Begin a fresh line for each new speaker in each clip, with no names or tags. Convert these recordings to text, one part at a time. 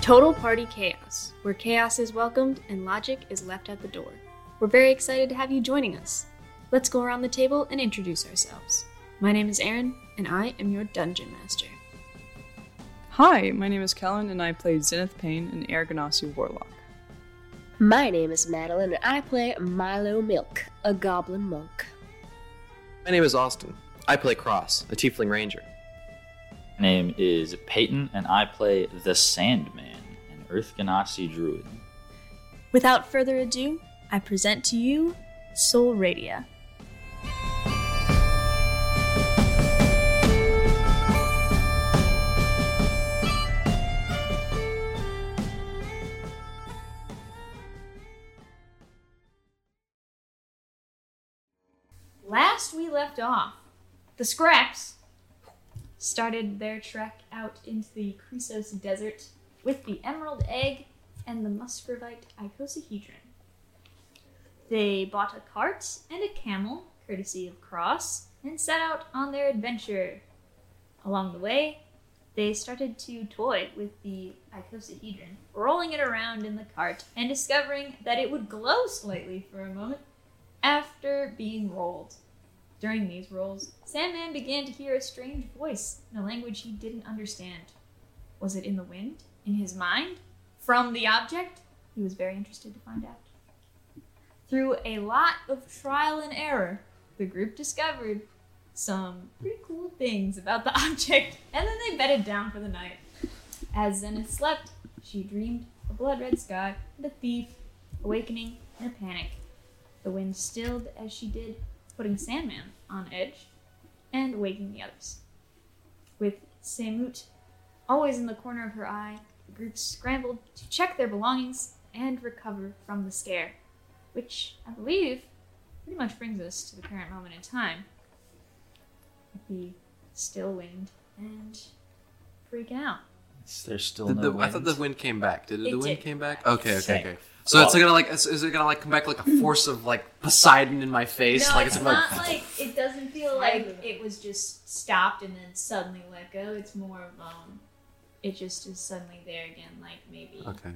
Total Party Chaos, where chaos is welcomed and logic is left at the door. We're very excited to have you joining us. Let's go around the table and introduce ourselves. My name is Aaron, and I am your dungeon master.
Hi, my name is Kellen, and I play Zenith Payne, an Air Ganassi warlock.
My name is Madeline, and I play Milo Milk, a goblin monk.
My name is Austin. I play Cross, a Tiefling Ranger.
My name is Peyton, and I play the Sandman, an Earth Ganassi druid.
Without further ado, I present to you Soul Radia. Last we left off, the Scraps started their trek out into the Chrysos Desert with the Emerald Egg and the Muscovite Icosahedron. They bought a cart and a camel, courtesy of Cross, and set out on their adventure. Along the way, they started to toy with the icosahedron, rolling it around in the cart and discovering that it would glow slightly for a moment after being rolled. During these rolls, Sandman began to hear a strange voice in a language he didn't understand. Was it in the wind? In his mind? From the object? He was very interested to find out. Through a lot of trial and error, the group discovered some pretty cool things about the object, and then they bedded down for the night. As Zenith slept, she dreamed a blood red sky and a thief, awakening in a panic. The wind stilled as she did, putting Sandman on edge and waking the others. With Samut always in the corner of her eye, the group scrambled to check their belongings and recover from the scare, which I believe pretty much brings us to the current moment in time. With The still wind and freak out.
Is there still
Did
no
the- I thought the wind came back. Did it,
It
the wind
did.
came back? Okay, okay,
Sick.
okay. So it's gonna like is, is it gonna like come back like a force of like Poseidon in my face?
no,
like
it's,
gonna be
not like it doesn't feel like it was just stopped and then suddenly let go. It's more of um, it just is suddenly there again, like maybe
Okay.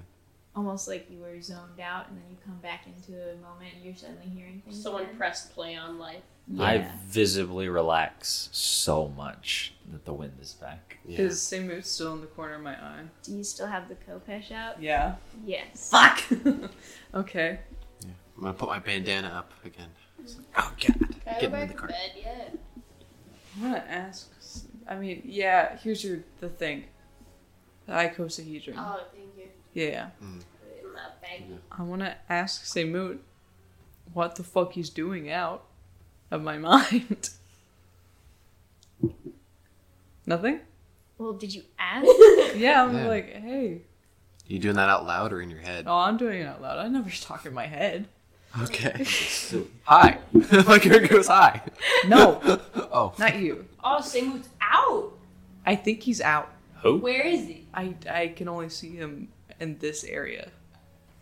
almost like you were zoned out and then you come back into a moment and you're suddenly hearing things.
Someone
again.
pressed play on life.
I
Yeah.
visibly relax so much that the wind is back.
Yeah.
Is same move still in the corner of my eye?
Do you still have the Kopesh out?
Yeah.
Yes.
Fuck. okay.
I'm gonna put my bandana up again. It's like, Oh god.
Can I go
Getting in
back
the
to
car.
bed yet?
I'm gonna ask. I mean, yeah. Here's your the thing. The icosahedron.
Oh, thank you.
yeah.
Put it in my bag.
I wanna ask Samut what the fuck he's doing out of my mind. Nothing.
Well, did you ask?
Yeah. I'm
Yeah.
like, hey.
You doing that out loud or in your head?
Oh, I'm doing it out loud. I never talk in my head.
Okay. hi. my character goes hi.
No,
Oh.
not you.
Oh, Samut's out.
I think he's out.
Who?
Where is he?
I, I can only see him in this area.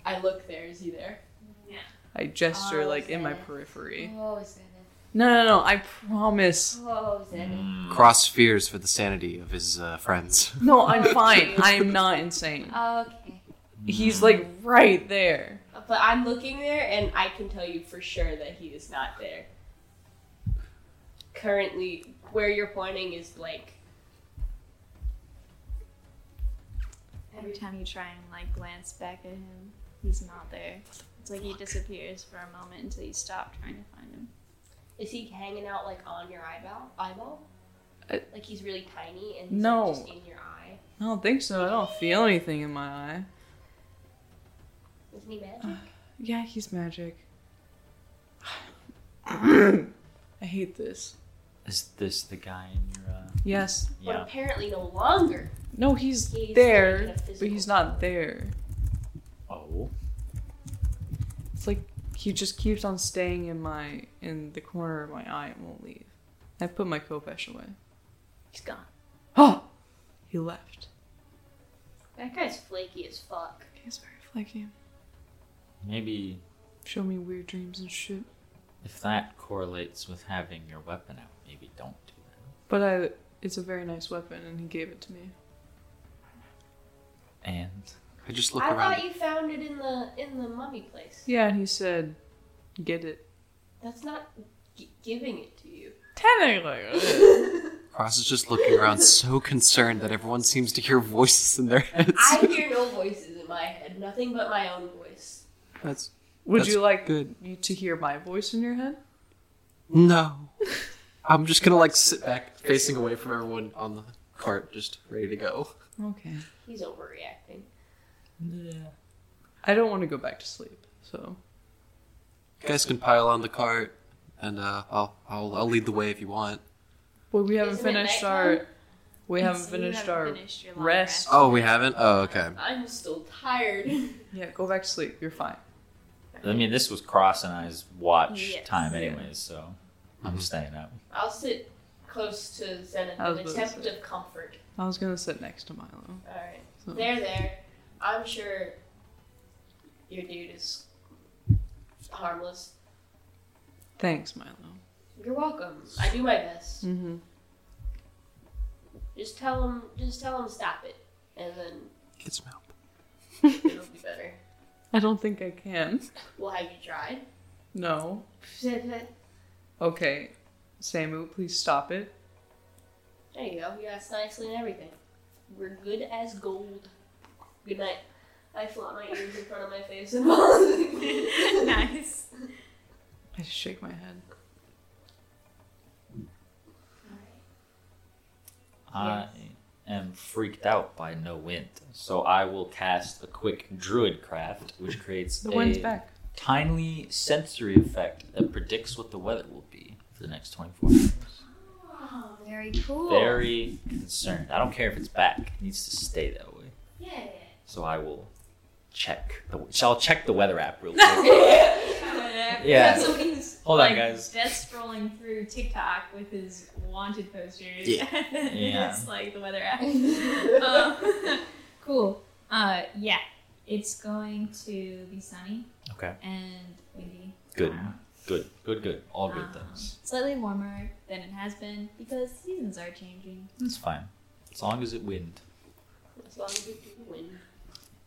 I look there. Is he there?
I gesture
Oh,
like in my
Zenith.
periphery.
Oh, Zenith.
No, no, no. I promise.
Oh, Zenith.
Cross fears for the sanity of his uh, friends.
No, I'm fine. I am not insane.
Oh, Okay.
He's like right there.
But I'm looking there, and I can tell you for sure that he is not there. Currently, where you're pointing is blank.
Every time you try and like glance back at him, he's not there. It's like he disappears for a moment until you stop trying to find him.
Is he hanging out like on your eyeball? Eyeball?
Uh,
like he's really tiny and he's like,
No.
just in your eye.
I don't think so. I don't feel anything in my eye.
Isn't he magic?
Yeah, he's magic. I hate this.
Is this the guy in your? Uh...
Yes.
But
Yeah.
apparently no longer.
No, he's,
He's like in
there,
a
but he's
physical
not
form.
there.
Oh.
It's like he just keeps on staying in my in the corner of my eye and won't leave. I put my Kopesh away.
He's gone.
Oh, he left.
That guy's flaky as fuck.
He's very flaky.
Maybe
Show me weird dreams and shit.
if that correlates with having your weapon out, maybe don't do
But I, it's a very nice weapon, and he gave it to me.
And
I just look
I
around.
thought you found it in the in the mummy place.
Yeah, and he said, "Get it."
That's not g- giving it to you.
Technically,
Cross is just looking around, so concerned that everyone seems to hear voices in their heads.
I hear no voices in my head, nothing but my own voice.
That's
would
That's
you like
good.
you to hear my voice in your head?
no. I'm just gonna like sit back, facing away from everyone on the cart, just ready to go.
Okay.
He's overreacting.
I don't want to go back to sleep, so
You guys can pile on the cart, and uh, I'll I'll I'll lead the way if you want.
well, we haven't
Isn't it
finished
nighttime?
our we haven't
So you
finished
haven't
our
finished your long
rest.
Oh, we haven't. Oh, okay.
I'm still tired.
yeah. Go back to sleep. You're fine.
I mean, this was Cross and I's watch
Yes.
time, anyways, so I'm staying up.
I'll sit close to Zenith
I
in
was about
an
to
attempt
say. Hmm.
of comfort.
I was gonna sit next to Milo.
Alright.
So.
There, there. I'm sure your dude is harmless.
Thanks, Milo.
You're welcome. I do my best.
Mm-hmm.
Just tell him just tell him stop it. And then
Get some help.
it'll be better.
I don't think I can.
Well have you tried?
No.
there
Okay. Samu, please stop it.
you go. You asked nicely and everything. We're good as gold. Good night. I flop my ears in front of my face and
Oh. nice.
I just shake my head.
I am freaked out by no wind, so I will cast a quick druid craft, which creates
The
a
wind's back.
tiny sensory effect that predicts what the weather will be for the next 24 hours.
Oh, Very cool.
Very concerned. I don't care if it's back; it needs to stay that way.
Yeah.
So I will check the. So I'll check the weather app real quick. yeah.
Somebody who's,
Hold on,
like,
guys.
Just scrolling through TikTok with his wanted posters.
Yeah.
Yeah.
it's like the weather app.
Uh,
um, cool. Uh, yeah, it's going to be sunny
Okay.
and windy.
Good.
tomorrow.
Good. Good. Good. All good
Um,
things.
Slightly warmer than it has been because seasons are changing.
It's fine. As long as it wind.
As long as you do win.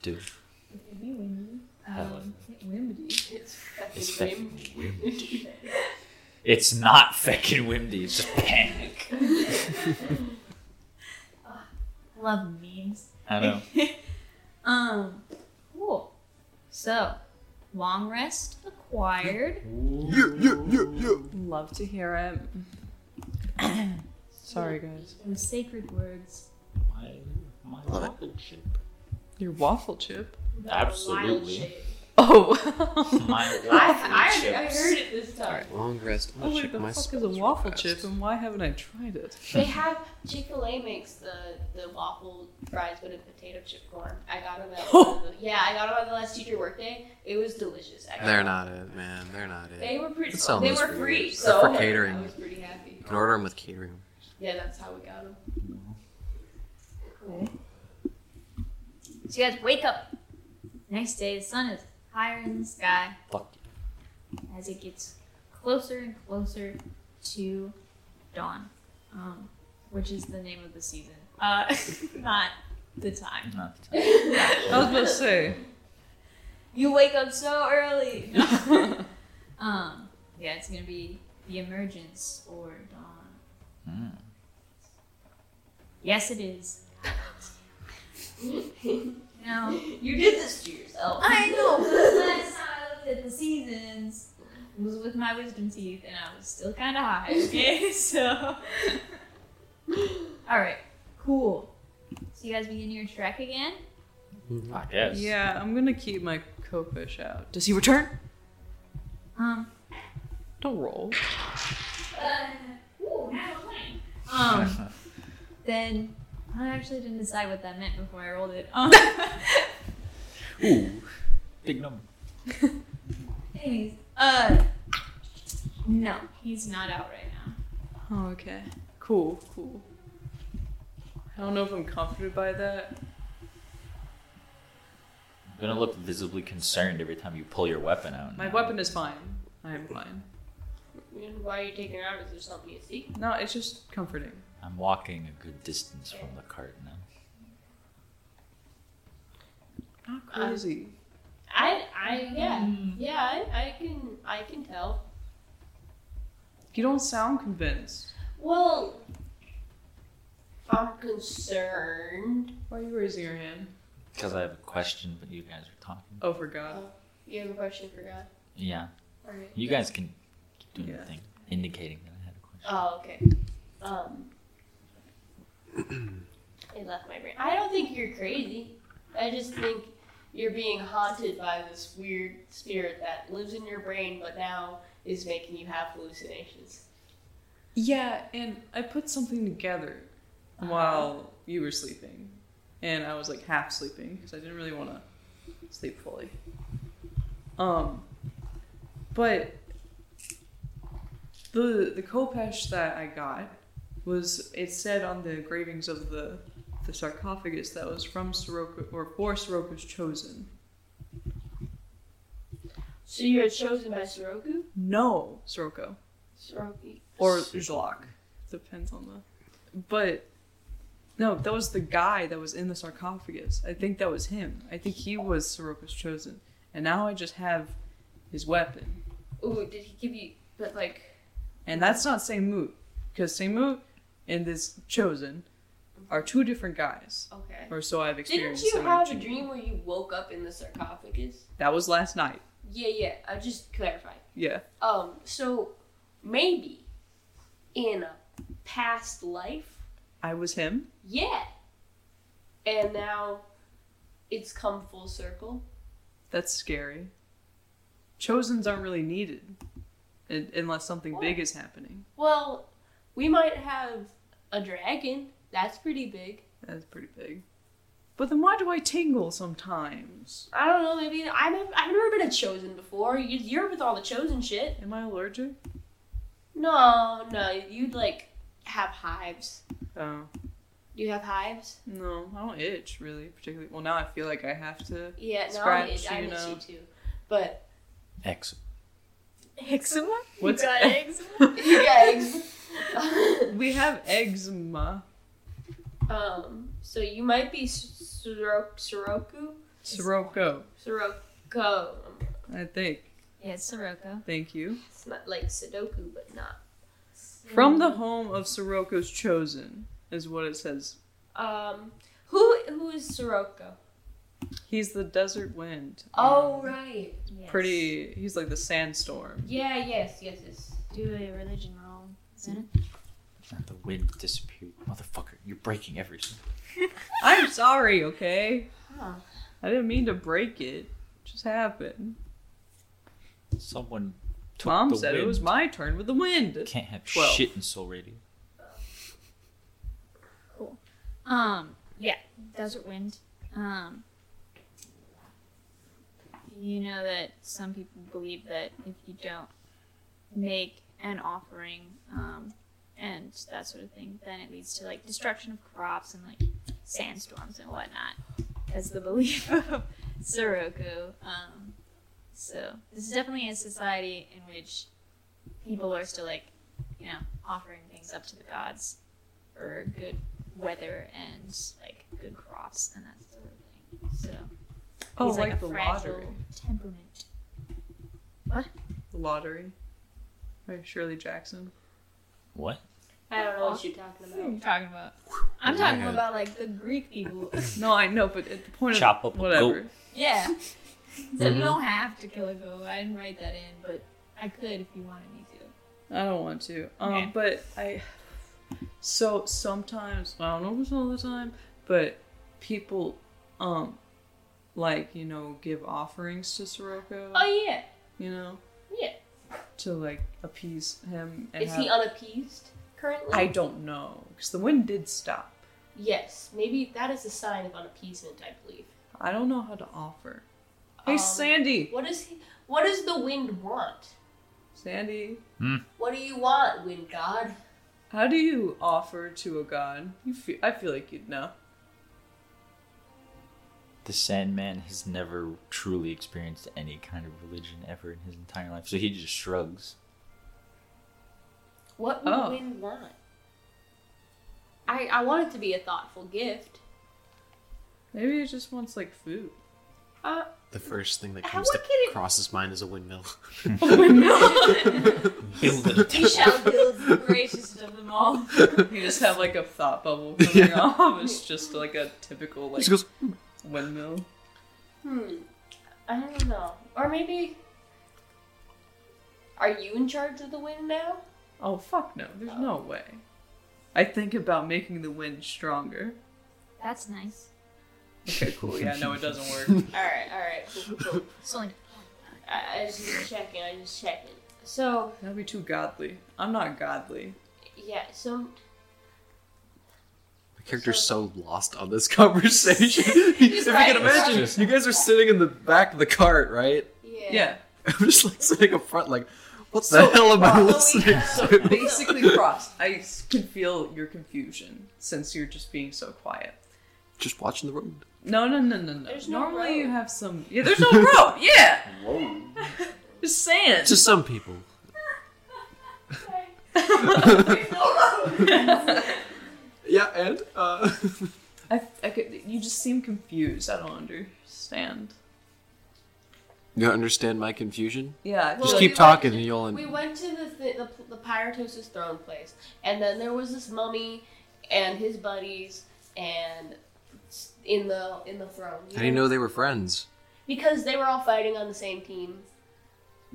Do.
It could be windy.
Hell.
Um, it windy.
It's
It's
fucking
fucking windy. It's not fucking windy. It's just panic.
Love memes.
I know.
um, cool. So, long rest acquired.
Yeah, yeah, yeah, yeah.
Love to hear it. Sorry, guys.
Those sacred words.
My, my waffle chip.
Your waffle chip.
wild
Absolutely.
shape.
Oh.
My waffle
I, I, I
chips.
heard it this time.
Long rest.
Oh, wait, the
my
fuck is a waffle chip, and why haven't I tried it?
They have Chick Fil A makes the the waffle fries but in potato chip form. I got them at one of the, yeah, I got them at the last teacher workday. It was delicious. Actually.
They're not it, man. They're not it.
They were pretty.
That sounds
They were
weird.
free.
Except
So
for catering.
I was pretty happy.
You can order them with catering.
Yeah, that's how we got them.
So you guys wake up. Next day, the sun is higher in the sky
Fuck.
as it gets closer and closer to dawn, um, which is the name of the season, uh, not the time.
Not the time.
I was about to say.
You wake up so early. um, yeah, it's gonna be the emergence or dawn.
Mm.
Yes, it is. now,
You did this to yourself.
I know, but the last time I looked at the seasons was with my wisdom teeth, and I was still kind of high. Okay, so. Alright, cool. So, you guys begin your trek again?
I guess.
Yeah, I'm gonna keep my co-fish out. Does he return?
Um.
Don't roll.
Uh, ooh, now I'm playing. Um. then. I actually didn't decide what that meant before I rolled it. Um,
Ooh. Big number.
anyways, uh, no, he's not out right now.
Oh, okay. Cool, cool. I don't know if I'm comforted by that.
I'm gonna look visibly concerned every time you pull your weapon out.
My
now.
weapon is fine. I am fine.
And Why are you taking it out? Is there something you see?
No, it's just comforting.
I'm walking a good distance from the cart now.
Not
Um,
crazy.
I, I, yeah,
Mm.
yeah, I, I can, I can tell.
you don't sound convinced.
Well, I'm concerned.
Why are you raising your hand?
Because I have a question, but you guys are talking.
Oh, for God.
You have a question for God?
Yeah.
All right.
You guys can keep doing
Yeah.
the thing, indicating that I had a question.
Oh, okay. Um, it left my brain. I don't think you're crazy. I just think you're being haunted by this weird spirit that lives in your brain, but now is making you have hallucinations.
Yeah, and I put something together Ah. while you were sleeping. And I was like half sleeping because I didn't really want to sleep fully. Um but the the kopesh that I got was it said on the engravings of the the sarcophagus that was from Soroka or for Soroka's chosen.
So you're chosen by Soroku?
No, Soroko.
Soroki.
or
Super.
Jlock. Depends on the. But no, that was the guy that was in the sarcophagus. I think that was him. I think he was Soroka's chosen, and now I just have his weapon,
Ooh, did he give you, but like,
and that's not Seimut, because Seimut and this chosen are two different guys,
okay.
or so I've
Didn't
experienced.
you
in my
have a
dream.
dream where you woke up in the sarcophagus?
That was last night.
Yeah, yeah. I just clarified.
Yeah.
Um, so maybe in a past life,
I was him.
yeah. And now it's come full circle.
That's scary. Chosens aren't really needed, un- unless something big is happening.
Well, we might have a dragon. That's pretty big.
That's pretty big. But then why do I tingle sometimes?
I don't know. Maybe I've I've never been a chosen before. You, you're with all the chosen shit.
Am I allergic?
No, no. You'd like have hives.
Oh,
Do you have hives?
no, I don't itch really, particularly. Well, now I feel like I have to.
Yeah. No,
Scratch,
I itch. I
you
itch
know.
you too. But
Excellent.
Eczema? What's
got
you
we have eczema.
Um, so you might be S- Soro- Soroku?
Sirocco,
Soroko.
I think.
Yeah, it's Sirocco.
Thank you.
It's not like Sudoku, but not.
From the home of Sirocco's chosen is what it says.
Um, who who is Soroko?
He's the desert wind.
Oh
Um,
right.
Yes.
Pretty. He's like the sandstorm.
Yeah. Yes. Yes. Yes.
Do a religion roll. Isn't it?
The wind disappeared. Motherfucker, you're breaking everything.
I'm sorry. Okay.
Huh.
I didn't mean to break it. Just happened.
Someone took
Tom
the
said
wind.
it was my turn with the wind.
Can't have
Twelve.
shit in Soul Radio.
Um, yeah, Desert Wind. Um, you know that some people believe that if you don't make an offering, um, and that sort of thing, then it leads to like destruction of crops and like sandstorms and whatnot. That's the belief of Sirocco. Um, so this is definitely a society in which people are still like, you know, offering things up to the gods for good weather and like good crops and that sort of thing. So
Oh,
he's
like,
like, a
the
fragile
lottery.
temperament.
The lottery. By Shirley Jackson.
What?
I don't know what you're talking
What are
about.
you talking about? I'm
Yeah.
talking about like the Greek people.
No, I know, but at the point
Chop
of
up a
whatever.
goat.
yeah.
Mm-hmm.
So
Mhm.
you don't have to kill a goat. I didn't write that in, but I could if you wanted me to.
I don't want to. Um,
Okay.
but I. So sometimes I don't know if it's all the time, but people, um, like you know, give offerings to Sirocco.
Oh yeah.
You know,
Yeah.
to like appease him. And
Is he
have-
unappeased currently?
I don't know, because the wind did stop.
Yes. Maybe that is a sign of unappeasement. I believe.
I don't know how to offer. Hey,
Um,
Sandy.
What does he? What does the wind want?
Sandy,
What do you want, wind god?
how do you offer to a god? You feel, I feel like you'd know.
The Sandman has never truly experienced any kind of religion ever in his entire life, so he just shrugs.
What would
Oh.
Win want? I I want it to be a thoughtful gift.
Maybe he just wants like food.
The first thing that
How-
comes to
what can it-
cross his mind is a windmill.
We shall build the graciousest of them all.
You just have like a thought bubble coming
Yeah.
off. It's just like a typical like
She goes,
windmill.
Hmm. I don't know. Or maybe. Are you in charge of the wind now?
Oh fuck no! There's no way. I think about making the wind stronger.
That's nice.
Okay, cool. Yeah, no, it doesn't work.
Alright, alright. Cool, cool, cool.
It's only
I, I just was checking. I just checking. So
That'd be too godly. I'm not godly.
yeah, so
My character's so lost on this conversation. if you
right.
can imagine,
It's just-
you guys are sitting in the back of the cart, right?
yeah.
Yeah.
I'm just like sitting up front, like, what the
So,
hell am I
well, we
listening
have-
to?
Basically, Frost, I s- can feel your confusion since you're just being so quiet.
Just watching the road.
No, no, no, no, no.
There's no
Normally,
road.
you have some. Yeah, there's no road. Yeah,
Whoa.
just saying.
To some people. Yeah, and uh,
I, I could, you just seem confused. I don't understand.
you don't understand my confusion.
Yeah, I
Well,
feel
Just
like-
keep
we
talking,
went-
and you'll.
We went to the th- the, the Pyrotos' throne place, and then there was this mummy and his buddies, and s- in the in the throne.
How do you know they were friends?
Because they were all fighting on the same team.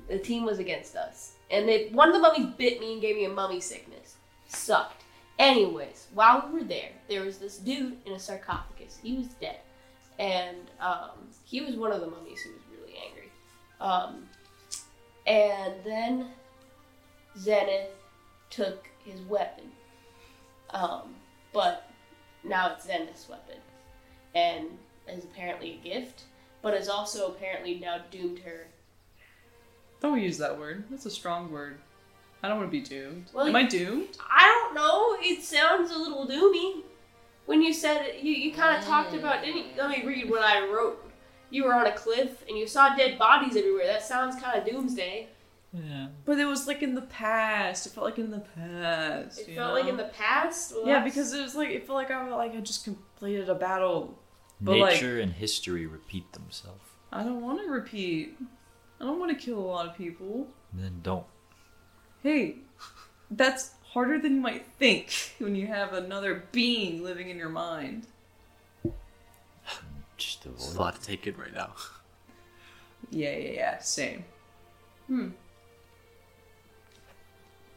The team was against us, and they, one of the mummies bit me and gave me a mummy sickness. Sucked. Anyways, while we were there, there was this dude in a sarcophagus. He was dead, and um, he was one of the mummies who was really angry. Um, and then Zenith took his weapon. Um, but now it's Zenith's weapon. And is apparently a gift, but is also apparently now doomed her.
Don't use that word. That's a strong word. I don't want to be doomed.
Well,
Am
you-
I doomed?
I don't know, it sounds a little doomy. When you said it, you, you
Mm.
kind of talked about, didn't you? Let me read what I wrote. You were on a cliff and you saw dead bodies everywhere. That sounds kind of doomsday.
Yeah.
But it was like in the past. It felt like in the past.
It
you
felt like
know?
in the past. Well,
Yeah,
that's-
because it was like it felt like I like I just completed a battle. But, like-
Nature and history repeat themselves.
I don't want to repeat. I don't want to kill a lot of people.
Then don't.
Hey, that's harder than you might think when you have another being living in your mind.
Just
There's
avoid.
a lot to take in right now.
Yeah, yeah, yeah. Same.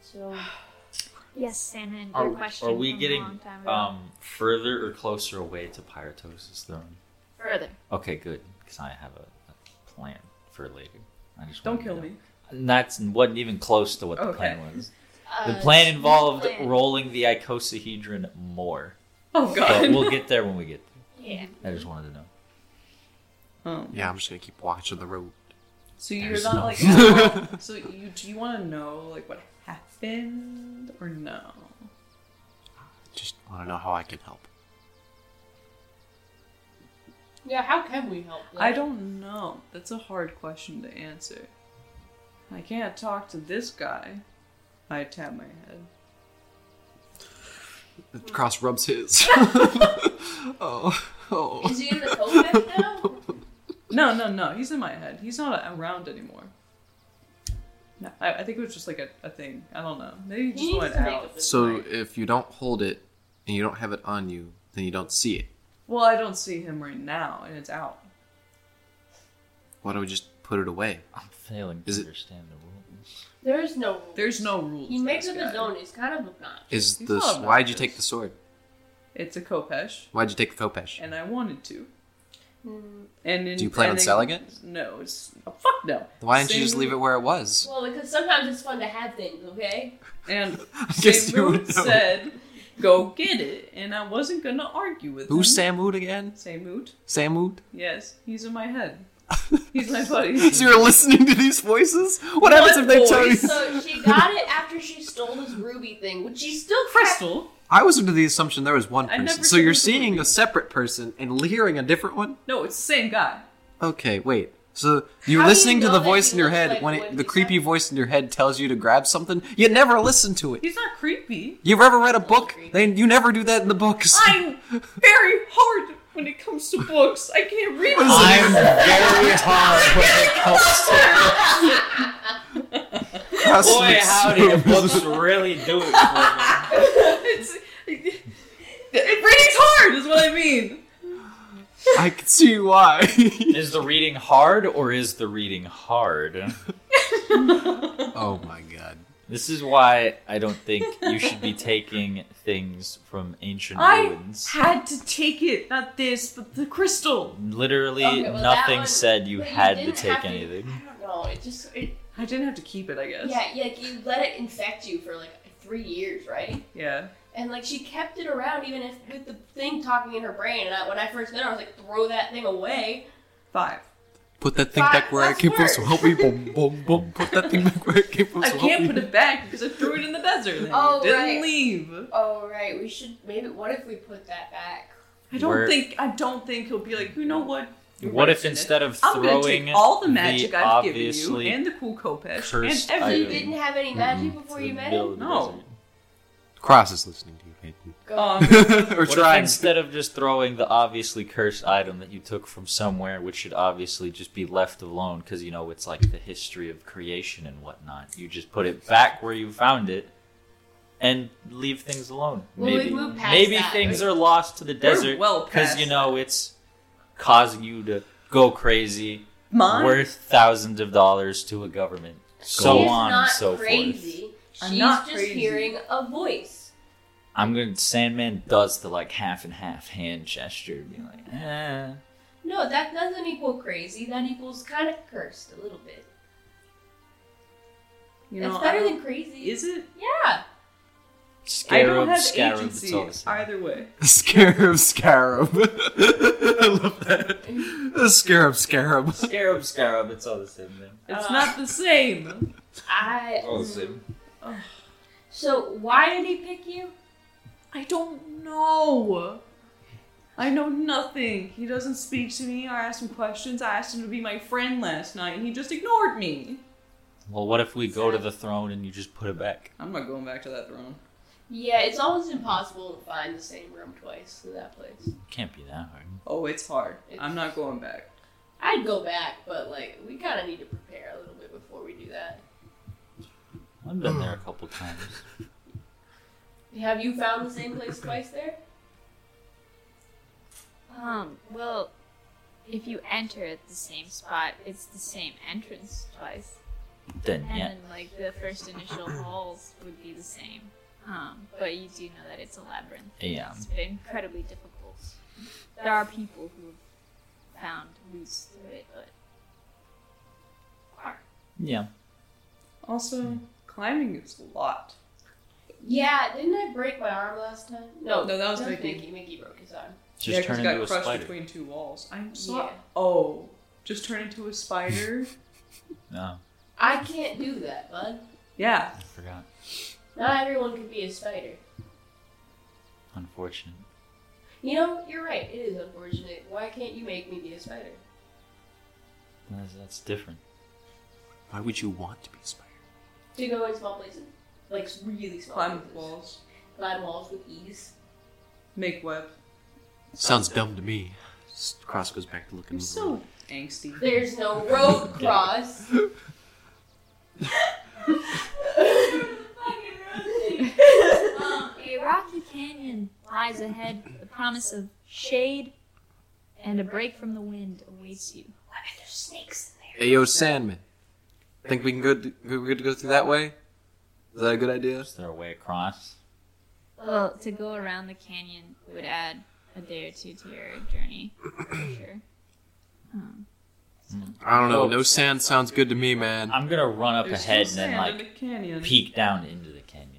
So,
Yes, Santa. And
Are-
your question.
are we
from a
getting,
long time ago.
Um, further or closer away to Pyrotos' throne?
further?
Okay, good. Because I have a, a plan for later. I just
Don't
wanted
kill
to know.
me.
And That's wasn't even close to what the
Okay.
plan was.
uh,
The plan involved
plan.
rolling the icosahedron more.
Oh god.
But we'll get there when we get
Yeah.
there. I just wanted to know.
um,
Yeah, I'm just gonna keep watching the road.
So you're
There's
not
no-
like. so you do you want to know like what happened or no?
Just want to know how I can help.
Yeah, how can we help?
I don't know. That's a hard question to answer. I can't talk to this guy. I tap my head.
The cross rubs his. oh, oh.
Is he in the Kovac now?
No, no, no. He's in my head. He's not around anymore. No, I, I think it was just like a, a thing. I don't know. Maybe he just
needs
went
to make
out.
up his
So
mind.
if you don't hold it and you don't have it on you, then you don't see it.
Well, I don't see him right now, and it's out.
Why don't we just put it away?
I'm failing to
Is it-
understand the rules.
there is no.
There's no rules.
He
to
makes
this
up his
guy.
own. He's kind of obnoxious.
Is
You
the
thought about
why'd you
this.
take the sword?
It's a Kopesh,
Why'd you take the Kopesh?
and I wanted to.
Mm,
And in,
Do you plan
and
on selling it?
No, it's oh, fuck no.
Why didn't you just leave it where it was?
Well, because sometimes it's fun to have things, okay?
And
I guess you
Samud
would know.
said, "Go get it," and I wasn't gonna argue with him.
Who's Samud again?
Samud.
Samud?
Yes, he's in my head. He's my buddy.
so you're listening to these voices? What happens if they tell you?
So she got it after she stole this ruby thing, which she still
Crystal.
I was under the assumption there was one
I never
person. So
said it
you're
was a
seeing
movie.
a separate person and hearing a different one?
No, it's the same guy.
Okay, wait. So you're
How do you
listening to
know
the
that
voice
he
in your
looks
head
like
when
what
it, the
he
creepy
said?
voice in your head tells you to grab something. You never listen to it.
He's not creepy.
You've ever read a book?
creepy.
Then you never do that in the books.
I'm very hard when it comes to books. I can't read them.
I'm
very hard when it comes Boy, howdy, the books really do it for me.
it's, it, reading's hard, is what I mean.
I can see why.
Is the reading hard or is the reading hard?
oh my god.
This is why I don't think you should be taking things from ancient
I-
ruins.
Had to take it, not this, but the crystal.
Literally
Okay, well, that
nothing
one-
said you
but
had to
didn't
take
have
anything.
I don't know. It just it,
I didn't have to keep it, I guess.
yeah, yeah. Like you let it infect you for like three years, right?
Yeah.
And like she kept it around even if with the thing talking in her brain. And I, when I first met her, I was like, throw that thing away.
Five.
Put that thing back where it
That's
came from, so
worse.
help me. Boom, boom, boom. Put that thing back where it came from,
I
so help
can't put
me.
it back because I threw it in the desert. And
Oh,
it didn't
right.
leave.
Oh right, we should maybe. What if we put that back?
I don't
Where-
think I don't think he'll be like, you know what? You're
What
right,
if
Janet.
instead of
I'm gonna
throwing
take all the magic
the
I've given you
obviously
and the cool Kopesh
cursed
and
You
item
everything.
didn't have any magic before
to
you
Mm-hmm. the
met
middle
him.
of the
No.
desert?
Cross is listening to you, Peyton.
Go.
Um,
or
What if
trying.
instead of just throwing the obviously cursed item that you took from somewhere, which should obviously just be left alone because, you know, it's like the history of creation and whatnot, you just put it back where you found it and leave things alone.
Well, we
Maybe,
moved past
Maybe
that,
things
right?
are lost to the desert
well past
you know it's causing you to go crazy,
Mine.
worth thousands of dollars to a government, so
She's
on
not
and so forth.
crazy.
I'm
She's
not
just
crazy.
hearing a voice.
I'm gonna Sandman does the like half and half hand gesture, be like, eh.
No, that doesn't equal crazy. That equals kind of cursed a little bit.
You know,
it's
I
better
don't-
than crazy.
Is it?
yeah.
I don't
Scarab,
have
scarab, it's all the
agency
same.
either way.
Scarab, scarab. I love that. Scarab, scarab.
Scarab, scarab, it's all the same thing.
It's
Uh,
not the same.
I.
All the same.
So why did he pick you?
I don't know. I know nothing. He doesn't speak to me. I asked him questions. I asked him to be my friend last night, and he just ignored me.
Well, what if we go to the throne and you just put it back?
I'm not going back to that throne.
Yeah, it's almost impossible to find the same room twice in that place.
Can't be that hard.
Oh, it's hard.
It's-
I'm not going back.
I'd go back, but like we kind of need to prepare a little bit before we do that.
I've been there a couple times.
Have you found the same place twice there?
Um, well, if you enter at the same spot, it's the same entrance twice.
Then
And
yeah,
then, like, the first initial halls would be the same. Um, but you do know that it's a labyrinth.
yeah.
It's been incredibly difficult. There are people who've found routes through it, but.
Yeah.
Also, climbing is a lot.
Yeah, didn't I break my arm last time? No,
No, that was Mickey.
Mickey. Mickey broke his arm.
Just turn
he
into
got
a
crushed
spider.
between two walls. I'm sorry.
Yeah.
Oh, just turn into a spider?
No,
I can't do that, bud.
yeah.
I forgot.
Not everyone can be a spider.
Unfortunate.
You know, you're right. It is unfortunate. Why can't you make me be a spider?
That's, that's different.
Why would you want to be a spider?
To go in small places, like really small
Climb
places.
walls.
Climb walls with ease.
Make web.
Sounds dumb to me. S- Cross goes back to looking.
Mm-hmm.
I'm
at the
so angsty.
There's no road cross.
A rocky canyon lies ahead. The promise of shade and a break from the wind awaits you.
Hey, yo, Sandman. Think we can go? d- go- We're good to go through that way. Is that a good idea?
Is there a way across?
Well, to go around the canyon would add a day or two to your journey, for sure. Um,
I don't know. No sand sounds good to me, man.
I'm gonna run up
There's
ahead and
still
then
sand in
like
the canyon.
peek down into the canyon.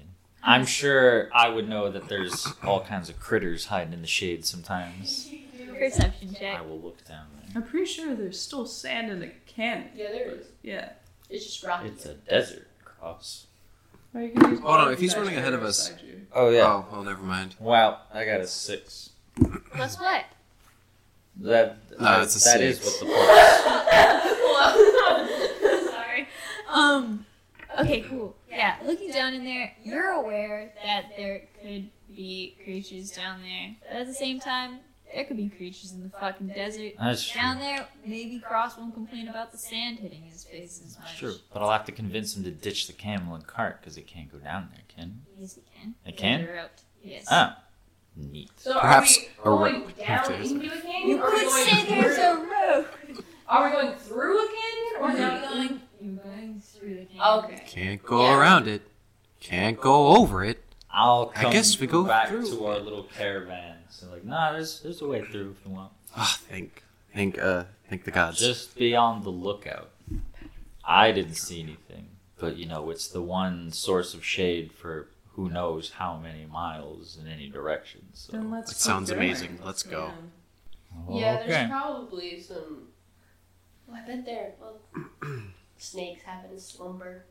I'm sure I would know that there's all kinds of critters hiding in the shade sometimes.
perception
I
check.
will look down there.
I'm pretty sure there's still sand in the canyon.
yeah, there it is.
Yeah.
It's just rocky.
It's a desert cross.
Or you can use
Hold on,
both
if he's
sides
running
to
ahead of
go
us.
beside you.
Oh
Oh, well, never mind.
Wow, I got a six.
Plus what?
That
No, it's a
that is
six.
what the plus.
Oh, Sorry. Um. Okay. Cool. Yeah. Looking down in there, you're aware that there could be creatures down there. But at the same time, There could be creatures in the fucking desert.
That's true.
Down there, maybe Cross won't complain about the sand hitting his face as much.
That's true. But I'll have to convince him to ditch the camel and cart because it can't go down there, can
Yes, he can.
it? It can?
Figure out. Yes.
Ah, neat.
So
Perhaps a
are we
rope.
going down
Okay.
into a canyon?
you
Are we
could
going
say there's
through-
a road.
Are we going through a canyon or not going?
You're going through the canyon.
Okay.
Can't go
Yeah.
around it. Can't go over it.
I'll
I
come
guess we go
back
through.
to our little caravan. So like, nah, there's there's a way through if you want.
Ah, thank, thank, uh, thank the gods.
Just be on the lookout. I didn't see anything, but you know, it's the one source of shade for who knows how many miles in any direction.
Then
So
let's
That
keep
sounds
going.
amazing. Let's go.
Yeah.
Yeah, there's
okay.
probably some. Well, Oh, I bet there. Well, snakes happen in slumber.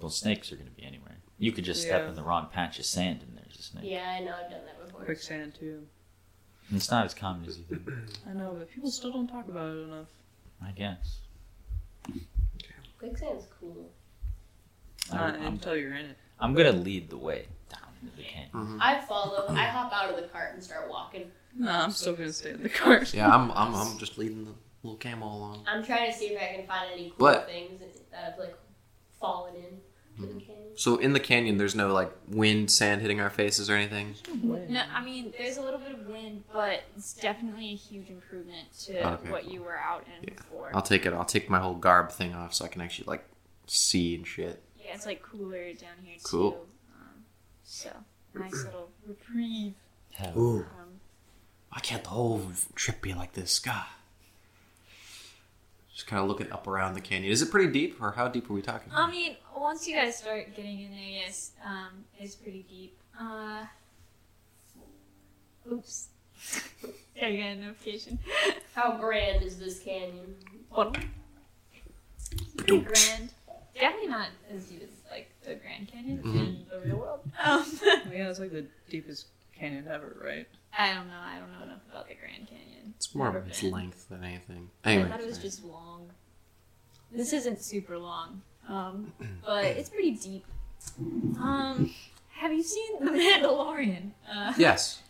Well, snakes are gonna be anywhere. You could just
Yeah.
step in the wrong patch of sand and there's a snake.
Yeah, I know. I've done that before.
Quicksand too.
And It's not as common as you think.
I know, but people still don't talk about it enough.
I guess.
Quicksand's cool.
I
Not
don't- I'm,
until you're in it.
I'm gonna lead the way down into the canyon.
I follow. I hop out of the cart and start walking.
No, I'm still gonna stay in the cart.
Yeah, I'm, I'm, I'm just leading the little camel along.
I'm trying to see if I can find any cool
But-
things that have like fallen in to the canyon.
So in the canyon, there's no like wind, sand hitting our faces or anything.
No, I mean, there's a little bit of wind, but it's definitely a huge improvement to
Okay.
what you were out in
Yeah.
before.
I'll take it. I'll take my whole garb thing off so I can actually like see and shit.
Yeah, it's like cooler down here
Cool.
too. Um, so nice little reprieve Um,
Hell,
Ooh,
from
why can't the whole trip be like this, God? Just kind of looking up around the canyon. Is it pretty deep, or how deep are we talking?
I mean, once you guys start getting in there, yes, um, it's pretty deep. Uh, oops. Sorry, I got a notification.
How grand is this canyon?
Pretty grand. Definitely not as deep as like the Grand Canyon in the real world. Um,
Yeah, it's like the deepest canyon ever, right?
I don't know. I don't know enough about the Grand Canyon.
it's more of
Never
its
been.
length than anything.
I
Anyway,
thought it was
sorry.
just long. This isn't super long, um, but it's pretty deep. Um, have you seen The Mandalorian? Uh,
yes.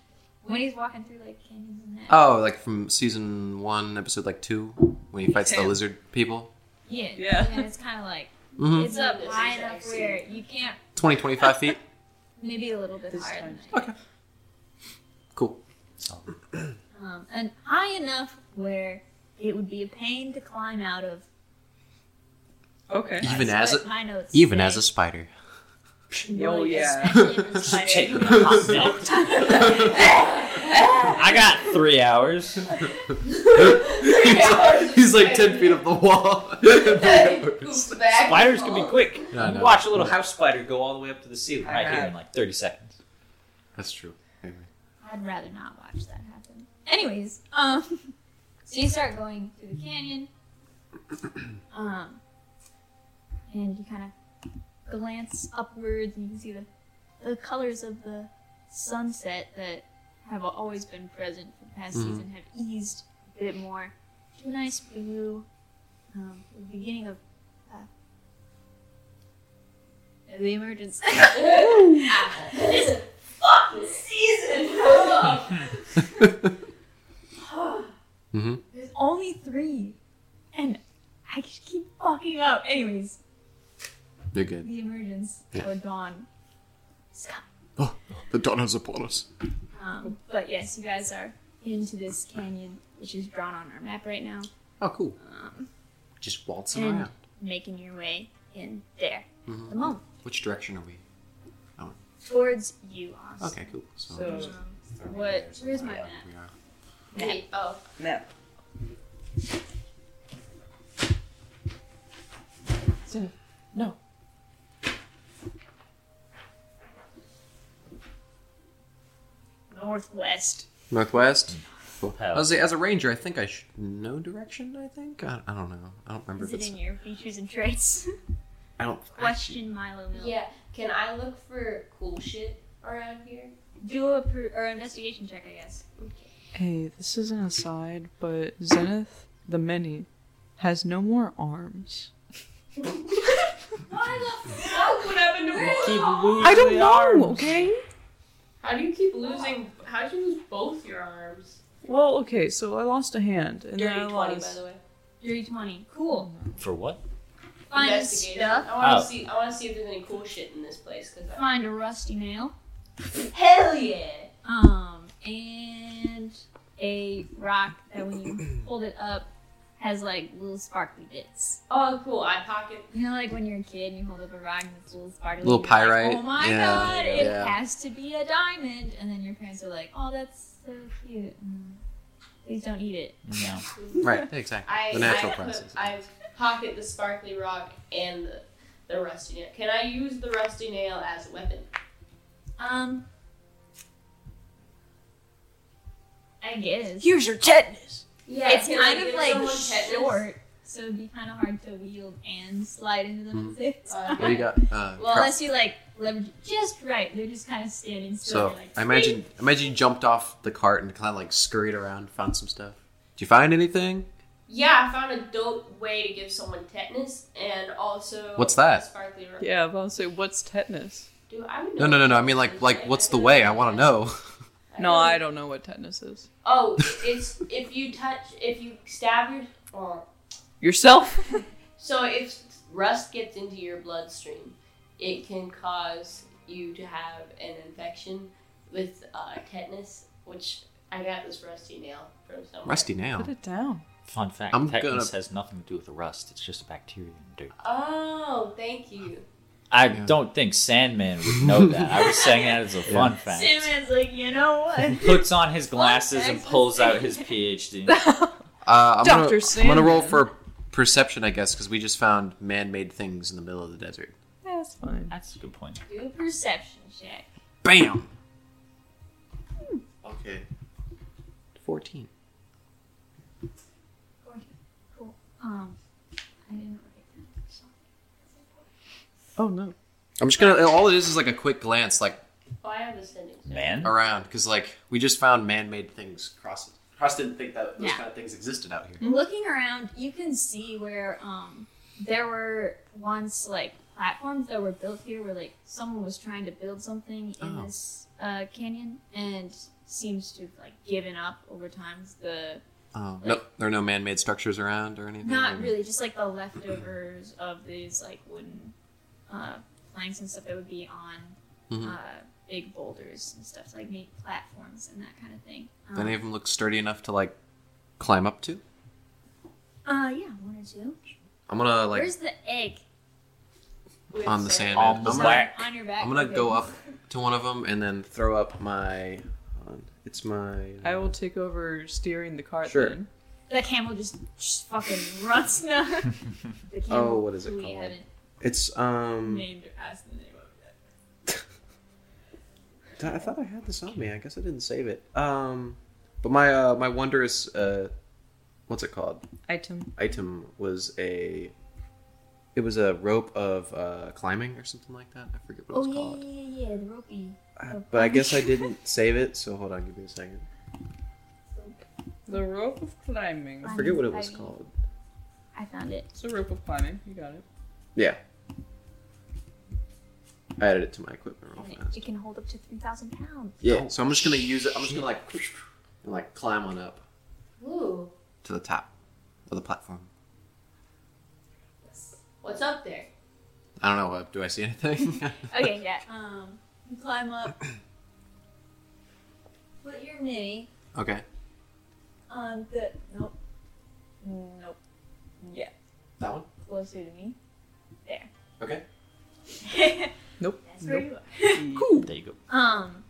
When he's walking through like canyons and that.
Oh, like from season one, episode like two, when he fights the
Yeah.
lizard people.
yeah.
Yeah.
And it's kind of like
Mm-hmm.
it's up
This
high
is
enough
actually-
where you can't.
20, 25 feet.
Maybe a little bit
This
higher
time.
than that.
Cool.
so-
Um, and high enough where it would be a pain to climb out of.
Okay.
Even
That's
as
what
a,
my notes
even
say.
as a spider.
Oh yeah.
Take the hot milk. I got three hours.
He's like ten feet of the wall.
Oops, back.
Spiders can be quick.
No,
you
no.
watch a little house spider go all the way up to the ceiling
I
right here
got-
in like 30 seconds.
That's true. Anyway.
I'd rather not watch that happen. Anyways, um, so you start going through the canyon, um, and you kind of glance upwards, and you can see the the colors of the sunset that have always been present for the past
Mhm.
season have eased a bit more to a nice blue. Um, the beginning of uh, the emergence.
this fucking season. Ugh.
Mm-hmm.
There's only three, and I just keep fucking up. Anyways,
They're good.
the emergence
Yeah.
or dawn is coming.
The dawn is upon us.
Um, but yes, you guys are into this canyon, which is drawn on our map right now,
Oh, cool.
um,
Just waltzing
And-
around.
making your way in there.
Mhm.
The moment
Which direction are we?
towards you, Austin.
Okay, cool. So,
So-
there's-
Um, what? Where's my map?
we are.
Map.
Wait, oh,
No. No.
Northwest.
Northwest.
Hell.
I was like, as a ranger, I think I should know direction. I think I, I don't know. I don't remember.
Is
If
it
it's,
in your features and traits?
I don't. I,
Question Milo Mill.
yeah. Can I look for cool shit around here?
Do a per- or investigation check, I guess.
Hey, this is an aside, but Zenith the Many has no more arms.
Why the fuck? What happened to
Keep
Will?
losing
I don't
the
know,
arms.
okay?
How do you keep losing? How do you lose both your arms?
Well, okay, so I lost a hand, and
You're
then I
E20, by
lost-
the way.
You're 20. Cool.
For what?
Mm-hmm.
Find
Investigate.
stuff.
I want
Oh.
to see. I want to see if there's any cool shit in this place. Cause I-
Find a rusty nail.
hell yeah.
Um, and a rock that when you hold it up has like little sparkly bits.
Oh, cool. I pocket.
You know, like when you're a kid and you hold up a rock and it's little sparkly.
Little
you're like,
pyrite,
oh my
yeah,
god, it
yeah.
has to be a diamond. And then your parents are like, oh, that's so cute. Mm, Please don't eat it.
No.
Right, exactly.
I,
the natural
I, put-
process.
I pocket the sparkly rock and the, the rusty nail. Can I use the rusty nail as a weapon?
Um, I guess.
Here's your tetanus.
Yeah,
it's
can I
kind of
give
like
someone tetanus?
short, so it'd be kind of hard to wield and slide into
Mm-hmm.
them at the same
Uh,
time.
What do you got? Uh,
Well,
cro-
unless you like leverage it just right, they're just kind of standing still.
so
like,
I imagine, imagine you jumped off the cart and kind of like scurried around, found some stuff. Did you find anything?
Yeah, I found a dope way to give someone tetanus, and also
What's that?
Sparkly rock.
Yeah, I was about to say, what's tetanus?
Dude, I would
No, no, no, no. I mean, like, like, what's the way? I want to know.
No, I don't know what tetanus is.
Oh, it's if you touch, if you stab your, oh, or
Yourself?
So if rust gets into your bloodstream, it can cause you to have an infection with uh, tetanus, which I got this rusty nail from somewhere.
Rusty now.
Put it down.
Fun fact:
I'm
tetanus
gonna-
has nothing to do with the rust. It's just a bacterium, dude.
Oh, thank you.
I
Yeah.
don't think Sandman would know that. I was saying that as a fun fact.
Sandman's like, you know what?
Puts on his glasses
fact
and
was
pulls out
Sandman.
his PhD.
Uh, I'm,
Dr.
gonna, I'm gonna roll
Sandman.
for perception, I guess, because we just found man-made things in the middle of the desert.
Yeah, that's fine.
That's a good point.
Do a perception check.
Bam. Okay. Fourteen.
Cool. Um, I didn't write that. So.
Oh no.
I'm just gonna. All it is is like a quick glance, like
Oh, I have ascending. stone.
Man,
around, because like we just found man-made things. Cross, Cross didn't think that those
Yeah.
kind of things existed out here.
Looking around, you can see where um there were once like platforms that were built here where like someone was trying to build something in
Oh.
this uh, canyon and seems to have like given up over time 'cause the
Oh, no, there are no man-made structures around or anything.
not really just like the leftovers of these like wooden uh, planks and stuff that would be on
Mhm.
uh, big boulders and stuff to, like make platforms and that kind of thing. Um,
Do any of them look sturdy enough to like climb up to?
uh yeah, one or two.
I'm gonna like
Where's the egg?
With
on the
sand.
sand.
On the
I'm,
So,
gonna,
Whack.
on your back.
I'm gonna
okay.
go up to one of them and then throw up my. hold on, It's my.
I will take over steering the cart
Sure.
then.
The camel just, just fucking runs now. the camel
Oh, what is it
who We
called?
haven't
It's um.
named or asked the name of yet.
Th- I thought I had this on me. I guess I didn't save it. Um, but my uh, my wondrous uh, what's it called?
Item.
Item was a. It was a rope of uh, climbing or something like that. I forget what
Oh
it was
yeah,
called.
yeah, yeah, yeah, the ropey.
Uh, but I guess I didn't save it. So hold on, give me a second.
The rope of climbing.
I forget what it was
Climbing.
called.
I found it.
It's the rope of climbing. You got it.
Yeah. I added it to my equipment real
And it,
fast.
it can hold up to three thousand pounds.
Yeah. So I'm just gonna use it. I'm just gonna like and like climb on up
Ooh,
to the top of the platform.
what's up there?
I don't know. uh, Do I see anything?
Okay, yeah. Um, you climb up. Put your mini
okay.
on the nope, nope. Yeah,
That one.
closer to me.
Okay.
Nope.
That's where you are.
Cool.
there you go.
Um,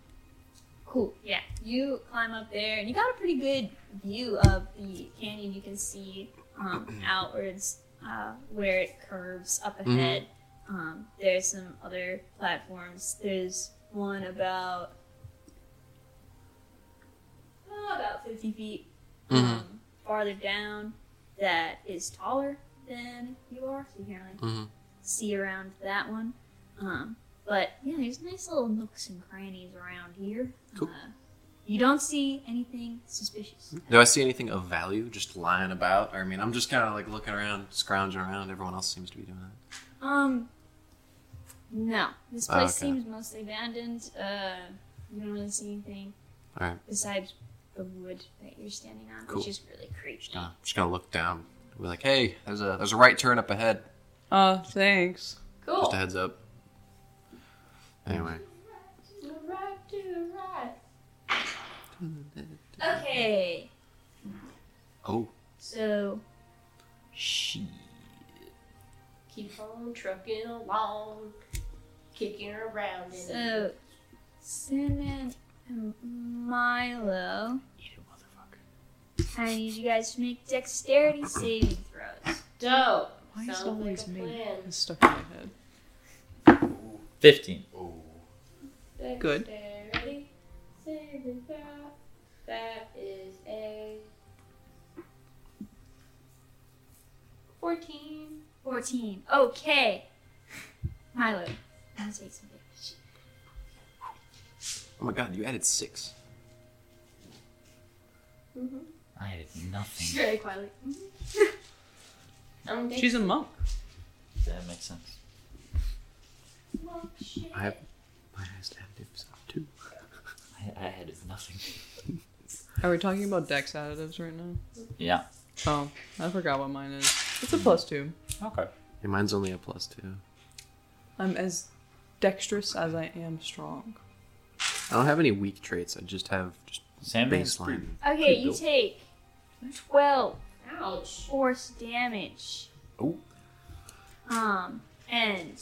cool. Yeah, you climb up there, and you got a pretty good view of the canyon. You can see um, outwards uh, where it curves up
Mhm.
ahead. Um, there's some other platforms. There's one about oh, about fifty feet
Mhm.
um, farther down that is taller than you are, so you can like
Mhm.
see around that one. Um, but yeah, there's nice little nooks and crannies around here.
Cool.
Uh, you don't see anything suspicious.
Do I see anything of value just lying about? Or, I mean, I'm just kind of like looking around, scrounging around. Everyone else seems to be doing that.
Um, no, this
Oh,
place
Hmm. okay.
seems mostly abandoned. Uh, you don't really see anything
All right.
besides the wood that you're standing on,
Cool.
which is really creepy.
Uh, just gonna look down. Be like, hey, there's a there's a right turn up ahead.
Uh, thanks.
Cool.
Just a heads up. Anyway,
To the right, to the right.
Okay,
oh,
so
She.
Keep on trucking along, kicking around. In it.
so Cinnamon and Milo,
Eat it, motherfucker.
I need you guys to make dexterity saving throws.
Dope.
Why is it
Sounds like
always
a
me?
plan.
It's stuck in my head.
15.
Good.
Dexterity, saving throw. That is a 14.
14. Okay. Milo, I'm gonna take some damage.
oh my God, you added six.
I had nothing.
Very quietly. I'm
She's a monk.
That makes sense.
I have my highest additives up too.
I, I had nothing.
Are we talking about dex additives right now?
Yeah.
Oh, I forgot what mine is. It's a plus two.
Okay.
And mine's only a plus two.
I'm as dexterous as I am strong.
I don't have any weak traits. I just have just
Sandman's
Baseline.
pretty-
Okay,
pretty
you
dope.
take 12
Ouch.
force damage.
oh
Um, and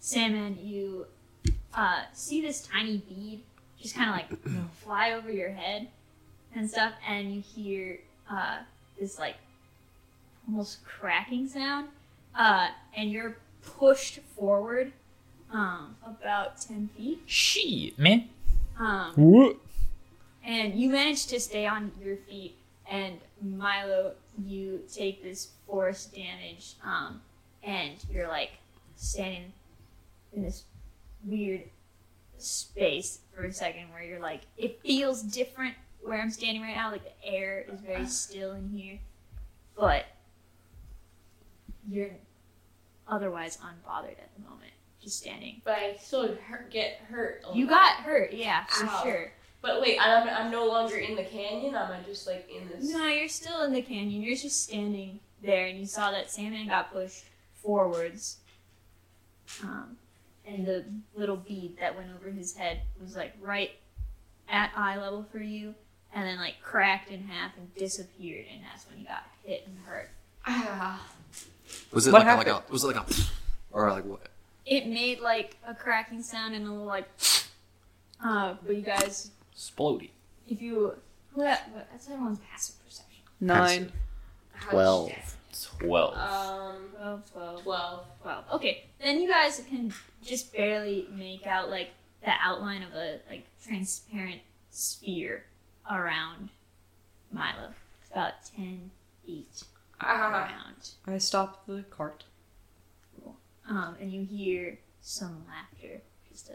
Salmon, you uh, see this tiny bead just kind of like fly over your head and stuff, and you hear uh, this like almost cracking sound, uh, and you're pushed forward um, about 10 feet.
Shit, man.
Um,
What?
and you manage to stay on your feet. And Milo, you take this force damage, um, and you're like standing in this weird space for a second where you're like, it feels different where I'm standing right now. Like the air is very still in here, but you're otherwise unbothered at the moment, just standing.
But I still hurt, get hurt. A
You
lot.
got hurt, yeah, for
Ow.
sure.
But wait, I'm, I'm no longer in the canyon. I'm just like in this.
No, you're still in the canyon. You're just standing there, and you saw that Sandman got pushed forwards. Um, and the little bead that went over his head was like right at eye level for you, and then like cracked in half and disappeared, and that's when you got hit and hurt.
Ah.
Was it
What
like a, like a was it like a or like what?
It made like a cracking sound and a little like. Uh, but you guys,
Splody.
if you, who that, what, that's everyone's passive perception.
Nine.
Ouch.
12.
Uh,
Um,
Twelve, twelve.
12.
12. Okay, then you guys can just barely make out like the outline of a like transparent sphere around Milo. It's about 10 feet
Uh-huh.
Ah.
around.
I stopped the cart.
Um, and you hear some laughter. Just a-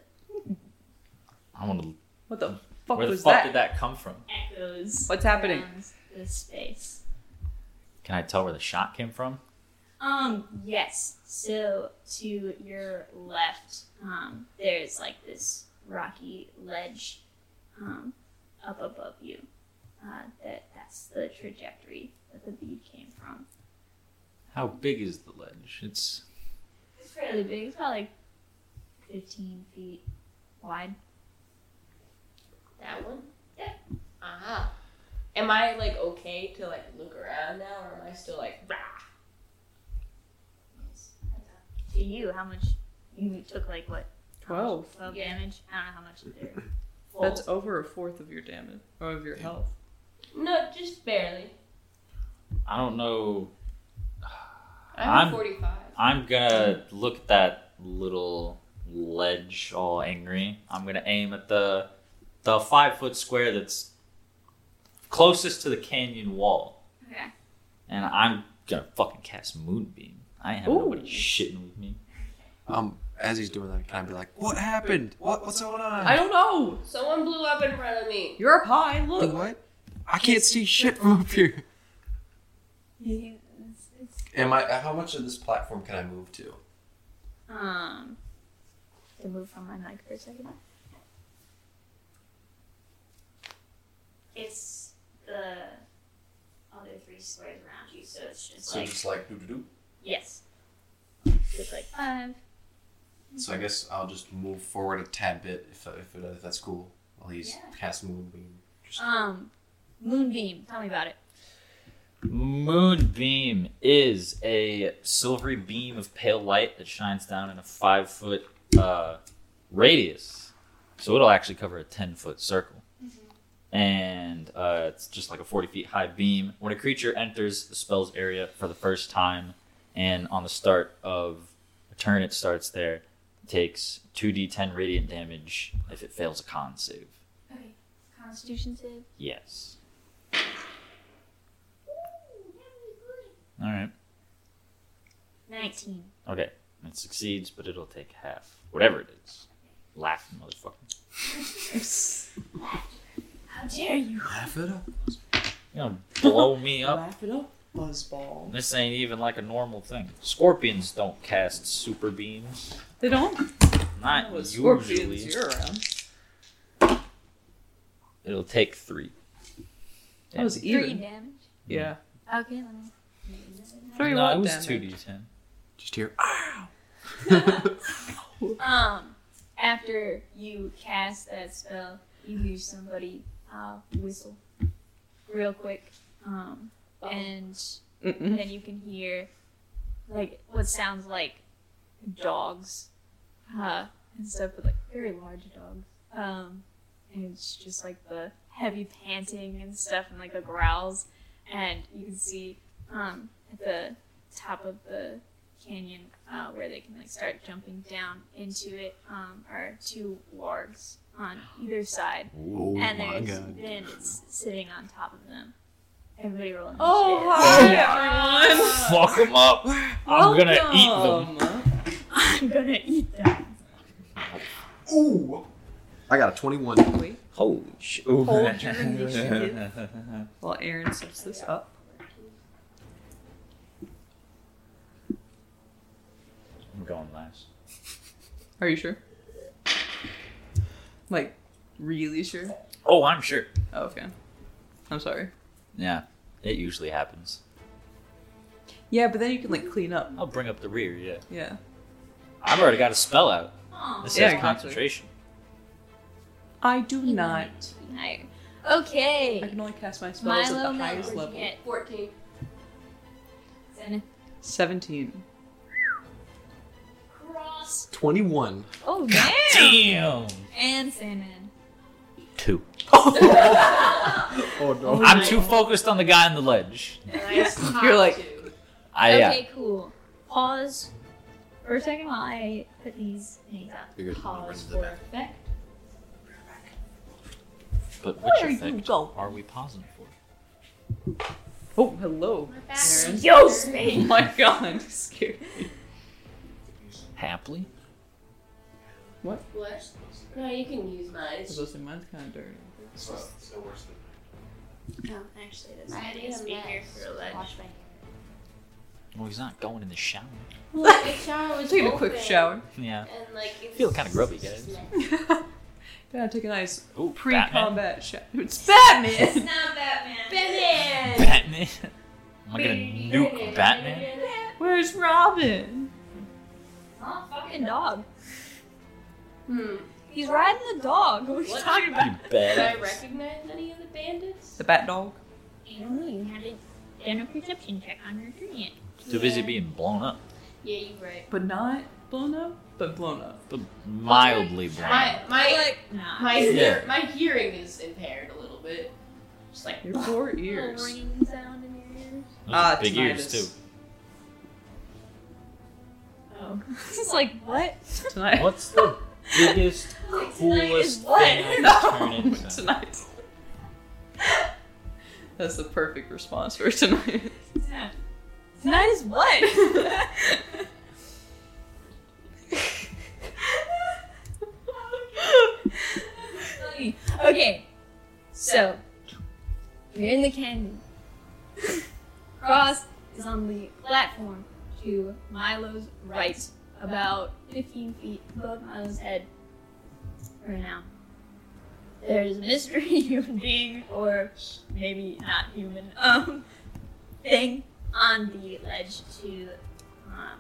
I want to.
What the fuck
Where the
was
fuck
that?
did that come from?
echoes.
What's happening?
around The space.
Can I tell where the shot came from?
Um, yes. So to your left, um, there's like this rocky ledge um, up above you. Uh, that that's the trajectory that the bead came from.
How big is the ledge? It's
It's fairly big. It's about like fifteen feet wide.
That one? Yeah. Ah. Am I like okay to like look around now, or am I still like? Rah?
To you, how much you took? Like what? how much?
Twelve.
Twelve
Yeah.
damage. I don't know how much they're full.
That's over a fourth of your damage or of your health.
No, just barely.
I don't know.
I'm,
I'm-
45.
I'm gonna look at that little ledge all angry. I'm gonna aim at the the five foot square that's closest to the canyon wall,
okay.
and I'm gonna fucking cast moonbeam. I ain't have
Ooh.
nobody shitting with me.
Um, as he's doing that, can I be like, what happened? What what's going on?
I don't know.
Someone blew up in front of me.
You're up high.
Like,
Look.
what? I can't see shit from up here.
You think it's- it's
Am I? How much of this platform can I move to?
Um, to move from my mic for a second. It's squares around you, so it's just
So
like
just like doo doo doo.
yes. Just like five.
So I guess I'll just move forward a tad bit if if, it, if that's cool. While he's
Yeah.
cast moonbeam. Just
Um, moonbeam. Tell me about it.
Moonbeam is a silvery beam of pale light that shines down in a five foot uh, radius. So it'll actually cover a 10 foot circle. And uh, it's just like a 40 feet high beam. When a creature enters the spell's area for the first time, and on the start of a turn, it starts there, takes 2d10 radiant damage if it fails a con save.
Okay. Constitution save.
Yes. All right.
Nineteen.
Okay. It succeeds, but it'll take half. Whatever it is. Laugh, motherfucker.
How dare you?
laugh it up.
You know, blow me up.
Wrap it up, buzzball.
This ain't even like a normal thing. Scorpions don't cast super beams.
They don't.
Not
Well,
usually.
scorpions, you're around.
It'll take three.
That was
Three
even.
damage.
Yeah.
Okay, let me.
Three
no,
what
it was
damage?
2d10.
Just here.
Um, after you cast that spell, you hear somebody uh, whistle real quick. Um, and
Mm-hmm.
Mm-mm.
then you can hear like what sounds like dogs uh, and stuff, but like very large dogs. Um, and it's just like the heavy panting and stuff, and like the growls. And you can see um, at the top of the canyon uh, where they can like start jumping down into it um, are two wargs on either side,
Oh
and
my
there's
god.
bandits sitting on top of them. Everybody rolling.
Oh,
initiative.
hi, everyone.
Fuck them up! I'm gonna eat them.
them.
I'm gonna eat them.
Ooh. I got a twenty-one.
Wait,
Holy shit.
Hold your initiative. while Aaron sets this up.
I'm going last.
Are you sure? Like, really sure?
Oh, I'm sure.
Oh, okay. I'm sorry.
Yeah, it usually happens.
Yeah, but then you can like clean up.
I'll bring up the rear, yeah.
Yeah.
I've already got a spell out.
Aw.
This
Yeah,
has
exactly.
concentration.
I do not.
Higher.
I
Okay.
can only cast my spells
Milo
at the highest
Miller
level.
at
Fourteen.
17.
Cross.
Twenty-one.
Oh damn.
Damn!
And Sandman.
Two.
Oh no.
I'm too focused on the guy on the ledge.
You're like-
I, uh,
Okay, cool. Pause for a second while I put these things up.
You're good.
Pause
Run
for
to the
effect.
But which
Where you
effect
go?
are we pausing for?
Oh, hello.
We're back.
Aaron.
Excuse
Oh
me.
my god, I'm scared.
Happily?
What? No, you can use mine.
I was
It's
gonna say, mine's kind of dirty.
So, so worse than
No, actually, that's
I need a mess. Wash
Well, he's not going in the shower.
Well, the shower was
Taking a quick
open,
shower.
Yeah.
And like, it's
Feel kinda grubby, guys.
Gotta take a nice
Ooh,
pre
Batman.
combat shower. It's Batman!
not Batman.
Batman.
Batman? Am I gonna nuke Batman?
Where's Robin?
Huh? Fucking dog.
Hmm.
He's riding the dog. What are you
What?
talking about?
You
Did I
badass.
recognize any of the bandits?
The Bat Dog?
I don't know. You had a done a perception check on her green yet.
Too busy being blown up.
Yeah, you're right.
But not blown up? But blown up.
But mildly blown up.
My my
Nah.
my
Yeah.
hear- my hearing is impaired a little bit. Just like
Your poor ears.
ringing sound in your ears.
Those
Ah,
big ears,
tinnitus.
too.
oh.
This is like what?
Tonight.
What's the biggest,
is
coolest
what?
thing I could turn into?
tonight. That's the perfect response for tonight.
Tonight is what? okay, so we're in the canyon. Cross is on the platform to Milo's right, about 15 feet above Milo's head. For now, there's a mystery human being, or maybe not human, um, thing on the ledge to. Um,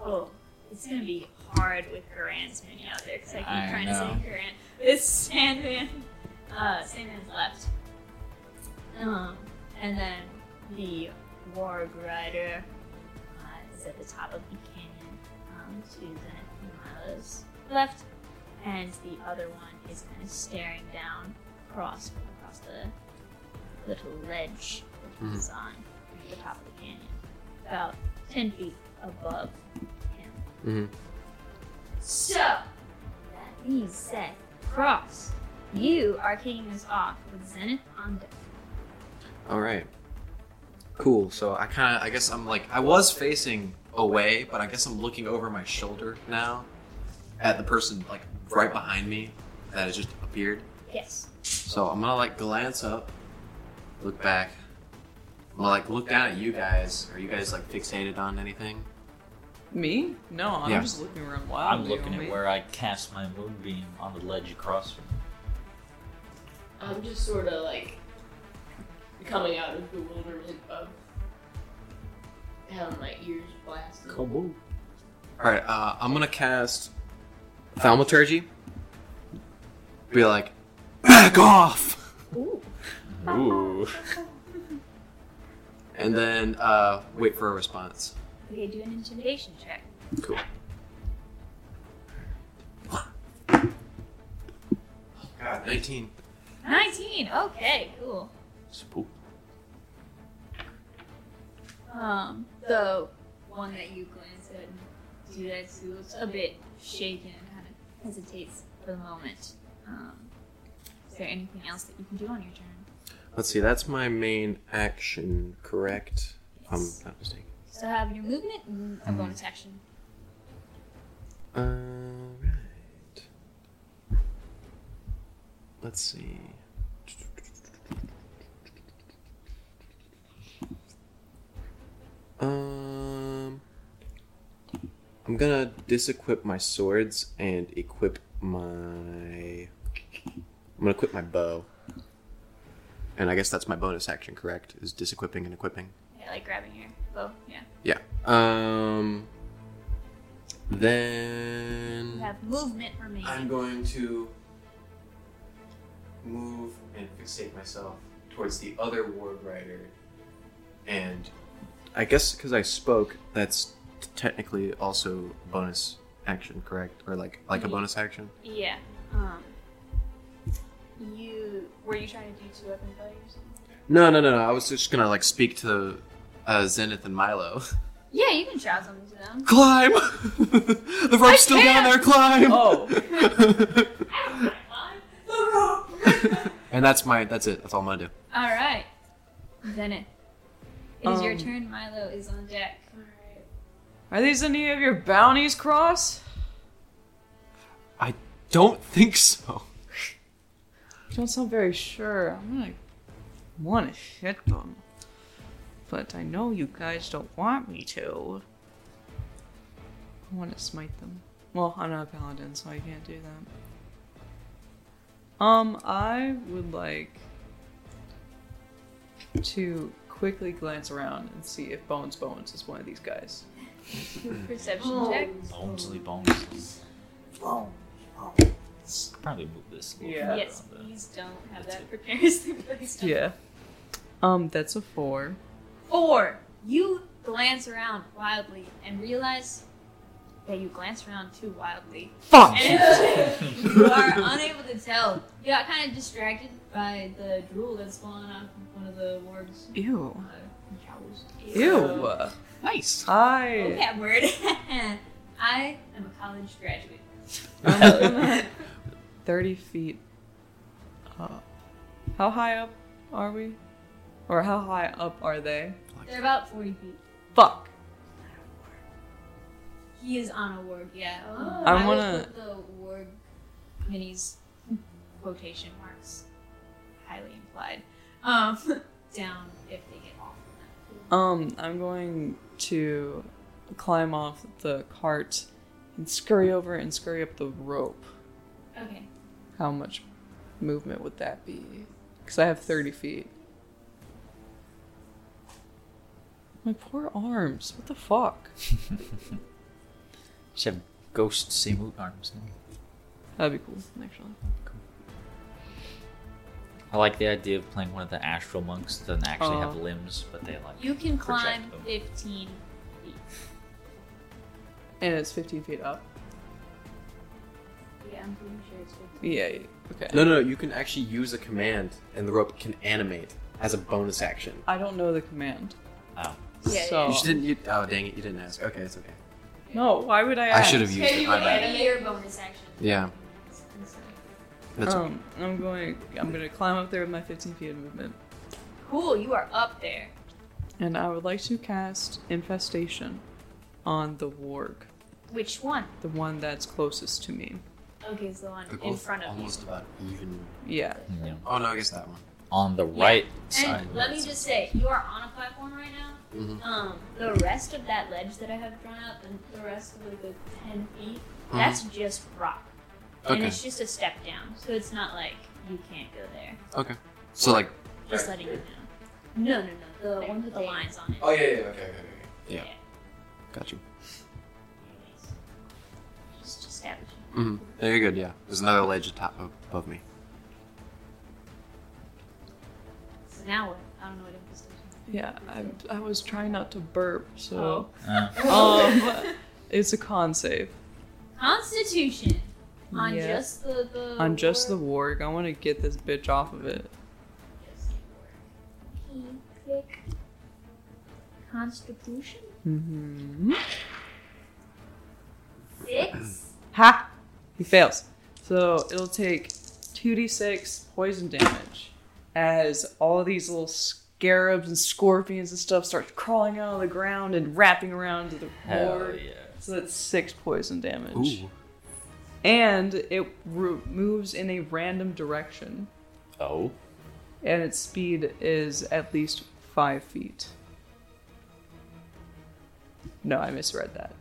oh, it's gonna be hard with Garan's mini out there because I keep
I
trying
know.
to say Garan. It's Sandman. Uh, Sandman's left. Um, and then the Warg Rider uh, is at the top of the canyon um, to the Milo's left, and the other one is kind of staring down across across the little ledge that he's on at the top of the canyon, about ten feet above him.
Mhm.
So that being said, Cross, you are kicking us off with Zenith on deck.
All right.
Cool. So I kind of, I guess I'm like, I was facing away, but I guess I'm looking over my shoulder now at the person like right behind me that has just appeared.
Yes.
So I'm gonna like glance up, look back. I'm gonna like look down at you guys. Are you guys like fixated on anything?
Me? No, I'm
Yeah.
just looking around wildly.
I'm looking
homie.
at where I cast my moonbeam on the ledge across from me.
I'm just sort of like coming out of bewilderment of having my ears blasted.
Kaboom.
All right. Uh, I'm gonna cast Thaumaturgy. Be like, back off.
Ooh.
and then uh, wait for a response.
Okay, do an intimidation check.
Cool. God, 19.
19. Okay, cool.
Spook.
Um, the one that you glance at and do that to looks a bit shaken and kind of hesitates for the moment. Um, is there anything else that you can do on your turn?
Let's see, that's my main action, correct? If I'm
Yes.
not mistaken.
So have your movement and a bonus action.
Alright. Let's see. Um, I'm gonna disequip my swords and equip my. I'm gonna equip my bow. And I guess that's my bonus action, correct? Is disequipping and equipping.
Yeah, like grabbing your bow. Yeah.
Yeah. Um. Then.
You have movement remaining.
I'm going to move and fixate myself towards the other ward rider. And I guess because I spoke, that's t- technically also bonus action, correct? Or like like a bonus action?
Yeah. Um. You were you trying to do two weapon fight or something?
No, no, no, no. I was just gonna like speak to uh, Zenith and Milo.
Yeah, you can shout something to them.
climb! the rope's still down there. Climb! Oh. and that's my. That's it. That's all I'm gonna do.
All right. Then it. It is your
Um,
turn. Milo is on deck.
Are these any of your bounties, Cross?
I don't think so.
You don't sound very sure. I'm gonna want to hit them. But I know you guys don't want me to. I want to smite them. Well, I'm not a paladin, so I can't do that. Um, I would like to quickly glance around and see if Bones Bones is one of these guys. Hmm.
Perception
Oh,
check.
Bonesley, Bonesley. Probably move this a little
Yeah.
further
Yes,
on the-
please don't have
That's
that precariously placed. on-
Yeah. Um, that's a four.
Four. You glance around wildly and realize that you glance around too wildly.
Fuck.
And you are unable to tell. You got kind of distracted by the drool that's falling off of one of the wards.
Ew.
Uh, jowls.
Ew.
Nice.
Oh,
I.
that word. I am a college graduate.
I'm gonna- 30 feet up. How high up are we? Or how high up are they?
They're about 40 feet.
Fuck.
He is on a ward, yeah.
Oh.
I
would
wanna-
put the ward minis quotation marks highly implied um, down if they get off of
Um, I'm going to climb off the cart and scurry over and scurry up the rope.
them. Okay.
How much movement would that be? Because I have 30 feet. My poor arms. What the fuck?
Just have ghost Samut arms. now.
That'd be cool, actually.
I like the idea of playing one of the astral monks that doesn't actually have
Oh.
limbs, but they like.
You can climb
Project them.
15 feet.
And it's 15 feet up.
Yeah, I'm pretty sure it's good.
Yeah. yeah, Okay.
No, no, you can actually use a command, and the rope can animate as a bonus action.
I don't know the command.
Oh.
Yeah,
so
You just didn't. You, oh dang it! You didn't ask. Okay, it's okay.
no. Why would I?
I
ask?
should have used
Hey,
it.
you
My bad.
animate
Your bonus action.
Yeah. That's
Um, I'm going. I'm going to climb up there with my 15 feet of movement,
Cool, you are up there.
and I would like to cast infestation on the warg,
Which one?
the one that's closest to me.
Okay, it's the one
They're
in
both
front of
almost about even.
Yeah.
Yeah.
Oh no, I guess that one.
On the right side.
And let me just say, you are on a platform right now.
Mhm.
Um, the rest of that ledge that I have drawn up and the rest of like the 10 feet,
Mhm.
that's just rock. And
Okay.
it's just a step down. So it's not like you can't go there.
Okay. So like.
Just letting you know. No, no, no. The one with the lines on it.
Oh yeah. yeah okay. Okay. okay.
Yeah.
Got you.
Just establishing.
Mm-hmm. Yeah, you're good. Yeah. There's another ledge atop of, above me.
So now what? I don't know what infestation.
Yeah. I, I was trying not to burp, so
Uh,
Oh.
Oh.
um, it's a con save
Constitution. On
Yeah.
just the, the
on just the
word.
warg. I want to get this bitch off of it.
Just the word. Click.
Constitution?
Mm-hmm. Hmm.
Six.
Ha! He fails. So it'll take 2d6 poison damage as all these little scarabs and scorpions and stuff start crawling out of the ground and wrapping around to the
hell
floor.
yeah.
So that's six poison damage.
Ooh.
And it ro- moves in a random direction.
Oh.
And its speed is at least five feet. No, I misread that.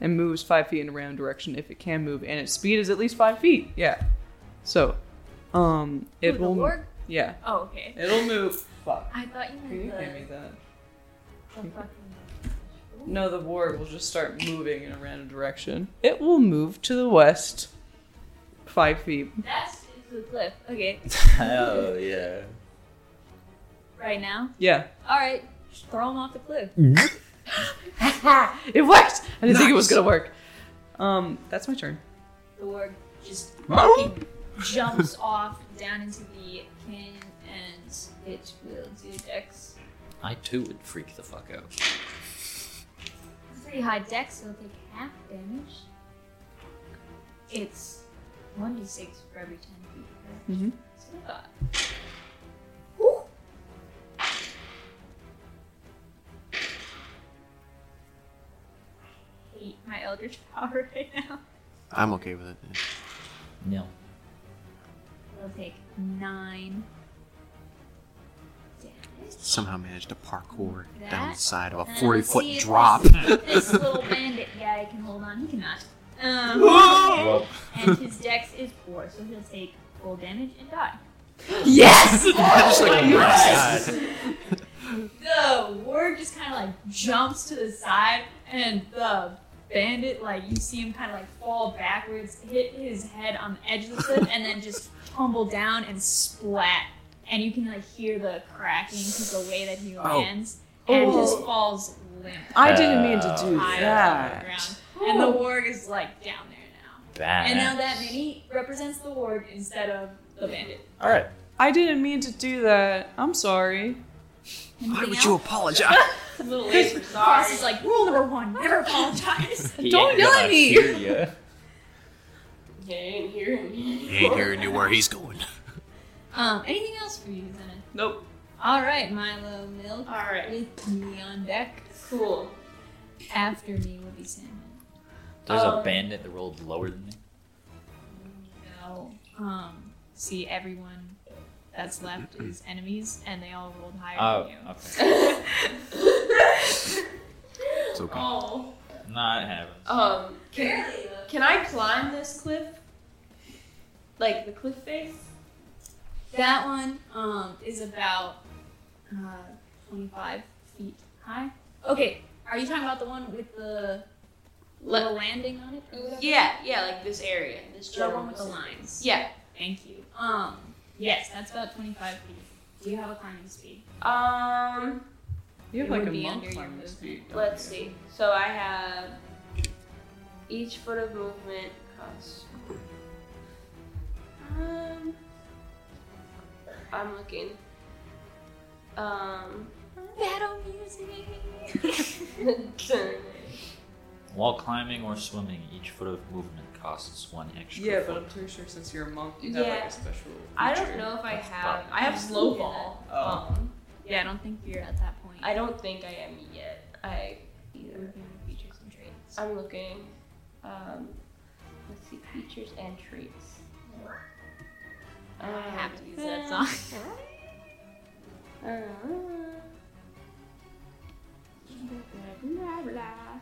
It moves five feet in a random direction if it can move, and its speed is at least five feet. Yeah. So, um, it
Ooh,
will.
The Lord?
Yeah,
Oh, okay.
it'll move. Fuck.
I thought you
Can you
meant
hand me
the,
that?
the fucking.
No, the ward will just start moving in a random direction. It will move to the west, five feet.
That's the cliff. Okay.
Oh,
Hell yeah.
Right now.
Yeah,
All right. Just throw him off the cliff.
it worked. I didn't think it was gonna work. Um, that's my turn.
The org just fucking jumps off down into the canyon and it will do dex.
I too would freak the fuck out.
It's pretty high dex, so it'll take half damage. It's 1d6 for every 10 feet. uh, right?
Mhm.
That's what I thought. Whew. Hate my eldritch power right now.
I'm okay with it. yeah.
No.
It'll take 9 damage.
Somehow managed to parkour down
That-
the side of a
and
40
see
foot
if
drop.
This little bandit guy can hold on, he cannot. Um,
Well,
and his dex is poor, so he'll take full damage and die.
Just like, oh my God.
The ward just kind of like jumps to the side, and the bandit, like you see him kind of like fall backwards, hit his head on the edge of the cliff, and then just tumble down and splat. And you can like hear the cracking because the way that he
Oh.
lands and
Oh.
just falls limp
I didn't mean to do
high
that.
on the ground. And the warg is like down there now.
bad.
And now that mini represents the warg instead of the bandit.
All right.
I didn't mean to do that. I'm sorry.
Why
Anything
would
else?
you apologize?
Little late for Cross is like, rule number one, never apologize.
Don't yell at me.
Hear ya.
Yeah, I ain't hearing you.
He ain't here knew where he's going.
um, anything else for you, Zenith?
Nope.
Alright, Milo Milk
Alright,
with me on deck.
cool.
After me will be Salmon.
There's a
Um,
bandit that rolled lower than me.
No. Um, see everyone that's left is enemies and they all rolled higher
Oh,
than you.
okay.
It's okay.
Oh.
Not happening.
Um, can, can I climb this cliff? Like the cliff face?
That one um, is about uh, 25 feet Hi. Okay. Are you talking about the one with the
Le-
little landing on it? or whatever?
yeah, yeah, like this area, this
The
general
one with the
vicinity.
lines.
Yeah.
Thank you. Um. Yes, that's about 25 feet. Do you have a climbing speed?
Um.
You have
It
like
would
a
be
monk
under your
climbing speed. don't
Let's
you?
see. So I have each foot of movement costs. Um, I'm looking. Um,
Battle music.
While climbing or swimming, each foot of movement costs one extra.
Yeah, but
foot.
I'm pretty sure since you're a monk, you have like
Yeah.
a special.
I
feature.
don't know if I
That's
have.
fine.
I have slow ball.
Oh.
Um,
Yeah, I don't think you're at that point.
I don't think I am yet. I
We're
either.
doing features and traits.
I'm looking. Um, let's see, features and traits.
I have to use that
Um,
song.
Uh,
Blah blah. I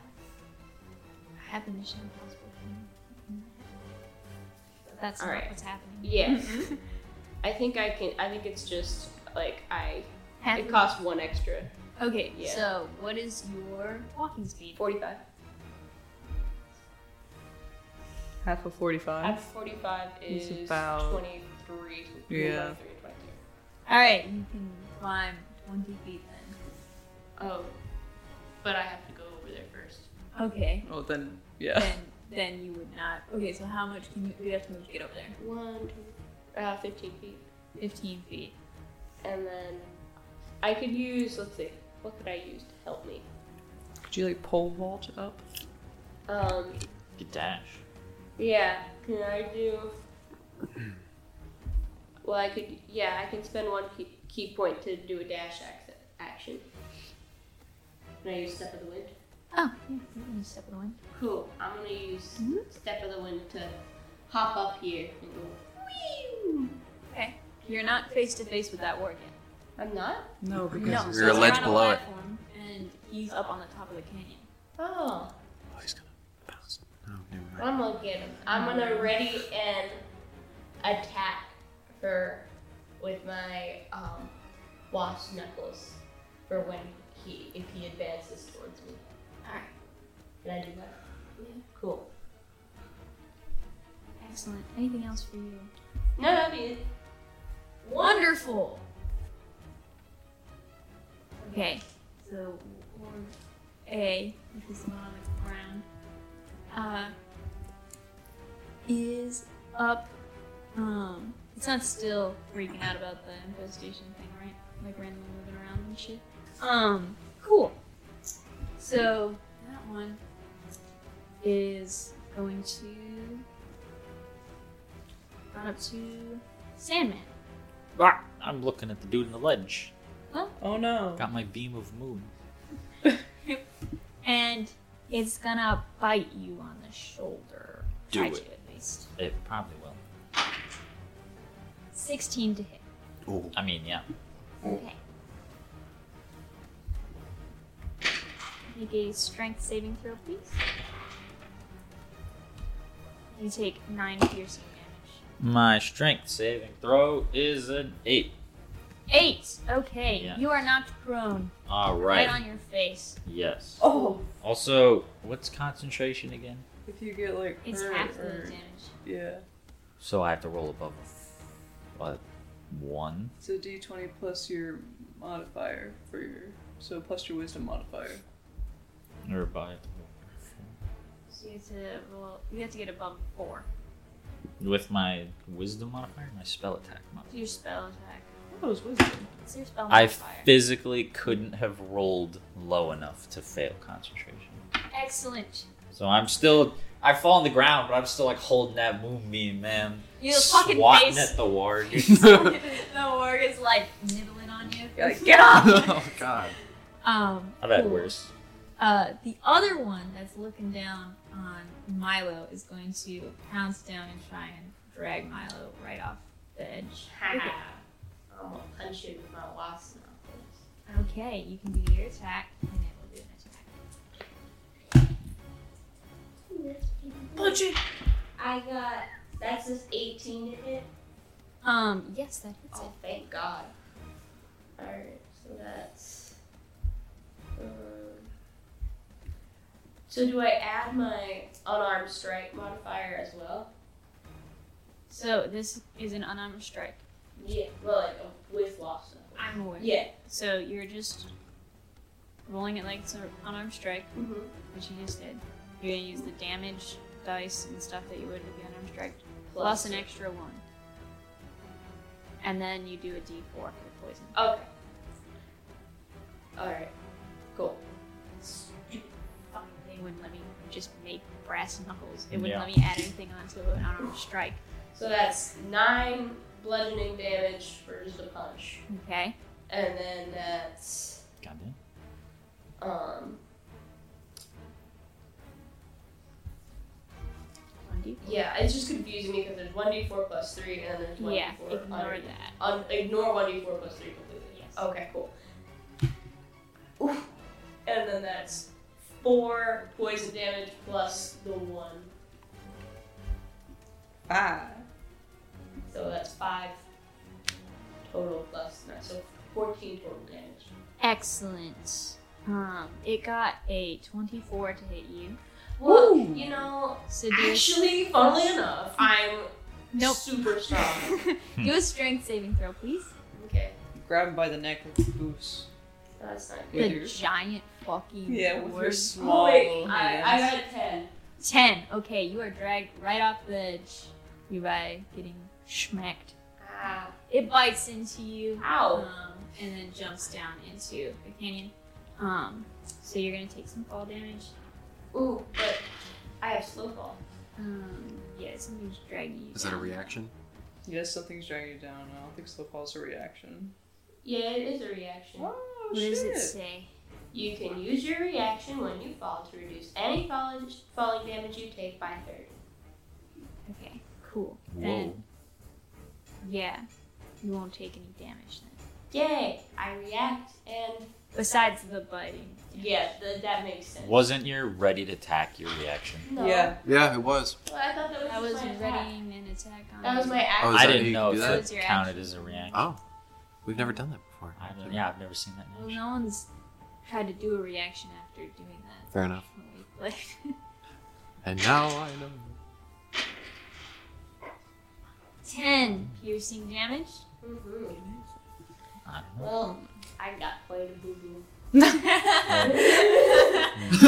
have the mission possible. That's
All
not
right.
what's happening.
yes. mm-hmm. I think I can. I think it's just like I.
Half
It costs one extra.
Okay,
Yeah.
so what is your walking speed?
Forty-five.
Half of 45.
At forty-five
It's
is
about-
twenty-three.
Yeah.
23, 22.
All right, you can climb 20 feet
Oh, but I have to go over there first.
then. Okay.
Oh, then, yeah.
then then you would not. Okay, so how much can you? You have to move to get over there.
One, two, uh, fifteen feet,
15 feet.
and then I could use. Let's see, what could I use to help me?
Could you like pole vault up?
Um,
You could dash.
yeah. Can I do? Well, I could. Yeah, I can spend one key, key point to do a dash ac- action. Can I use step of the wind?
Oh, yeah, you can step in the wind.
Cool. I'm gonna use
Mhm.
step of the wind to hop up here and go. Wee!
You're not face to face with that warg yet.
I'm not.
No,
No,
because
so
You're a ledge
on
below it.
platform, And he's up on the top of the canyon.
Oh,
Oh, he's gonna bounce. No, never mind.
I'm gonna get him. I'm gonna ready and attack her with my um, wasp knuckles for when he if he advances towards me.
All right.
Can I do that? Yeah. Cool.
Excellent. Anything else for you?
No, that'd be it.
Wonderful. Okay, so orb A, which is the one on the ground, uh, is up. Um, it's not still freaking out about the infestation thing, right? Like randomly moving around and shit. Um, cool. So that one is going to run up to Sandman.
Rah! I'm looking at the dude in the ledge.
Oh no.
Got my beam of moon.
and it's gonna bite you on the shoulder.
Do
Try
it.
to, at least.
It probably will.
16 to hit.
Ooh.
I mean, yeah. Oh.
Okay. Make a strength saving throw, please. You take 9 piercing damage.
My strength saving throw is an eight.
8! Okay,
Yeah.
you are knocked prone.
All
Right.
right.
on your face.
Yes.
Oh.
Also, what's concentration again?
If you get like.
It's
hurt
half the
or-
damage.
Yeah.
So I have to roll above a f- what? One.
So d20 plus your modifier for your. So plus your wisdom modifier.
Or by
So you have to roll. You have to get above 4.
with my wisdom modifier, my spell attack modifier.
It's your spell attack.
What was wisdom?
It's your spell
I
modifier.
physically couldn't have rolled low enough to fail concentration.
Excellent.
So I'm still. I fall on the ground, but I'm still like holding that moonbeam, man.
Your fucking
swatting
face.
at the ward.
the orc is like nibbling on you.
You're like,
get off!
oh god.
um,
I've had
cool.
worse.
Uh, the other one that's looking down on Milo is going to pounce down and try and drag Milo right off the edge.
I'm gonna punch him with my wasp knuckles.
Okay, you can do your attack, and it will do an attack.
Punch it. I got. That's just 18 to hit.
Um, yes, that hits it.
Oh, thank God. Alright, so that's. Um, So do I add my unarmed strike modifier as well?
So this is an unarmed strike.
Yeah. Well, like a with loss.
I'm aware.
Yeah.
So you're just rolling it like it's an unarmed strike,
Mm-hmm.
which you just did. You're gonna use the damage dice and stuff that you would if you unarmed strike, plus an extra one. And then you do a d4 for the poison.
Okay. All right. Cool.
Fucking They wouldn't let me just make brass knuckles. It wouldn't
Yeah.
let me add anything onto an unarmed strike.
So that's nine bludgeoning damage for just a punch,
Okay.
and then that's
Goddamn.
um
One d.
yeah. It's just confusing me because there's one d four plus three, and then there's one
Yeah.
d four.
Ignore that.
Un- ignore one d four plus three completely.
Yes.
Okay, cool. Oof. And then that's four poison damage plus the one,
Five.
so that's five total plus nine, so fourteen total damage.
Excellent. Um, it got a 24 to hit you.
Well, you know,
So do a-
actually, funnily enough, I'm
Nope.
super strong.
do a strength saving throw, please.
okay,
Grab him by the neck with your boots.
that's not good. Oh,
With
the
your-
giant fucking
Yeah, with your
word.
small
Wait,
hands.
I, I got a ten.
ten. Okay, you are dragged right off the edge. You by getting schmacked.
Ah,
It bites into you,
ow.
um, and then jumps down into the canyon. Um, so you're gonna take some fall damage.
Ooh, but I have slow fall.
Um, yeah, something's dragging you.
Is that a
down.
reaction?
Yes, something's dragging you down. I don't think slow fall's a reaction.
Yeah, it is a reaction.
Oh
What
shit!
does it say?
You can use your reaction when you fall to reduce any fall- falling damage you take by 30.
Okay, cool.
Whoa.
Then, yeah, you won't take any damage then.
Yay! I react and.
Besides the biting.
Yeah, th- that makes sense.
Wasn't your ready to attack your reaction?
No.
Yeah.
Yeah, it was.
Well, I thought that was,
I was
just my attack.
readying an attack on.
That was my
Oh,
action.
is that
I
how
didn't
you
know
do
if
that?
that
That's your
counted as a reaction.
Oh, we've never done that before.
I haven't- yeah, I've never seen that. in
Well,
action.
Oh, no one's tried to do a reaction after doing that.
Fair enough.
when we played.
And now I know.
Ten piercing damage.
Mhm.
I don't know.
Well, I got quite a boo boo.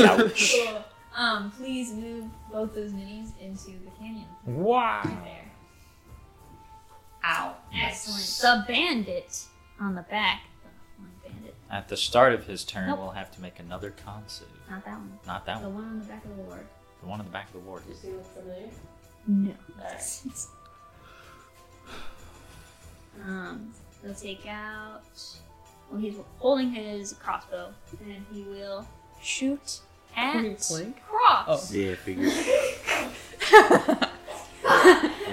Ouch.
um, please move both those minis into the canyon.
Wow.
There.
Ow.
Excellent. The bandit on the back. The one bandit,
At the start of his turn,
Nope.
we'll have to make another con save.
not that one.
Not that
The
one.
one on the back of the ward.
The one on the back of the ward.
Does he look familiar?
No.
Alright.
um, he'll take out. Well, he's holding his crossbow, and he will shoot at
Fucking plank?
Cross.
Oh.
Yeah, figure.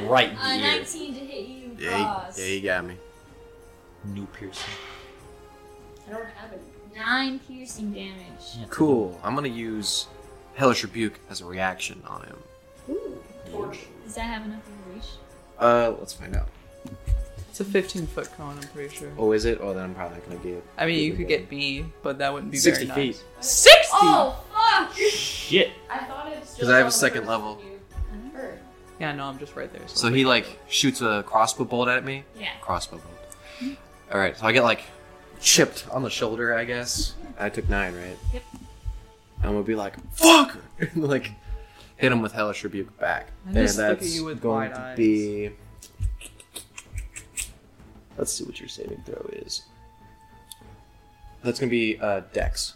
Right in
Uh,
the ear.
19 to hit you,
Yeah,
Cross.
he, yeah, he got me.
New piercing.
I don't have it.
Nine piercing damage.
Yeah.
Cool. I'm gonna use Hellish Rebuke as a reaction on him.
Ooh, torture.
Does that have enough of a reach?
Uh, let's find out.
It's a 15 foot cone, I'm pretty sure.
Oh, is it? Oh, then I'm probably not gonna get.
I mean, you could get me, but that wouldn't be
Sixty
very
feet.
nice.
Oh, fuck!
Shit.
I thought it's just.
'Cause I have
on
a
the
second
first
level.
you heard.
Yeah, no, I'm just right there.
So he like shoots a crossbow bolt at me.
Yeah.
Crossbow bolt. All right, so I get like chipped on the shoulder, I guess.
I took nine, right?
Yep.
I'm gonna be like, fuck! And, like, hit him with Hellish Rebuke back.
I
And
just
that's
look at you with
going
wide
to
eyes.
be. Let's see what your saving throw is. That's gonna be uh, Dex.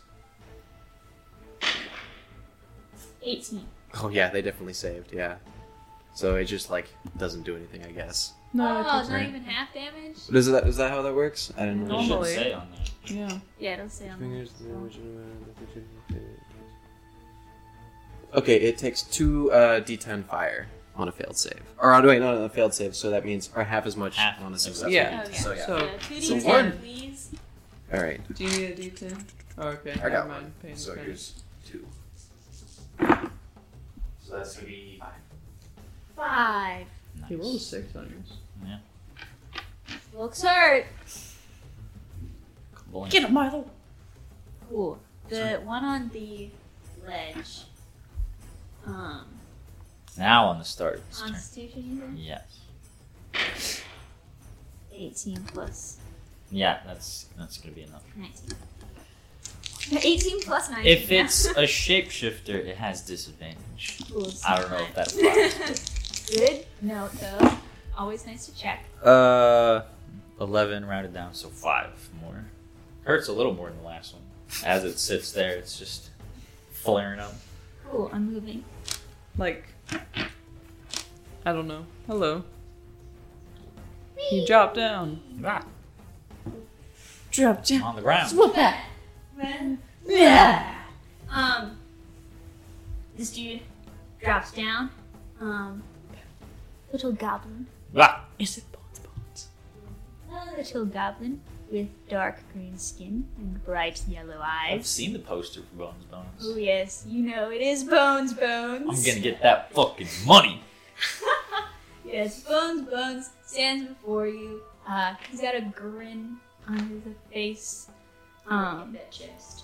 18.
Oh yeah, they definitely saved. Yeah. So it just like doesn't do anything, I guess.
oh,
No,
not
right.
even half damage?
Is that is that how that works? I didn't
It should
Normally.
say on there.
yeah.
Yeah, it'll say on the
Okay, it takes two uh, d10 fire on a failed save. Or uh, wait, not on a failed save. So that means or half as much
Half
on a
as
successful.
Yeah.
Okay.
So Oh, yeah.
So,
Yeah, 2d10,
So one.
please.
All right.
do you need a d10? Oh, okay.
I got
never mind.
one.
Paying
So
attention.
here's two. So that's gonna be five.
Five.
Nice.
You rolled a six on yours.
Looks hurt.
Kaboing.
him, Milo!
Cool. The one on the ledge Um,
Now on the start of his turn.
Constitution,
Yes.
you said? 18 plus
Yeah, that's that's gonna be enough.
19. 18 plus 19.
If it's a shapeshifter, it has disadvantage. I don't know if that
that's Good note, though. Always nice to check.
Uh, eleven rounded down, so five more. Hurts a little more than the last one. As it sits there, it's just flaring up.
Cool, I'm moving.
Like, I don't know. Hello. You drop down.
Ah,
Drop down.
on the ground.
Swoop that! Yeah. Um, this dude drops down. Um, little goblin.
Ah,
Is it bones bones?
A little goblin with dark green skin and bright yellow
I've
eyes.
seen the poster for Bones
Oh
Bones.
yes, you know it is Bones Bones.
I'm gonna get that fucking money.
Yes, Bones Bones stands before you. Uh, he's got a grin on his face. Um, that chest.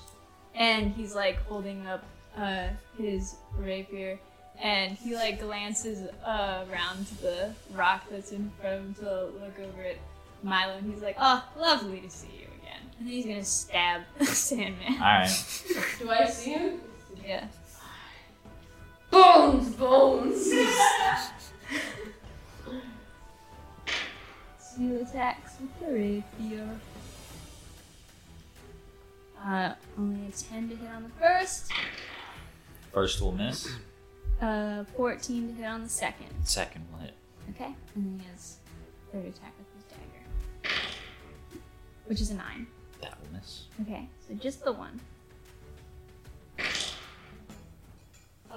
And he's like holding up uh, his rapier, and he like glances uh, around the rock that's in front of him to look over at Milo, and he's like, "Oh, lovely to see you again." And then he's gonna stab Sandman.
All right.
Do I see him?
Yeah.
Bones, bones.
Two attacks with the rapier. Uh, only a 10 to hit on the first,
First will miss.
uh, 14 to hit on the second.
Second will hit.
Okay. And then he has third attack with his dagger, which is a 9.
That will miss.
Okay, so just the one.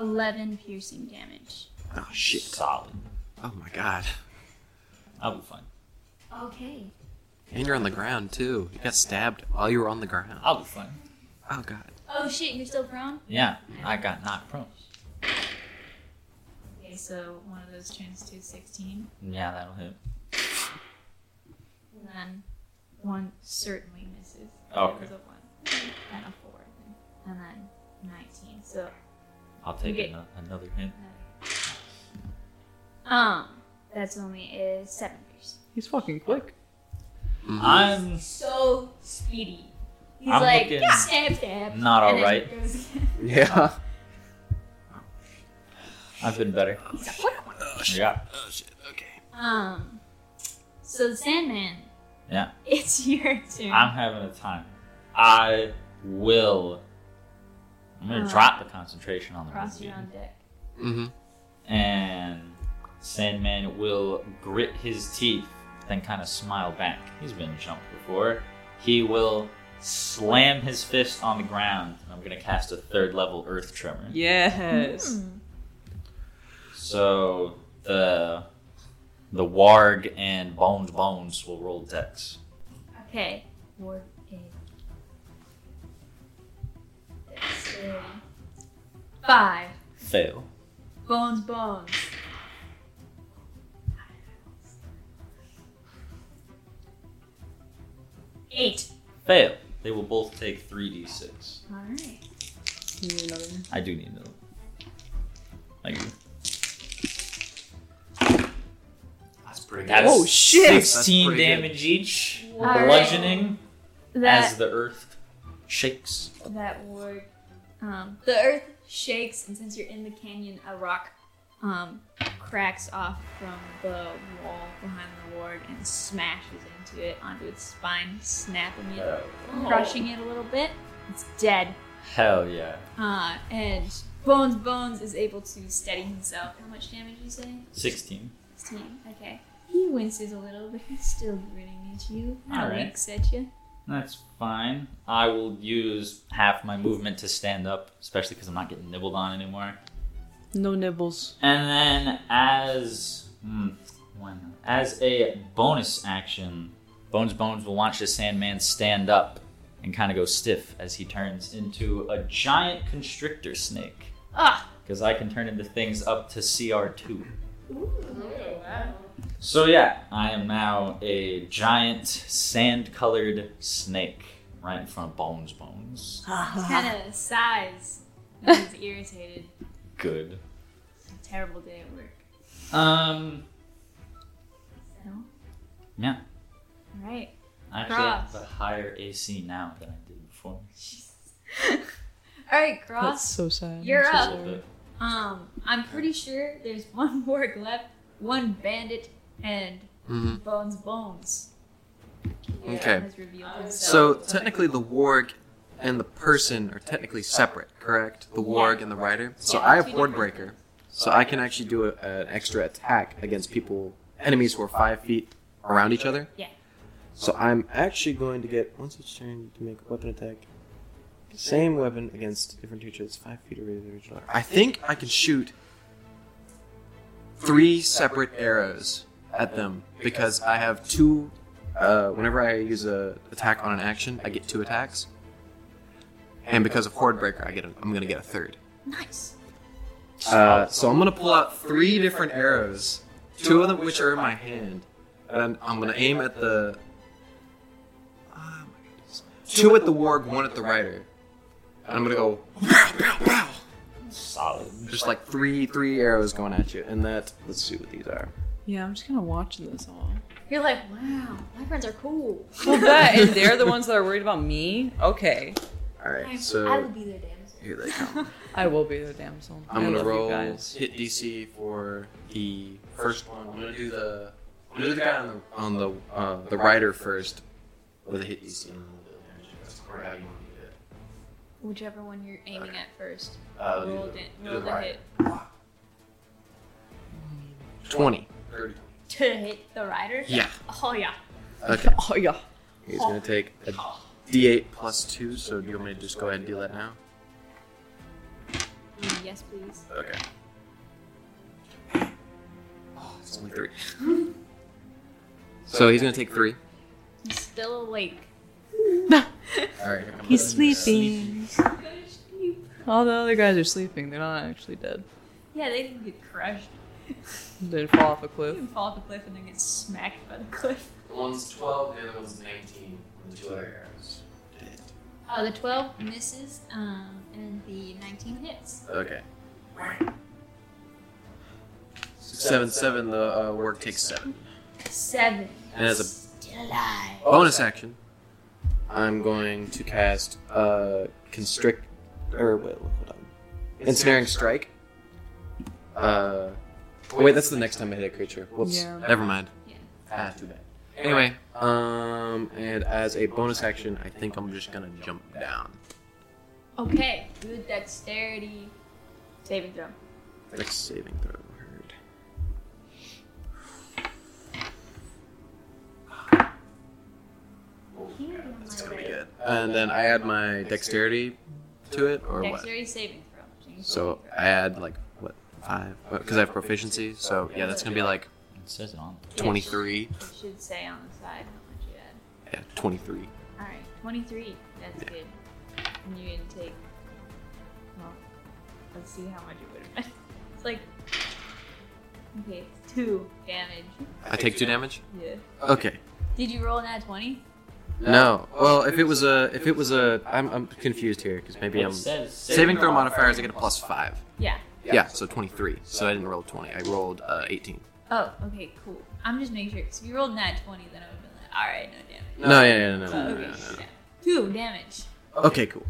11 piercing damage.
Oh shit.
Solid.
Oh my god.
I'll be fine.
Okay.
And you're on the ground too. You got stabbed while you were on the ground.
I'll be fine.
Oh god.
Oh shit, you're still prone?
Yeah, I got knocked prone.
Okay, so one of those turns to 16.
Yeah, that'll hit.
And then one certainly misses.
Oh, Okay.
It was a one and a four. And then 19. So,
I'll take
Okay.
ano- another hit.
um, that's only a seven piercing.
He's fucking quick.
Mm-hmm.
I'm
So speedy. He's
I'm
like,
looking-
"Yeah, stab, stab.
not
and
all
then
right.
it goes again.
Yeah.
I've been better. Yeah.
Oh shit. Okay.
Um, so the Sandman.
Yeah.
It's your turn.
I'm having a time. I will. I'm gonna
Uh,
drop the concentration on the
Cross you
movie,
on deck.
Mm-hmm.
and Sandman will grit his teeth, then kind of smile back. He's been jumped before. He will slam his fist on the ground, and I'm gonna cast a third level Earth Tremor.
Yes.
Hmm.
So the the warg and bones bones will roll dex.
Okay. Ward A. Dexterity. Five.
Fail.
Bones, bones. Eight.
Fail. They will both take 3d6.
All right.
You need another one?
I do need another. one. Thank you.
That's pretty.
That's
Oh, shit!
That's
16
pretty good.
damage each,
Alright.
bludgeoning
That
as the earth shakes.
that ward. Um, the earth shakes, and since you're in the canyon, a rock um, cracks off from the wall behind the ward and smashes into it onto its spine, snapping it, crushing it a little bit. It's dead.
Hell yeah.
Uh, and Bones Bones is able to steady himself. How much damage you say?
16.
16. Okay. He winces a little, but he's still grinning at you. How
Alright.
winks at you.
That's fine. I will use half my movement to stand up, especially because I'm not getting nibbled on anymore.
No nibbles.
And then as hmm, when, as a bonus action, Bones Bones will watch the Sandman stand up and kind of go stiff as he turns into a giant constrictor snake.
Ah!
Because I can turn into things up to CR two.
Oh,
So yeah, I am now a giant sand-colored snake right in front of Bones Bones.
Uh-huh.
Kind of sighs. and He's irritated.
Good.
terrible day at work.
Um.
So?
Yeah.
All right.
I actually have
Cross.
a higher AC now than I did before.
All right,
That's
Cross.
so sad. I'm
you're
so
up.
A little
sorry.
bit.
Um, I'm pretty sure there's one warg left, one bandit, and
Mm-hmm.
Mhm.
Bones Bones
Okay.
has revealed himself.
So technically, the warg and the person are technically separate, correct? The warg and the rider. So I have ward breaker,
So I can actually do a, an extra attack against people, enemies who are five feet
around each other.
So I'm actually going to get once each turn to make a weapon attack. Same weapon against different creatures, five feet away from the original.
I think I can shoot three separate arrows at them because I have two. Uh, whenever I use a attack on an action, I get two attacks, and because of Horde Breaker, I get a, I'm gonna get a third.
nice.
Uh, so I'm gonna pull out three different arrows, two of them which are in my hand, and I'm gonna aim at the. Ah, my goodness. Two at the warg, one at the rider, and I'm gonna go. Pow, pow, pow.
Solid.
Just like three, three arrows going at you, and that. Let's see what these are.
Yeah, I'm just kind of watching this all.
You're like, wow, my friends are cool.
Well, that and they're the ones that are worried about me. Okay,
I,
All right,
I
so
would be their damsel.
here they come.
I will be the damsel.
I'm
I
gonna
love you
roll
guys.
hit DC for the first one. I'm gonna do the. I'm gonna do the guy on the on the uh, the rider first with a hit DC. and then we'll do the damage test, or how you want to do it.
Whichever one you're aiming at first.
Uh,
roll
do
it,
the-
roll
do the
the
right.
hit.
20.
To hit the rider?
Yeah.
Oh yeah.
Okay.
Oh yeah.
He's gonna take a D8 plus two. So do you want me to just go ahead and do that now?
Mm, yes, please.
Okay. Oh, it's only three. so he's gonna take three.
He's still awake.
All right. I'm
He's
gonna-
sleeping. All the other guys are sleeping. They're not actually dead.
Yeah, they didn't get crushed.
They fall off a
They
cliff.
didn't fall off the cliff and then get smacked by the cliff.
One's twelve, the other one's nineteen. The two other arrows.
Oh, the 12 misses, um, and the 19 hits.
Okay. Seven, seven. The uh, work takes seven.
Seven.
And as a
Still alive.
bonus action,
I'm going to cast uh constrict or wait, hold on. Ensnaring strike. Uh wait, that's the next time I hit a creature. Whoops.
Yeah.
never mind.
Ah, too bad.
Anyway,
Um and as a bonus action, I think I'm just gonna jump down.
Okay, good dexterity. Saving throw.
Like saving throw heard.
it's gonna be good. And then I add my dexterity to it, or what?
Dexterity saving throw. Change
So uh,
saving
I add like what five? Because I have proficiency. So yeah, that's gonna be like
It says it on.
throw.
twenty three.
It should- It should say on the side how much you add.
Yeah, twenty three.
Alright, 23. That's good. And you didn't take. Well, let's see how much it would have been. It's like. Okay, two damage.
I take two damage.
Yeah.
Okay.
Did you roll an ad 20?
No. Well, if it was a, if it was a, I'm, I'm confused here because maybe
It
I'm
says
saving throw modifiers. I get a plus five.
Yeah.
Yeah, so twenty three. So I didn't roll twenty. I rolled uh, eighteen.
Oh, okay, cool. I'm just making sure. 'cause if you rolled an ad 20, then I would have been like, alright, no damage.
No, yeah, yeah, no, no, no,
Okay,
no, no.
yeah. Two damage.
Okay, cool.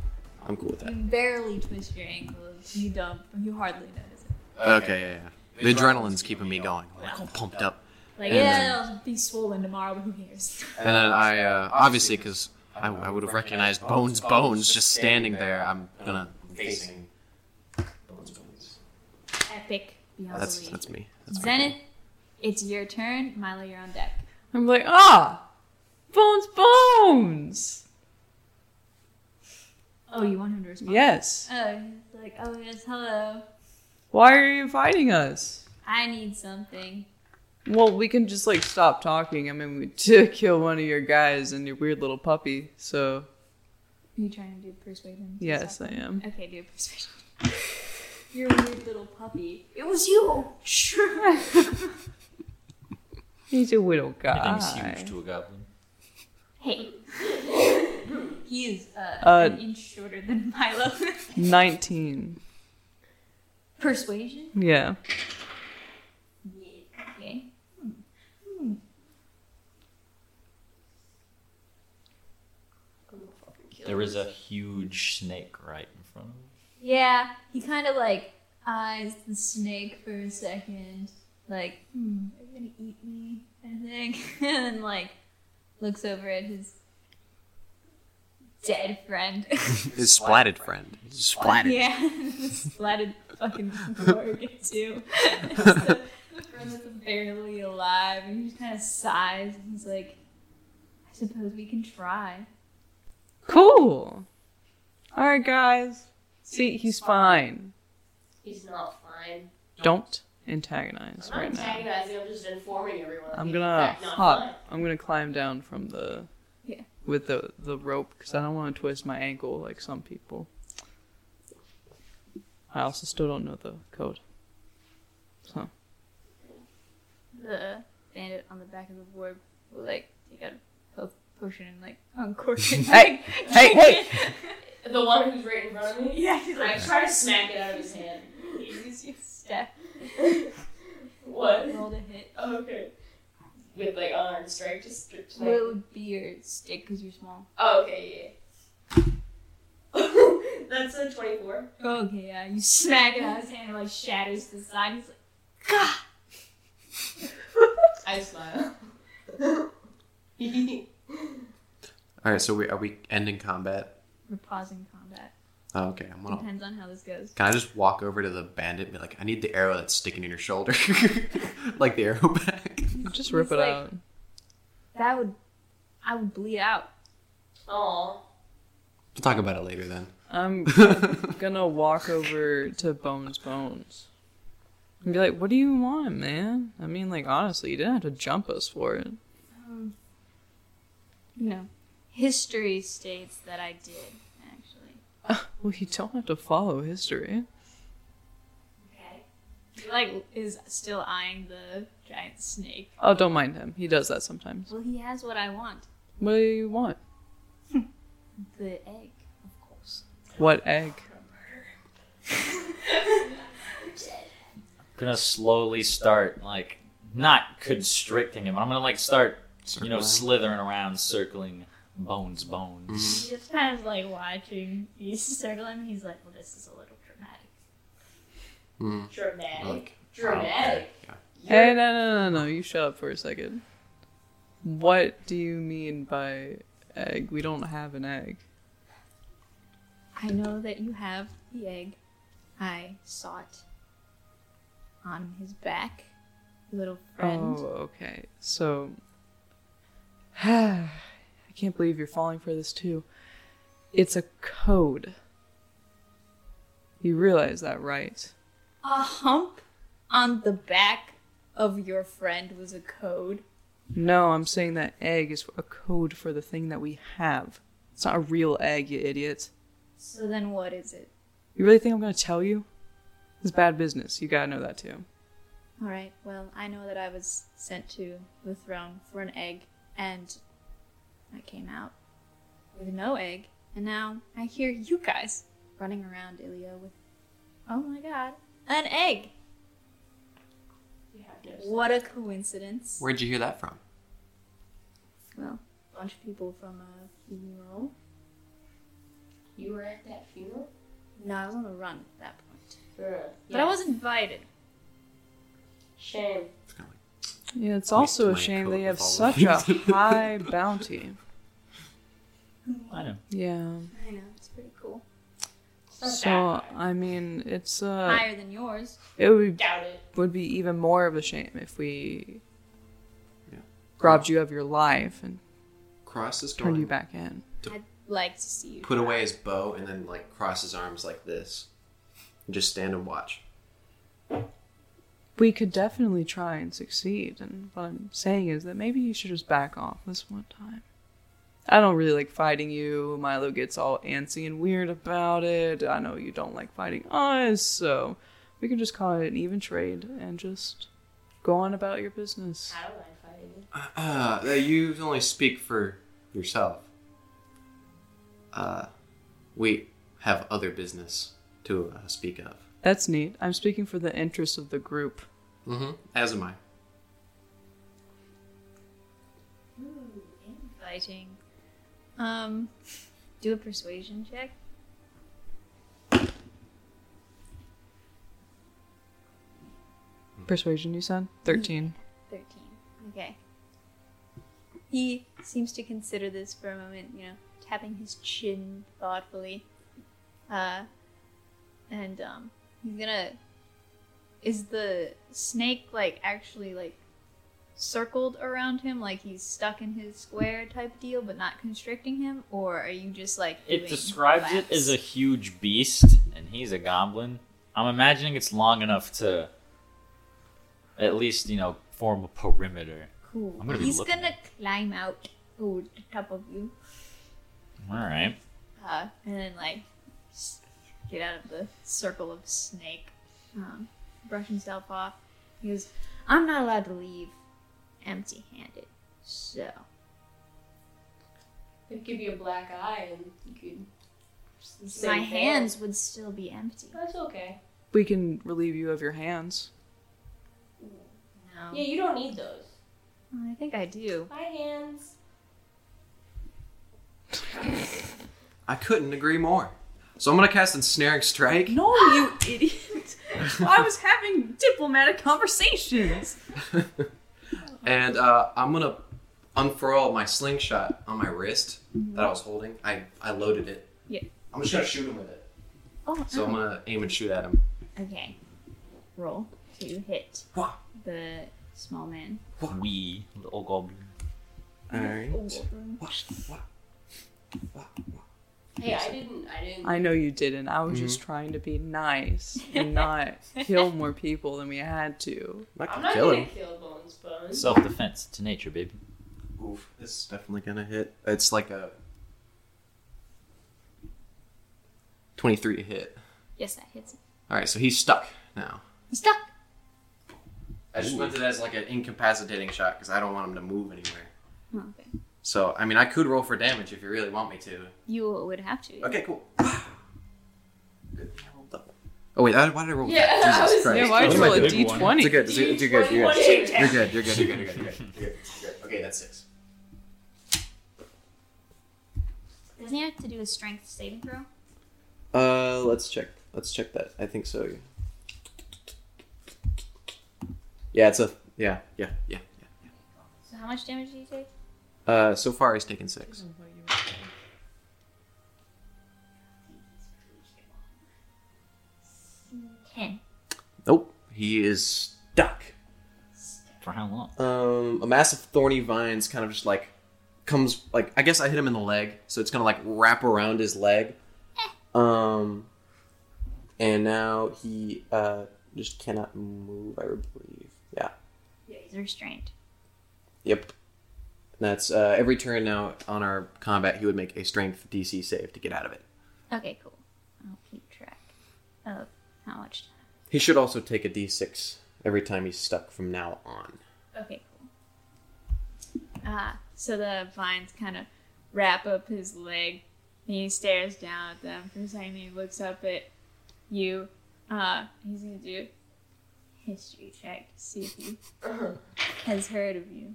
I'm cool with
You
that.
barely twist your ankles. You don't. You hardly notice it.
Okay, yeah, yeah. The adrenaline's keeping me going. I'm like all pumped up.
Like,
And
yeah,
then-
I'll be swollen tomorrow, but who cares?
And then I, uh, obviously, because I, I would have recognized Bones Bones just standing there, I'm gonna.
Facing
Epic. Beyond
That's
belief.
that's me. That's me.
Zenith, it's your turn. Milo, you're on deck.
I'm like, ah, bones, bones.
Oh, you want him to respond?
Yes.
Oh, he's like, oh yes, hello.
Why are you fighting us?
I need something.
Well, we can just like stop talking. I mean, we did kill one of your guys and your weird little puppy.
Are
So
you trying to do persuasion?
yes, I am.
Okay, do a persuasion. your weird little puppy. It was you. Sure.
He's a little
Everything's
guy.
Ah.
huge to a goblin.
hey. he is uh,
Uh,
an inch shorter than Milo.
Nineteen.
Persuasion?
Yeah.
Yeah. Okay. Hmm. Hmm.
There was a huge snake right in front of him.
Yeah, he kind of like eyes the snake for a second, like, hmm, are you gonna eat me? I think, and then like looks over at his dead friend.
His splatted friend. Splatted.
yeah, splatted fucking Borg too. It's the friend that's barely alive, and he just kind of sighs and he's like, "I suppose we can try."
Cool. All right, guys. See, he's fine.
He's not fine.
Don't antagonize
I'm
right
not
now.
antagonizing. I'm just informing everyone.
I'm
he's
gonna
in fact not fine.
hop. I'm gonna climb down from the
Yeah.
with the the rope because I don't want to twist my ankle like some people. I also still don't know the code.
the bandit on the back of the board will like take out a po- potion and like uncork it. hey,
hey, hey!
The one who's right in front of me.
Yeah, he's
I
like
try to smack it out of his hand.
use your step.
What?
Roll to hit.
Oh, Okay. With like unarmed strike, just stripped.
What would be your stick because you're small?
Oh, okay, yeah. That's a 24.
Okay, yeah. You smack it out of his hand and like shatters to the side. He's like, God.
I smile.
All right, so we are we ending combat?
We're pausing combat.
Oh, okay, I'm gonna.
Depends on how this goes.
Can I just walk over to the bandit and be like, "I need the arrow that's sticking in your shoulder, like the arrow back"?
Just rip
He's
it
like-
out.
That would, I would bleed out.
Aw.
We'll talk about it later then.
I'm gonna walk over to Bones Bones and be like, "What do you want, man? I mean, like honestly, you didn't have to jump us for it.
Um, no. History states that I did actually.
Well, you don't have to follow history.
He, like is still eyeing the giant snake.
Oh, don't mind him. He does that sometimes.
Well, he has what I want.
What do you want?
The egg, of course.
What egg?
I'm gonna slowly start like not constricting him. I'm gonna like start you know slithering around, circling bones, bones.
He's just kind of like watching. He's circling. He's like, "Well, this is a little dramatic."
Mm,
Dramatic.
like,
Dramatic.
okay,
Hey, no, no, no, no. You shut up for a second. What do you mean by egg? We don't have an egg.
I know that you have the egg. I saw it on his back, little friend.
Oh, okay. So, I can't believe you're falling for this too. It's a code. You realize that, right?
A hump on the back of your friend was a code.
No, I'm saying that egg is a code for the thing that we have. It's not a real egg, you idiot.
So then, what is it?
You really think I'm gonna tell you? It's bad business. You gotta know that too.
All right. Well, I know that I was sent to the throne for an egg, and I came out with no egg, and now I hear you guys running around Ilio with, oh my god, an egg!
You have no
What a coincidence!
Where'd you hear that from?
Well, a bunch of people from a funeral.
You were at that funeral?
No, I was on the run at that point,
Sure.
but I was invited.
Shame.
Yeah, it's
Wait,
also a
my
shame
coat
they have
with all the
such a
things.
high bounty.
Mm-hmm.
I know.
Yeah.
I know it's pretty cool.
So I mean, it's uh,
Higher than yours.
it would
Doubt it.
would be even more of a shame if we
Yeah.
robbed you of your life and
Cross is
turned you
going
back in.
I'd like to see you.
put away his bow and then like cross his arms like this, and just stand and watch.
We could definitely try and succeed. And what I'm saying is that maybe you should just back off this one time. I don't really like fighting you. Milo gets all antsy and weird about it. I know you don't like fighting us, so we can just call it an even trade and just go on about your business.
I don't mind fighting.
Uh, uh, you only speak for yourself. Uh, we have other business to uh, speak of.
That's neat. I'm speaking for the interest of the group.
Mm-hmm. As am I.
Ooh, inviting. Um, do a persuasion check.
Persuasion, you said? 13.
13. Okay. He seems to consider this for a moment, you know, tapping his chin thoughtfully. Uh, and, um, he's gonna. Is the snake, like, actually, like, circled around him? Like, he's stuck in his square type deal, but not constricting him? Or are you just, like.
It
doing
describes it
laps?
as a huge beast, and he's a goblin. I'm imagining it's long enough to at least, you know, form a perimeter.
Cool.
I'm gonna be
he's
looking.
gonna climb out over the top of you.
All right.
Uh, and then like s- get out of the circle of snake, um, brush himself off. He goes, "I'm not allowed to leave empty-handed, so
It'd give you a black eye and you could. just the
my
same thing.
hands would still be empty."
That's okay.
We can relieve you of your hands.
No,
Yeah, you don't need those.
Well, I think I do.
My hands.
I couldn't agree more. So I'm gonna cast ensnaring strike.
No, you idiot! I was having diplomatic conversations!
and uh, I'm gonna unfurl my slingshot on my wrist that I was holding. I, I loaded it.
Yeah.
I'm just gonna shoot him with it.
Oh,
So I'm gonna aim and shoot at him.
okay. Roll to hit
Wah.
the small man.
We, little goblin.
Alright.
Hey, I didn't. I didn't.
I know you didn't. I was
Mm-hmm.
just trying to be nice and not kill more people than we had to.
Not
I'm
gonna
not
kill
gonna
him.
kill Bones Bones.
Self defense to nature, baby.
Oof, this is definitely gonna hit. It's like a 23 to hit.
Yes, that hits. him.
All right, so he's stuck now.
He's stuck.
I just meant it as like an incapacitating shot because I don't want him to move anywhere.
Oh, okay.
So I mean, I could roll for damage if you really want me to.
You would have to.
Uh.
Okay, cool. Good thing I rolled up. Oh wait, I- why did I roll?
Yeah,
that?
I
Jesus
was-
Christ.
Yeah, why'd
That
you
was
roll a
my big one.
It's
d20?
good, it's good, it's good, you're good.
You're good. You're good. You're good. You're good. You're good. You're good. You're good. Okay, that's six.
Doesn't he have to do a strength saving throw?
Uh, let's check. Let's check that. I think so. Yeah, it's a yeah, yeah,
Yeah.
So how much damage did he take?
yeah. Uh, so far he's taken six.
Ten.
Nope, he is stuck.
For how long?
Um, a mass of thorny vines kind of just like comes like I guess I hit him in the leg, so it's gonna like wrap around his leg. Um, and now he uh just cannot move. I believe. Yeah.
He's restrained.
Yep. That's uh, every turn now on our combat. He would make a strength DC save to get out of it.
Okay, cool. I'll keep track of how much
He should also take a D6 every time he's stuck from now on.
Okay, cool. Uh, so the vines kind of wrap up his leg, and he stares down at them for a second. He looks up at you. Uh, he's gonna do a history check to see if he has heard of you.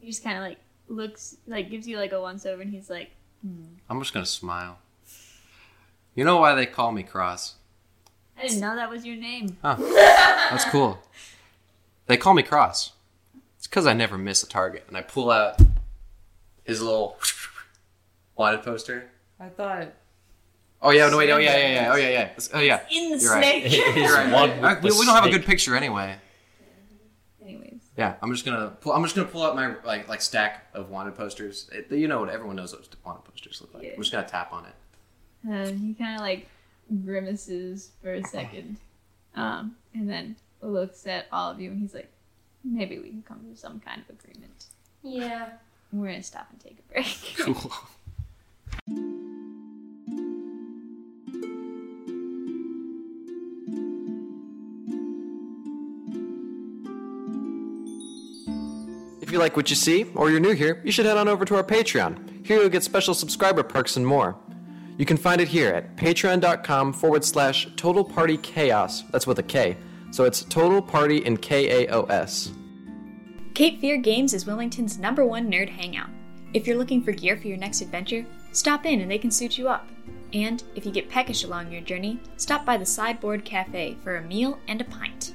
He just kind of like looks, like gives you like a once over, and he's like,
I'm just gonna smile. You know why they call me Cross?
"I didn't know that was your name."
That's cool. They call me Cross. It's because I never miss a target. And I pull out his little wanted poster.
I thought.
Oh yeah, no wait, oh yeah, yeah, yeah, oh yeah, yeah, It's- oh yeah.
In the
You're right.
It is
You're right.
one with
I- we,
the
we don't have a
snake.
good picture anyway.
Anyways.
Yeah, I'm just gonna pull. I'm just gonna pull out my like like stack of wanted posters. It, you know what? Everyone knows what wanted posters look like.
Yeah.
I'm just gonna tap on it.
Uh, he kind of like grimaces for a second, um, and then looks at all of you, and he's like, "Maybe we can come to some kind of agreement.
Yeah.
We're gonna stop and take a break."
Cool.
If you like what you see, or you're new here, you should head on over to our Patreon.
Here you'll get special subscriber perks and more. You can find it here at patreon.com forward slash total party chaos. That's with a K. So it's total party and K A O S.
Cape Fear Games is Wilmington's number one nerd hangout. If you're looking for gear for your next adventure, stop in and they can suit you up. And if you get peckish along your journey, stop by the Sideboard Cafe for a meal and a pint.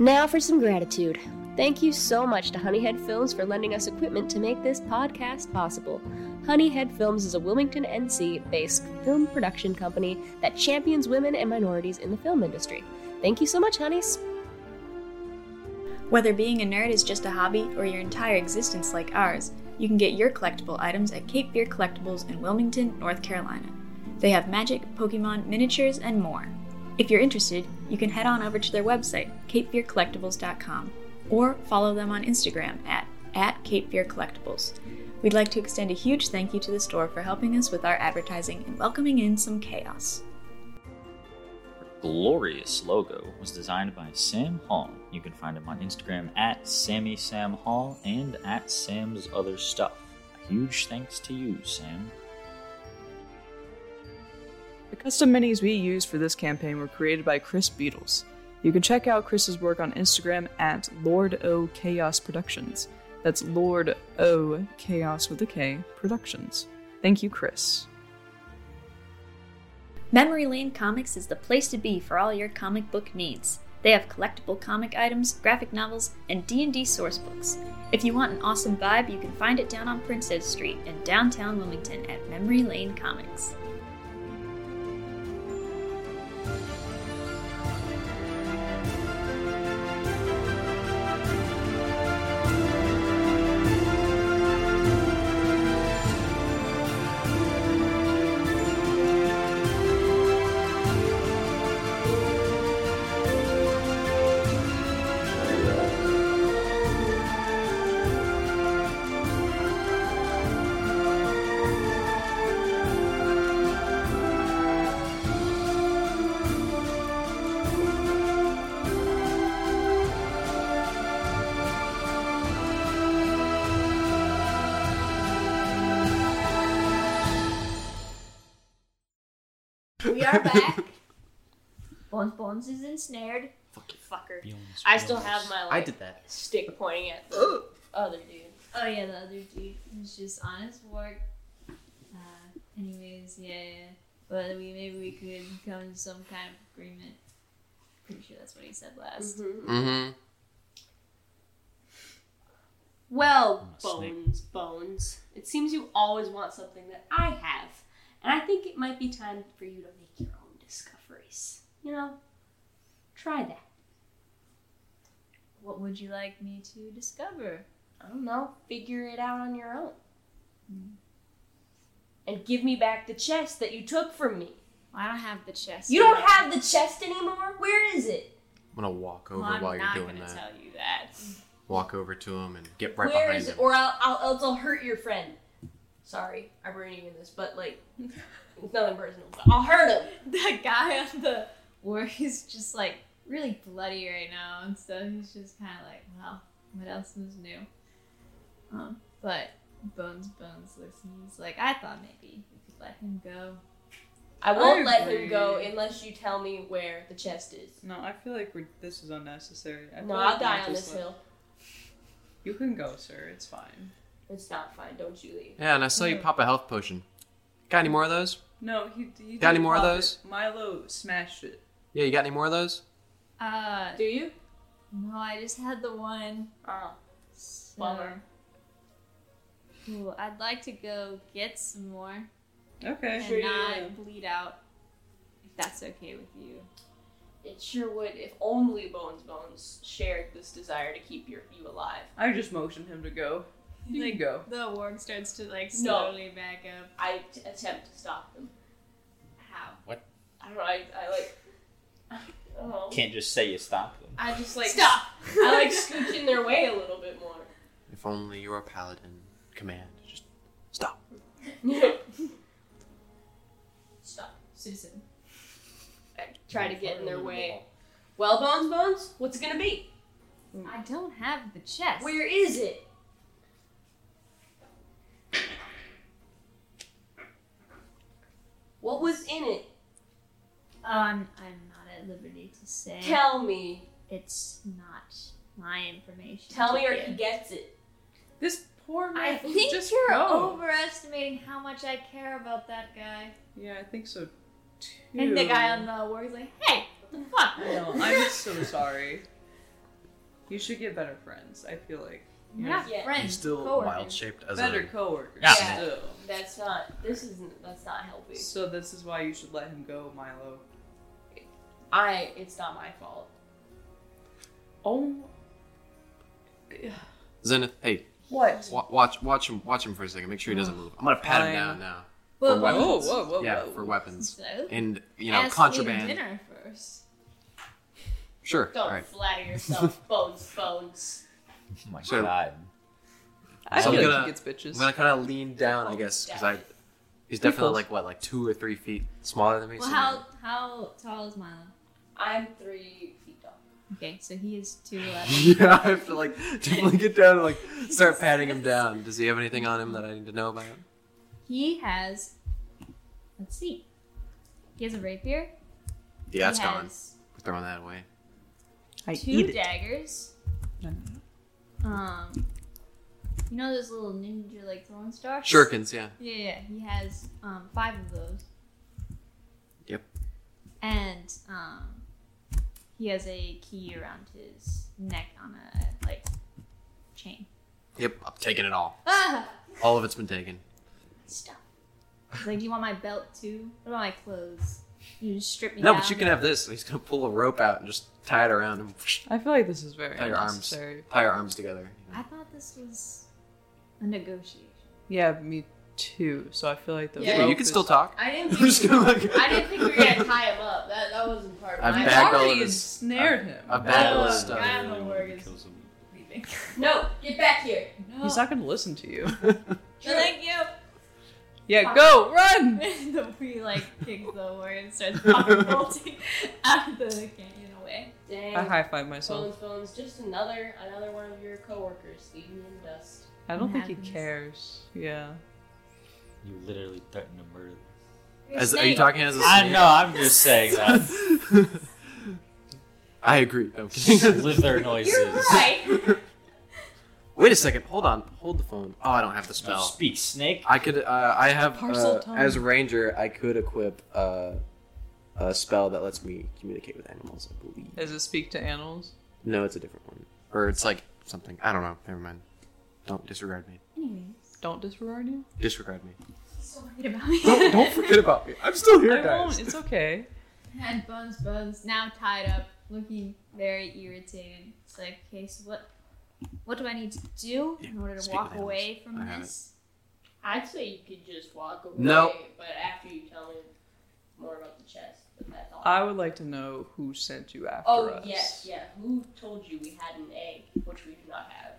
Now for some gratitude. Thank you so much to Honeyhead Films for lending us equipment to make this podcast possible. Honeyhead Films is a Wilmington, NC based film production company that champions women and minorities in the film industry. Thank you so much, honeys.
Whether being a nerd is just a hobby or your entire existence like ours, you can get your collectible items at Cape Fear Collectibles in Wilmington, North Carolina. They have magic, Pokemon, miniatures, and more. If you're interested, you can head on over to their website, capefearcollectibles.com, or follow them on Instagram at, at Cape Fear Collectibles. We'd like to extend a huge thank you to the store for helping us with our advertising and welcoming in some chaos.
glorious logo was designed by Sam Hall. You can find him on Instagram at Sammy Sam Hall and at Sam's Other Stuff. A huge thanks to you, Sam.
The custom minis we used for this campaign were created by Chris Beatles. You can check out Chris's work on Instagram at Lord O Chaos Productions. That's Lord O Chaos with a K Productions. Thank you, Chris.
Memory Lane Comics is the place to be for all your comic book needs. They have collectible comic items, graphic novels, and D&D source books. If you want an awesome vibe, you can find it down on Princess Street in downtown Wilmington at Memory Lane Comics.
We are back. Bones Bones is ensnared.
Fucker.
Be honest,
I
be
still
honest.
have my like
I did that.
stick pointing at the other dude.
Oh yeah, the other dude was just on his work. Uh, anyways, yeah, yeah. But we maybe we could come to some kind of agreement. Pretty sure that's what he said last.
Mm-hmm.
Well,
I'm a snake.
bones, bones. It seems you always want something that I have, and I think it might be time for you to make your own discoveries. You know, try that. Mm-hmm.
What would you like me to discover?
I don't know. Figure it out on your own, and give me back the chest that you took from me.
I don't have the chest.
You don't have the chest anymore. Where is it?
I'm gonna walk over
Well, I'm
while you're
not
doing
gonna
that.
tell you that.
Walk over to him and get right
Where
behind
is
him.
it? Or I'll, I'll else I'll hurt your friend. Sorry, I'm ruining this, but like, it's nothing personal. But I'll hurt him.
the guy on the work is just like really bloody right now, and so he's just kind of like, wow, what else is new? Um, but Bones Bones looks and he's like, I thought maybe we could let him go.
I won't
I
let him go
agree.
unless you tell me where the chest is.
No, I feel like we're, this is unnecessary. I
No,
feel
I'll
like
die
we
on
just
this
let-
hill.
You can go, sir. It's fine.
It's not fine. Don't you leave.
Yeah, and I saw you pop a health potion.
Got any more of those?
No, he. he
Got any
didn't
more of
pop
those?
It. Milo smashed it.
Yeah, you got any more of those?
Uh,
Do you?
no, I just had the one.
Oh,
So.
bummer.
Ooh, I'd like to go get some more
Okay.
and
Sure you
not
will.
bleed out. If that's okay with you.
It sure would if only Bones Bones shared this desire to keep your, you alive.
I just motioned him to go. And They go.
The warg starts to like
No.
slowly back up.
I t- attempt to stop him.
How?
I don't know. I, I like. I don't know.
Can't just say you stopped them.
I just like
Stop!
I like scooch in their way a little bit more.
If only you were a paladin. Command. Just stop.
Stop.
Susan.
I try to get in their way. Well, Bones Bones, what's it gonna be?
I don't have the chest.
Where is it? What was in it?
Um, I'm not at liberty to say.
Tell me.
it's not my information.
Tell me or
Yeah.
he gets it.
This poor man.
I think
just
you're
broke.
overestimating how much I care about that guy.
Yeah, I think so too.
And the guy on the work's like, hey, what the fuck?
I know. I'm so sorry. You should get better friends. I feel like
We're
Yeah.
not
Yeah.
You're
friends.
still
coworkers.
wild shaped as
better
a.
coworkers
Yeah.
Yeah.
still.
That's not. This isn't. That's not healthy.
So this is why you should let him go, Milo.
I. It's not my fault.
Oh,
Zenith, hey,
what?
wa- watch, watch him, watch him for a second. Make sure he doesn't move. I'm gonna pat him
Oh,
down now
Whoa,
for
whoa,
weapons.
whoa, whoa!
yeah,
whoa.
for weapons
So,
and you know
ask me to
contraband.
dinner first.
Sure.
Don't
All right.
flatter yourself. bones, bones.
Oh my
So-
god.
I
So
feel
I'm
like
gonna-
he gets bitches.
I'm gonna kind of lean down,
Oh,
I guess, because I he's definitely like what, like two or three feet smaller than me.
Well,
so-
how how tall is Milo?
I'm three feet tall.
Okay, so he is two eleven.
yeah, I have to like definitely get down and like start patting him down. Does he have anything on him that I need to know about?
He has. Let's see. He has a rapier.
Yeah, that's
he
gone.
has
We're throwing that away.
I
two daggers.
No, no,
Um, you know those little ninja like throwing stars.
Shurikens, yeah.
Yeah, yeah. He has um five of those.
Yep.
And um, he has a key around his neck on a like chain.
Yep, I'm taking it all.
Ah,
All of it's been taken.
stuff. He's like, do you want my belt too? What about my clothes? You just strip me
No,
down.
but you can have this. He's gonna pull a rope out and just tie it around him.
I feel like this is very
Tie your arms.
unnecessary.
Tie your arms together.
I thought this was a negotiation.
Yeah, me too. So I feel like the
Yeah,
Yeah, you
rope
can
is-
still talk.
I didn't.
I'm
Think,
just gonna like.
I didn't think we were gonna tie him up. That that wasn't part of
I've
my.
backed
I
all
already
of his-
ensnared him.
I've backed all his
Oh,
stuff.
God. No, get back here.
No.
He's not gonna listen to you.
Thank you.
Yeah, go run.
the we like kicks the word and starts popping bolting out of the canyon away.
Dang.
I high five myself.
Bones, bones. Just another another one of your coworkers leaving in dust.
I don't think he
Happens.
cares. Yeah.
You literally threatened to murder.
As, are you talking as a
I
snake?
know. I'm just saying that.
I agree. No, I'm kidding.
Slither noises.
You're right.
Wait a second. Hold on. Hold the phone. Oh, I don't have the
You
spell.
speak snake.
I could. Uh, I have
Parcel
uh,
tongue.
as a ranger. I could equip uh, a spell that lets me communicate with animals. I believe.
Does it speak to animals?
No, it's a different one, or it's like something. I don't know. Never mind. Don't disregard me.
Don't disregard you.
Disregard me.
so worried about me.
Don't, don't forget about me. I'm still here,
I
guys.
won't. It's okay.
And Bones Bones now tied up, looking very irritated. It's like, okay, so what what do I need to do in order to
speak
walk
with animals.
away from
I have
this?
I'd say you could just walk away.
No.
But after you tell me more about the chest, but that's all.
I would like to know who sent you after
oh
us.
yes, yeah. Who told you we had an egg, which we do not have?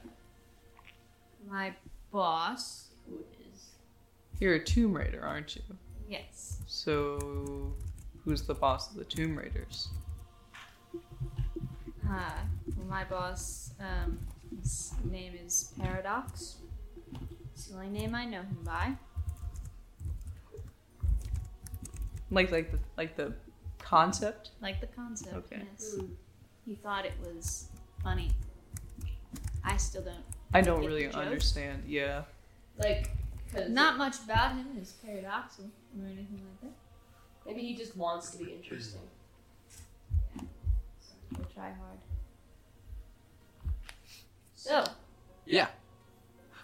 My boss.
Who is?
You're a Tomb Raider, aren't you?
Yes.
So, who's the boss of the Tomb Raiders?
Uh, my boss, um, his name is Paradox. It's the only name I know him by.
Like, like the like the concept.
Like the concept.
Okay.
Yes. He thought it was funny. I still don't.
I don't
Get the
really
joke?
understand. Yeah.
Like, cause
Not much about him is paradoxical or anything like that.
maybe he just wants to be interesting.
We'll try hard. So,
Yeah.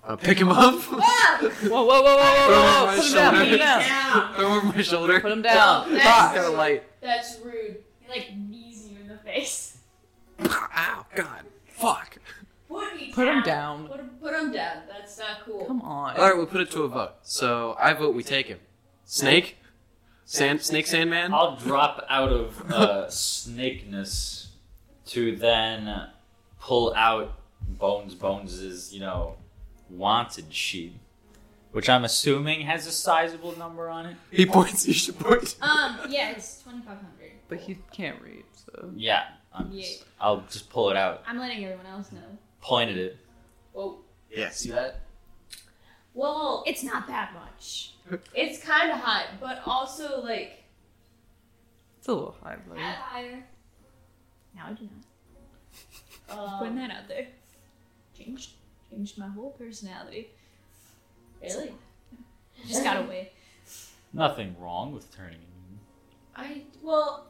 I'll pick him up.
Whoa, whoa, whoa, whoa, whoa, whoa!
Over my
Put him down. Put him down.
shoulder. Throw him over my shoulder.
Put him down.
That's
Ah,
rude.
got a light.
That's rude.
He like knees you in the face.
Ow, God. Fuck.
Put me
Put him
down.
down.
Put, put him down. That's not cool.
Come on.
All right, we'll put it to a vote. So I vote we take him. Snake, Sand, Snake, Sandman.
I'll drop out of uh, snakeness to then pull out Bones Bones's, you know, wanted sheet, which I'm assuming has a sizable number on it.
He points. You should point.
um, yeah, it's 2500.
But he can't read, so
Yeah, I'm just, I'll just pull it out,
I'm letting everyone else know.
point at it.
Whoa.
Yeah. See that?
Well,
It's not that much.
it's kind of hot, but also like
It's a little high, buddy.
Higher.
Now I do not. Putting
um,
that out there. Changed. Changed my whole personality.
really.
Just got away.
Nothing wrong with turning immune.
I well,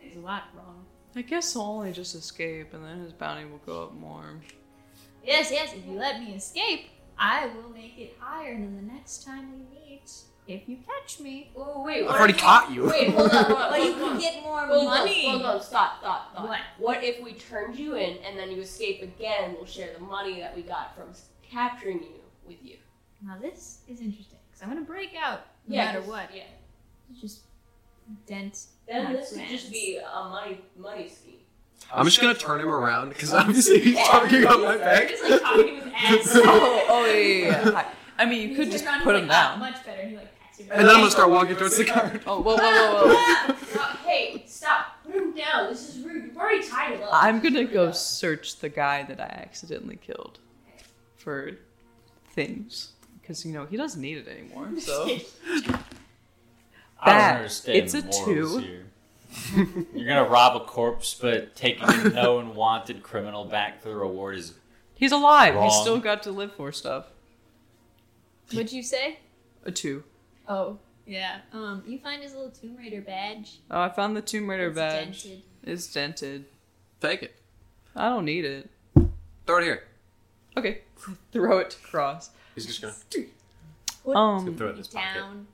There's a lot wrong.
I guess I'll only just escape, and then his bounty will go up more.
Yes, yes, if you let me escape, I will make it higher than the next time we meet. If you catch me.
oh, wait.
I've
what
already
if-
caught you.
Wait, hold on. Hold on,
But you
hold
could
on.
get more
Hold on,
money.
Hold on, stop, stop, stop.
What?
What if we turned you in and then you escape again? We'll share the money that we got from s- capturing you with you.
Now this is interesting, because I'm gonna break out no
Yeah,
matter
just-
what.
Yeah.
Just dent.
Then
my
this would
plans.
just be a money money scheme.
I'm just gonna turn him around because obviously he's talking on my back.
Just like talking with ass.
Oh, oh yeah, yeah, yeah. Hi. I mean, you could just put him down.
Much better. He like pats you.
And then I'm gonna start walking towards the card.
Oh, whoa, whoa, whoa, whoa.
Stop. hey, stop. Put him down. This is rude. You've already tied him up.
I'm gonna go
Stop.
search the guy that I accidentally killed for things. Because, you know, he doesn't need it anymore, so.
I
Bad.
don't understand
It's
the
a
morals
two.
here. You're gonna rob a corpse, but taking a known wanted criminal back for the reward is
He's alive. He
Wrong.
still got to live for stuff.
Would you say?
A two.
Oh yeah. Um, you find his little Tomb Raider badge.
Oh, I found the Tomb Raider
It's
badge.
dented.
It's dented.
Take it.
I don't need it.
Throw it here.
Okay. Throw it to Cross.
He's just gonna,
Um,
throw it in his pocket.
Down.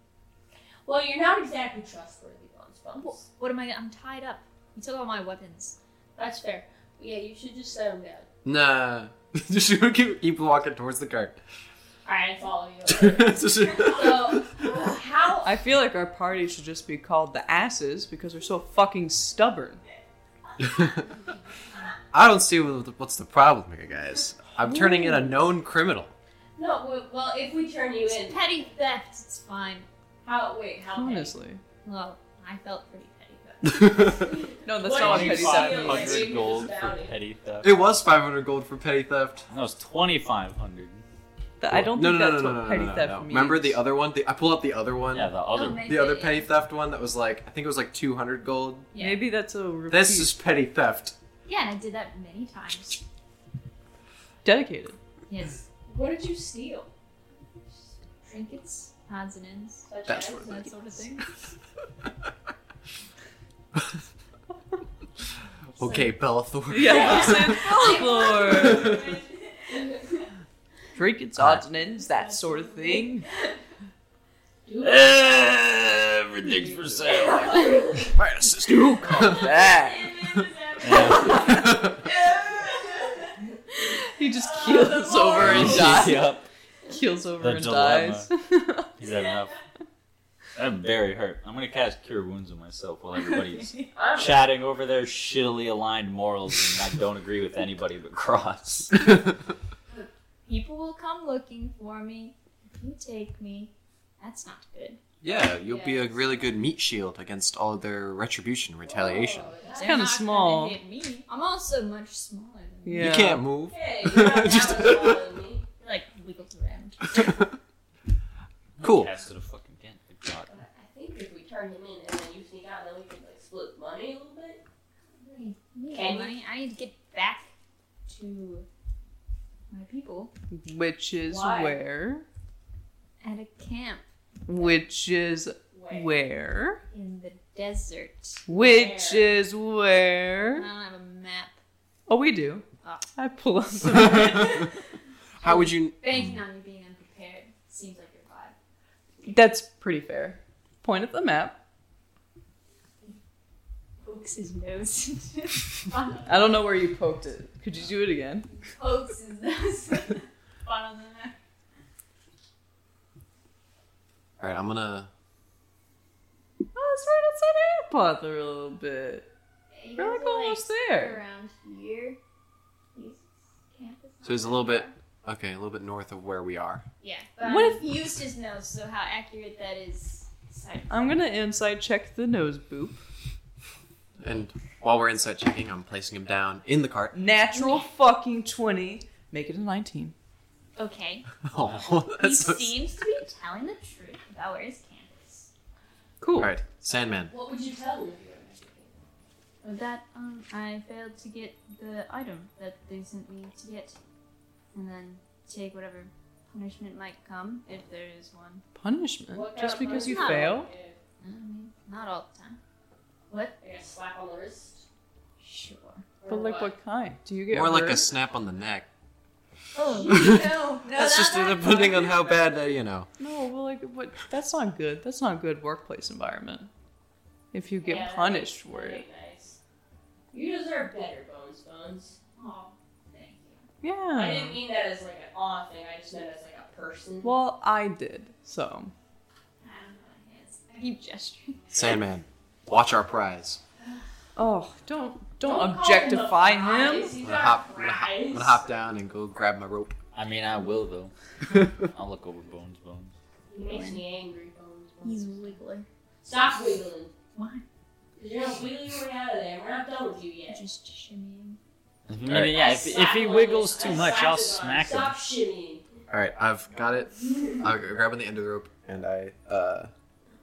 Well, you're not exactly trustworthy, Bones Bones.
What, what am I? I'm tied up. You took all my weapons.
That's fair. Yeah, you should just set him down.
Nah. just gonna keep, keep walking towards the card.
Alright, I follow you.
Just-
so, how.
I feel like our party should just be called the asses because we're so fucking stubborn.
I don't see what- what's the problem here, guys. I'm turning in a known criminal.
No, w- well, if we turn you
It's
in,
petty theft. It's fine.
how. Wait, how. many?
Honestly.
Well, I felt pretty petty though.
it
No, that's
What
not what
did
petty
you
theft
feel?
means.
Like-
500 gold
It's
for
valid.
petty theft.
was 500 gold for petty theft.
That was 2,500.
That- I don't
no,
think
no,
that's
no, no,
what
no,
petty
no, no,
theft
no.
means.
Remember the other one? The, I pull up the other one.
Yeah, the
Oh,
other.
maybe
the other
it-
petty theft one that was like, I think it was like 200 gold.
Yeah.
Maybe that's a repeat.
This is petty theft.
Yeah, and I did that many times.
dedicated.
Yes.
What did you steal?
Trinkets, odds and ends,
Such
That's
as-
what
that sort of thing.
Okay, Bellathor.
Yeah, listen, folklore. Trinkets, odds and ends, that sort of thing.
Everything's for sale.
Stu, come
That.
Yeah.
He just keels over and dies.
Yep.
Keels over
The
and
dilemma.
dies.
He's had enough. I'm very hurt. I'm gonna cast Cure Wounds on myself while everybody's
I'm-
chatting over their shittily aligned morals, and I don't agree with anybody but Cross.
People will come looking for me. If you take me, that's not good.
yeah, you'll be a really good meat shield against all their retribution, retaliation.
Oh, that's-
It's
kinda small.
me. I'm also much smaller than you.
yeah.
You can't move.
Hey, you're not
Just-
that much taller than me.
You're like wiggled around.
Cool.
Cast it a fucking again. Good God.
But I think if we turn him in and then you sneak out, then we can like split money a little bit.
Can money. I need to get back to my people
Which is
Why?
where?
at a camp
Which is where?
in the desert.
Which
Where?
is
I don't
where?
have a map.
Oh, we do.
Oh.
I pull up.
How would you?
Banking on you being unprepared seems like your vibe.
That's pretty fair. Point at the map.
Pokes his nose.
I don't know where you poked it. Could you do it again?
Pokes his nose. Bottom of the map.
All right, I'm gonna.
Oh, it's right outside Anapother a little bit. We're like almost there.
Around here. These camp is
So he's a little bit. Okay, a little bit north of where we are.
Yeah. But
What
what if used his nose? So how accurate that is? Side.
I'm gonna inside check the nose boop.
And while we're inside checking, I'm placing him down in the cart.
Natural fucking 20. Make it a 19.
Okay.
Oh,
He
that's so...
seems to be telling the truth about where his campus.
Cool.
All right, Sandman.
What would you tell him if you were magic?
With that, um, I failed to get the item that they sent me to get, and then take whatever punishment might come if there is one.
Punishment?
What kind
Just
of
because you fail?
punishment?
I mean, not all the time.
Yeah, Like a slap on the wrist?
Sure.
Or
But like what kind? Do you get
More like a
hurt?
snap on the neck.
Oh, no, no,
That's just depending on how bad that you know.
No, well, like what? That's not good. That's not a good workplace environment. If you get
Yeah, that
punished
ain't-
for
that
it,
ain't nice. You deserve better, Bones Bones.
Oh, thank you.
I didn't
yeah.
mean that as like an aw thing. I just meant as like a person.
Well, I did. So
I don't know what it is. I keep gesturing.
Sandman, watch our prize.
Oh, don't don't,
Don't call
objectify
him. the
him.
prize. He's
I'm gonna
not a
hop, I'm gonna hop, I'm
prize.
gonna hop down and go grab my rope.
I mean, I will though. I'll look over Bones Bones.
He makes me angry, Bones
He's
Bones.
wiggler.
Stop wiggling.
Why?
Cause you're gonna wiggle your way out of there. We're not done with you yet.
Just shimmying.
I mean,
Alright.
yeah, if, if
Slap
he
on
wiggles
his-
too
I
much,
slapped
I'll
his arm.
smack him.
Stop shimmying.
All right, I've got it. I'm grabbing the end of the rope, and I uh,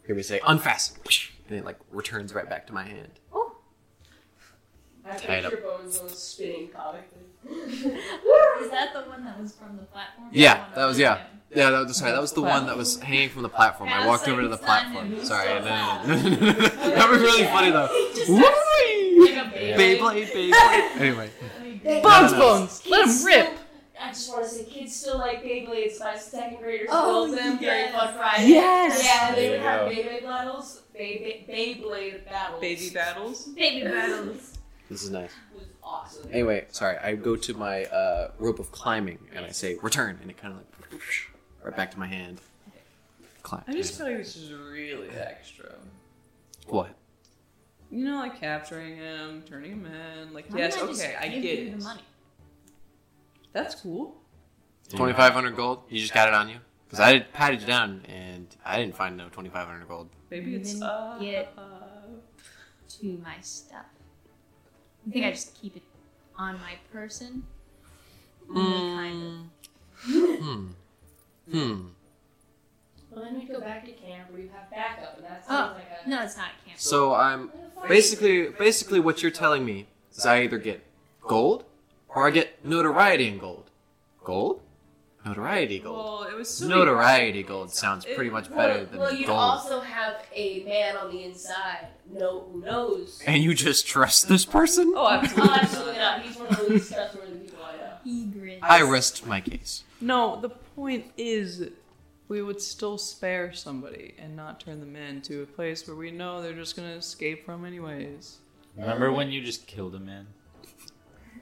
hear me say, "Unfasten," and it like returns right back to my hand.
I
Tied
picture Bones Bones spinning comically.
Is that the one that was from the platform?
Yeah,
Or
that was-
the
yeah.
one
Yeah, that was, sorry, that was the one that was hanging from the platform. I walked over to the platform. Sorry, no, no, no, no, no. that was really funny though. Whee!
Like a
Beyblade, Beyblade. Anyway,
Bones
No, no.
bones, let him rip.
I just want to say, kids still like Beyblades. My second graders
Oh,
built them
yes.
during Fun Friday.
Yes.
Yeah, they
There
would
you
have
go.
Beyblade battles. Bey- Bey- Beyblade battles.
battles.
Baby battles.
This is nice.
was awesome.
Anyway, sorry. I go to my uh, rope of climbing and I say return, and it kind of like right back to my hand. Climb.
I just feel like this is really extra.
what?
You know, like capturing him, turning him in. Like
Why
yes,
don't just
okay, I
give
get
you
it.
The money?
That's cool.
twenty five hundred gold. You just got it on you because I did, patted you down, and I didn't find no twenty five hundred gold.
Maybe it's
Even
uh.
get- To my stuff. I think I just keep it on my person. Kind
Hmm. Hmm.
Well, then we go back to camp where you have backup, and
Oh.
that
sounds
sounds like
of. No, it's not a camp.
So I'm
a.
basically basically what you're telling me is I either get gold or I get notoriety in gold. Gold, notoriety gold.
Well, oh, it was so
Notoriety gold sounds pretty much better than
well, you
gold.
also have a man on the inside no, who knows.
And you just trust this person?
Oh,
oh,
absolutely,
absolutely
not.
not. He's one of the least trustworthy people I know.
He grins.
I rest my case.
No, the point is we would still spare somebody and not turn them in to a place where we know they're just gonna escape from anyways.
Remember when you just killed a man?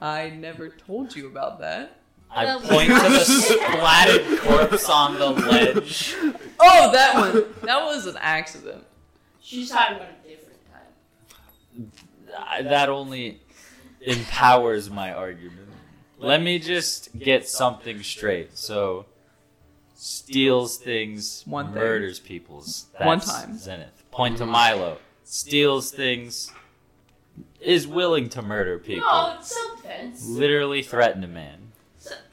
I never told you about that.
I
Well,
point to the splatted corpse on the ledge.
Oh, that one! That was an accident.
She's talking about a different time.
I- That only empowers my argument. Let me just get something straight. So, steals things,
One thing.
murders people's.
One
That's
time.
Zenith. Point to Milo. Steals things, is willing to murder people.
No, it's self-defense.
Literally threatened a man.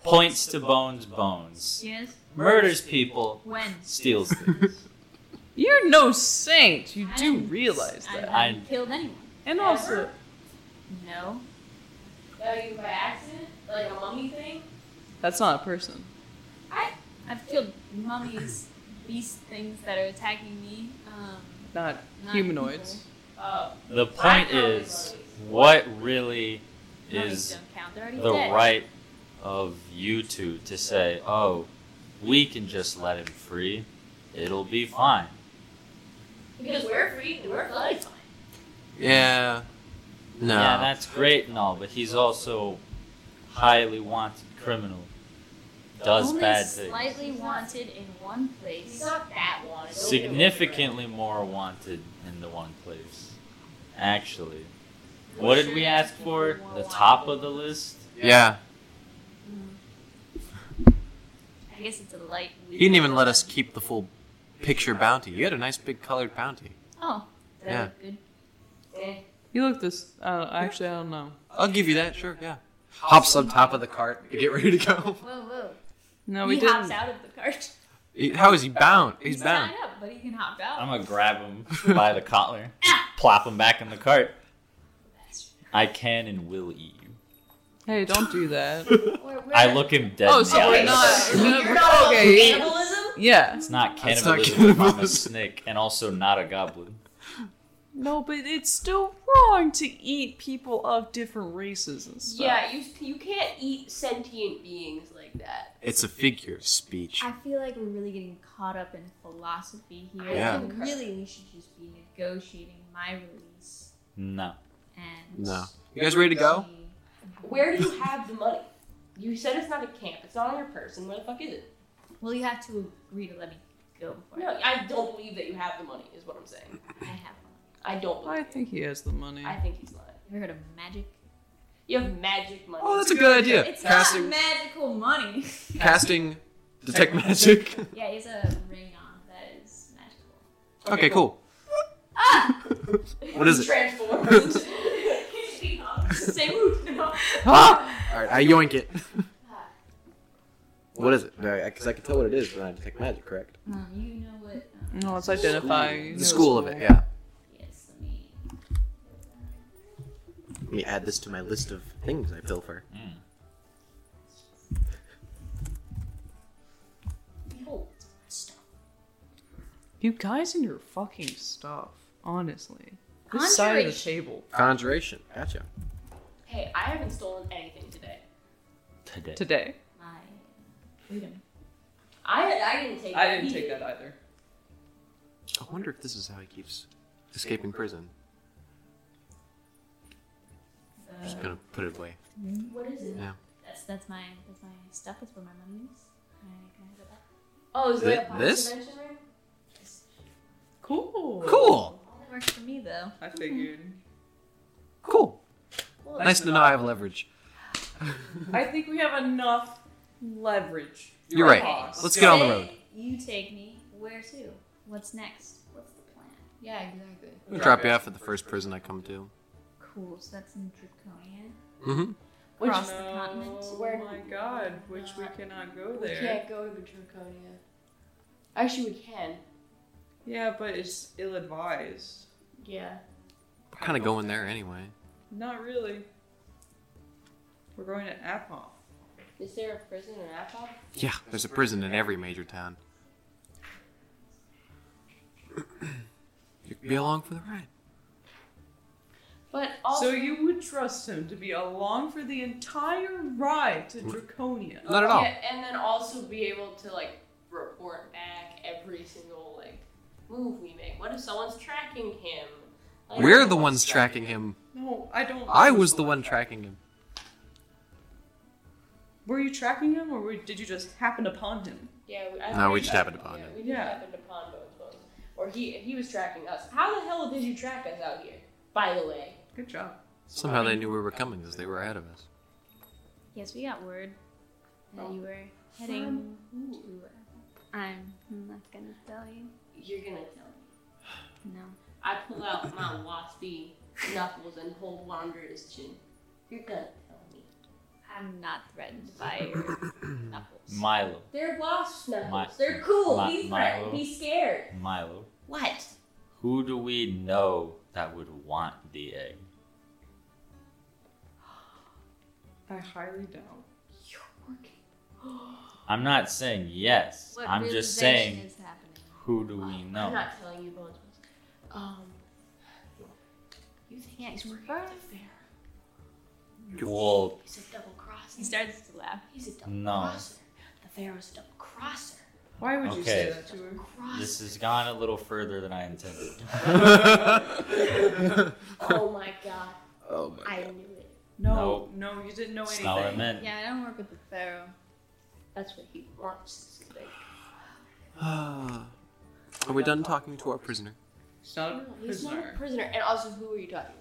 Points to Bones Bones.
Yes.
Murders people,
When?
steals things.
You're no saint, you
I
do
didn't-
realize
I
that.
I-
haven't killed anyone.
And also,
No.
Like by accident, like a mummy thing.
that's not a person.
I've killed mummies, beast things that are attacking me. Um,
Not
not
humanoids.
people.
Oh,
The point is, what really
Mummies
is
don't count. They're already
the
dead.
right of you two to say, oh, we can just let him free. It'll be fine.
because we're free and we're flooded fine.
Yeah. No.
Yeah, that's great and all, but he's also highly wanted criminal. Does
Only
bad things.
slightly wanted in one
He's
place.
not that wanted. Don't get me wrong.
Significantly more wanted in the one place. Actually. What did we ask for? The top of the list?
Yeah.
I guess it's a light.
He didn't even let us keep the full picture bounty. You had a nice big colored bounty.
Oh, that
Yeah.
looked good.
Eh.
You look this. Uh, actually, I don't know.
I'll give you that, sure, yeah. Hops on top of the cart. Get ready to go.
Whoa, whoa.
No, we
he
didn't.
hops out of the cart.
He- How is he bound? He's
He's
bound.
tied up, but he can hop out.
Um,
I'm gonna grab him by the collar, plop him back in the cart. I can and will eat you.
Hey, don't do that.
We're- we're-
I look him dead.
oh,
in
so
the
we're
eye.
not.
You're not
okay.
about cannibalism?
Yeah.
It's not
That's not
cannibalism. if I'm a
cannibalism.
snake and also not a goblin.
No, but it's still wrong to eat people of different races and stuff.
Yeah, you you can't eat sentient beings like that.
It's a figure of speech.
I feel like we're really getting caught up in philosophy here.
Yeah.
And really, we should just be negotiating my release
No.
and.
No. You guys ready to go?
Where do you have the money? You said it's not a camp. It's not on your person. Where the fuck is it?
Well, you have to agree to let me go before
No, I don't believe that you have the money. Is what I'm saying.
I have. one.
I don't believe.
I think he has the money.
it. I think he's lying.
You ever heard of magic?
You have magic money.
Oh, that's a good idea.
It's
casting,
not magical money.
casting, detect magic.
yeah, he has a ring on that is magical.
Okay, cool. what is it?
Transformed.
Say woo. No.
All right, I yoink it. what is it? Because I can tell what it is when I detect magic, correct?
Um, you know what? Um,
no, let's identify. you know,
The school of it. Yeah.
yes, let me.
Let me add this to my list of things I pilfer.
You guys and your fucking stuff. Honestly,
Conjuration.
this side of the table
Conjuration. Gotcha.
hey, I haven't stolen anything today.
Today.
today.
My freedom.
I I didn't take. that. He did.
either.
I wonder if this is how he keeps escaping prison. I'm just gonna put it away.
What is it?
Yeah.
That's that's my that's my stuff. That's where my money is. Can I, can I go back?
Oh, is
Th-
it a
this?
Convention ring?
Cool.
Cool.
That works for me though.
I figured.
Cool. Nice to know I have leverage.
I think we have enough leverage.
You're right. Let's get on the road.
Say You take me. Where to? What's next? What's the plan?
Yeah, exactly.
I'm gonna drop you off at the first prison I come to.
Cool. So that's in Draconia.
Mm-hmm.
Which-
Across the continent.
Oh my god, which we cannot go
We
there.
can't go to Draconia. Actually, we can.
Yeah, but it's ill advised.
Yeah.
We're kind of going there anyway.
Not really. We're going to Apom.
Is there a prison in Apple?
Yeah, there's a prison in every major town. you could be along for the ride.
But also,
So you would trust him to be along for the entire ride to Draconia.
Not at all.
Yeah, and then also be able to like report back every single like move we make. What if someone's tracking him? Like,
We're the ones tracking him.
No, I don't.
I was the one tracking him.
Were you tracking him, or were, did you just happen upon him?
Yeah. We, I
No, we
think
just
that-
happened upon
yeah,
him.
We just
Yeah.
happened upon both of them. Or he he was tracking us. How the hell did you track us out here? By the way.
Good job.
Somehow they knew we were coming because they were ahead of us.
Yes, we got word that you were heading
From
to. I'm not gonna tell you.
You're gonna tell me.
No.
I pull out my waspy knuckles and hold one under his chin. You're gonna tell me.
I'm not threatened by your knuckles.
Milo.
They're wasp knuckles.
My-
They're cool.
my-
He's
my-
threatened. He's scared.
Milo.
What?
Who do we know that would want the egg?
I highly doubt.
You're working.
I'm not saying yes.
What
I'm just
realization
saying
Is happening?
who do we
I'm
know?
not telling you both. Um. You think
Yeah,
he's
he's
working at
referring-
the fair?
Well,
He's a double crosser.
He starts to laugh.
He's a double
No.
crosser. The fair was a double crosser.
Why would you say
Okay.
that to her?
Double crosser.
this has gone a little further than I intended.
oh my god!
Oh my.
I knew it.
No, no, you didn't know
Oh. It's
anything.
not what I meant.
Yeah, I don't work with the pharaoh.
That's what he wants. Like,
Are we done talking to our prisoner?
He's not a
he's not
prisoner.
a prisoner. And also, who are you talking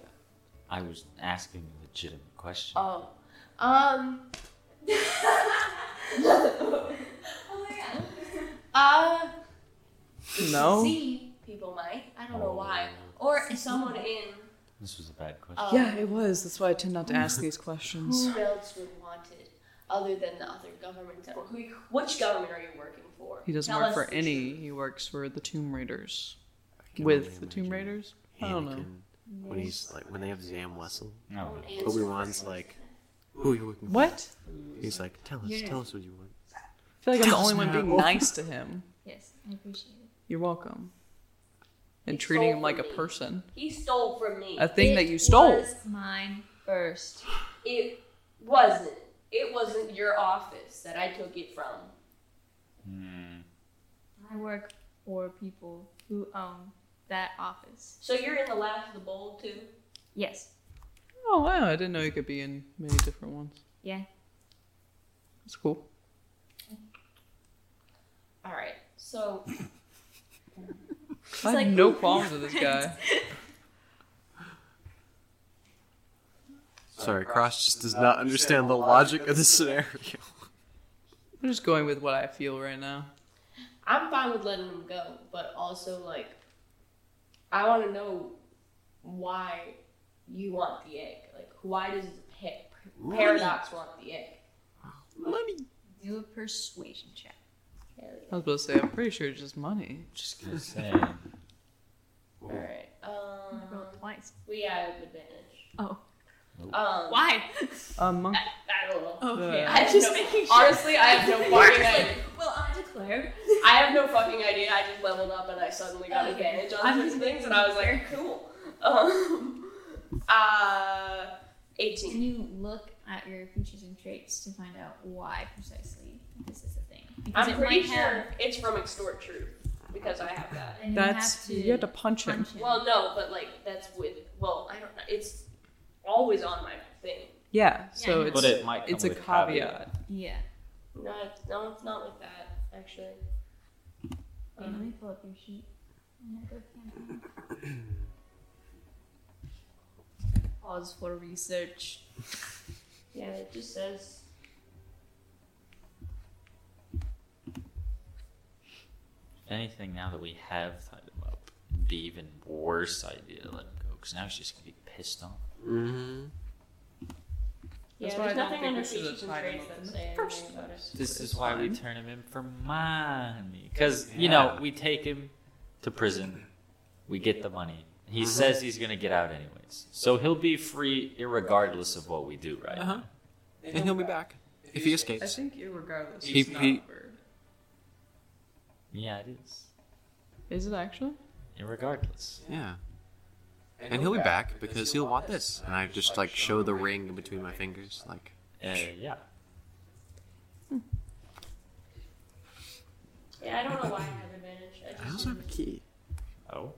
I was asking a legitimate question.
about? Oh, um. oh my god. Uh.
No.
See people might. I don't know why. Or someone in.
This was a bad question.
uh,
Um,
Yeah, it was. That's why I tend not to ask these questions.
Who else would want it? other than the other government? that- who- Which government are you working for?
He doesn't
Tell
work
us
for
the
any. He works for the Tomb Raiders.
can
With
only
the Tomb
imagine
Raiders? I don't know.
Anakin, When he's like, when they have Zam Wessel,
No.
truth. Don't answer
Obi Wan's
questions.
like, "Who are you working
What?
for?" He's like, "Tell us, tell us what you want."
I feel like I'm the only one being nice to him.
Yes, I appreciate it.
You're welcome. And
He
treating him
stole
like a
from me.
person.
He stole from me.
A thing that
It
you stole.
was mine first.
It wasn't. It wasn't your office that I took it from.
Hmm.
I work for people who own that office.
So you're in the last of the bold too.
Yes.
Oh, wow. I didn't know you could be in many different ones.
Yeah.
That's cool.
All right. So
I have
like,
no
"Ooh,
qualms with this guy.
Sorry, Cross just does not understand the logic of the scenario.
I'm just going with what I feel right now.
I'm fine with letting him go, but also like, I want to know why you want the egg. Like, why does pa- paradox want the egg?
Do a persuasion check.
I was about to say, I'm pretty sure it's just money.
Just gonna say.
All right. Um,
I rolled twice.
we have advantage.
Oh.
Um,
Why?
A monk.
I don't know.
Okay.
Uh,
I'm just
No,
making sure.
Honestly, I have no fucking idea.
well, I declared.
I have no fucking idea. I just leveled up and I suddenly got
Okay.
advantage on
I'm
certain
just
things, and I was like, cool. Um, uh,
Can
18.
you look at your features and traits to find out why precisely this is a thing? Because
I'm
it
pretty
might have-
sure it's from Extort Truth because I have that.
and you have
That's.
to
You have to punch him.
punch him.
Well, no, but like that's with. Well, I don't know. It's always on my thing.
Yeah, so
Yeah.
it's
But it might come
it's a
with a
caveat.
caveat.
yeah.
No, it's- no, it's not with that actually. Um,
Wait, let me pull up your sheet. I'm gonna go campaign. Pause for research.
Yeah, it just says.
Anything now that we have tied him up would be even worse idea to let him go because now he's just gonna be pissed off.
Mm-hmm.
Yeah,
That's why I don't
there's nothing
think
under
we should
features and
assign
traits
them
that
in the
say
first
anything about it.
This
It's
is why we
fine.
turn him in for money. Because, you know,
Yeah.
we take him to prison, we get the money. He says he's going to get out anyways. So he'll be free regardless of what we do, right?
Uh-huh.
And he'll be back.
If he escapes.
I think irregardless.
He-
it's not
he-
bird.
Yeah, it is.
Is it actually?
Irregardless.
Yeah. And he'll be back because he'll want this. And I just like show the ring in between my fingers, like.
Uh, yeah.
Yeah, I don't know why I have advantage. I
I
just
also have a key.
Oh.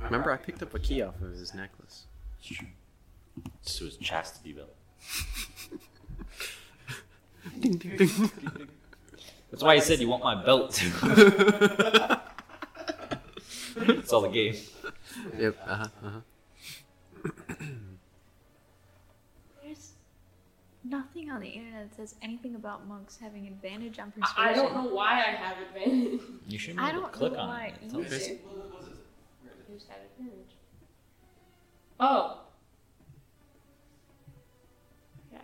Remember, I picked up a key off of his necklace.
This was chastity belt.
Ding ding ding.
That's why he said you want my belt too. it's all the game.
yep. Uh huh. Uh huh.
There's nothing on the internet that says anything about monks having advantage on persuasion.
I I don't know why I have advantage.
You shouldn't
I
be able
don't
to click
know
on
why
it. That's all.
either.
Who's had advantage? Oh. Yeah.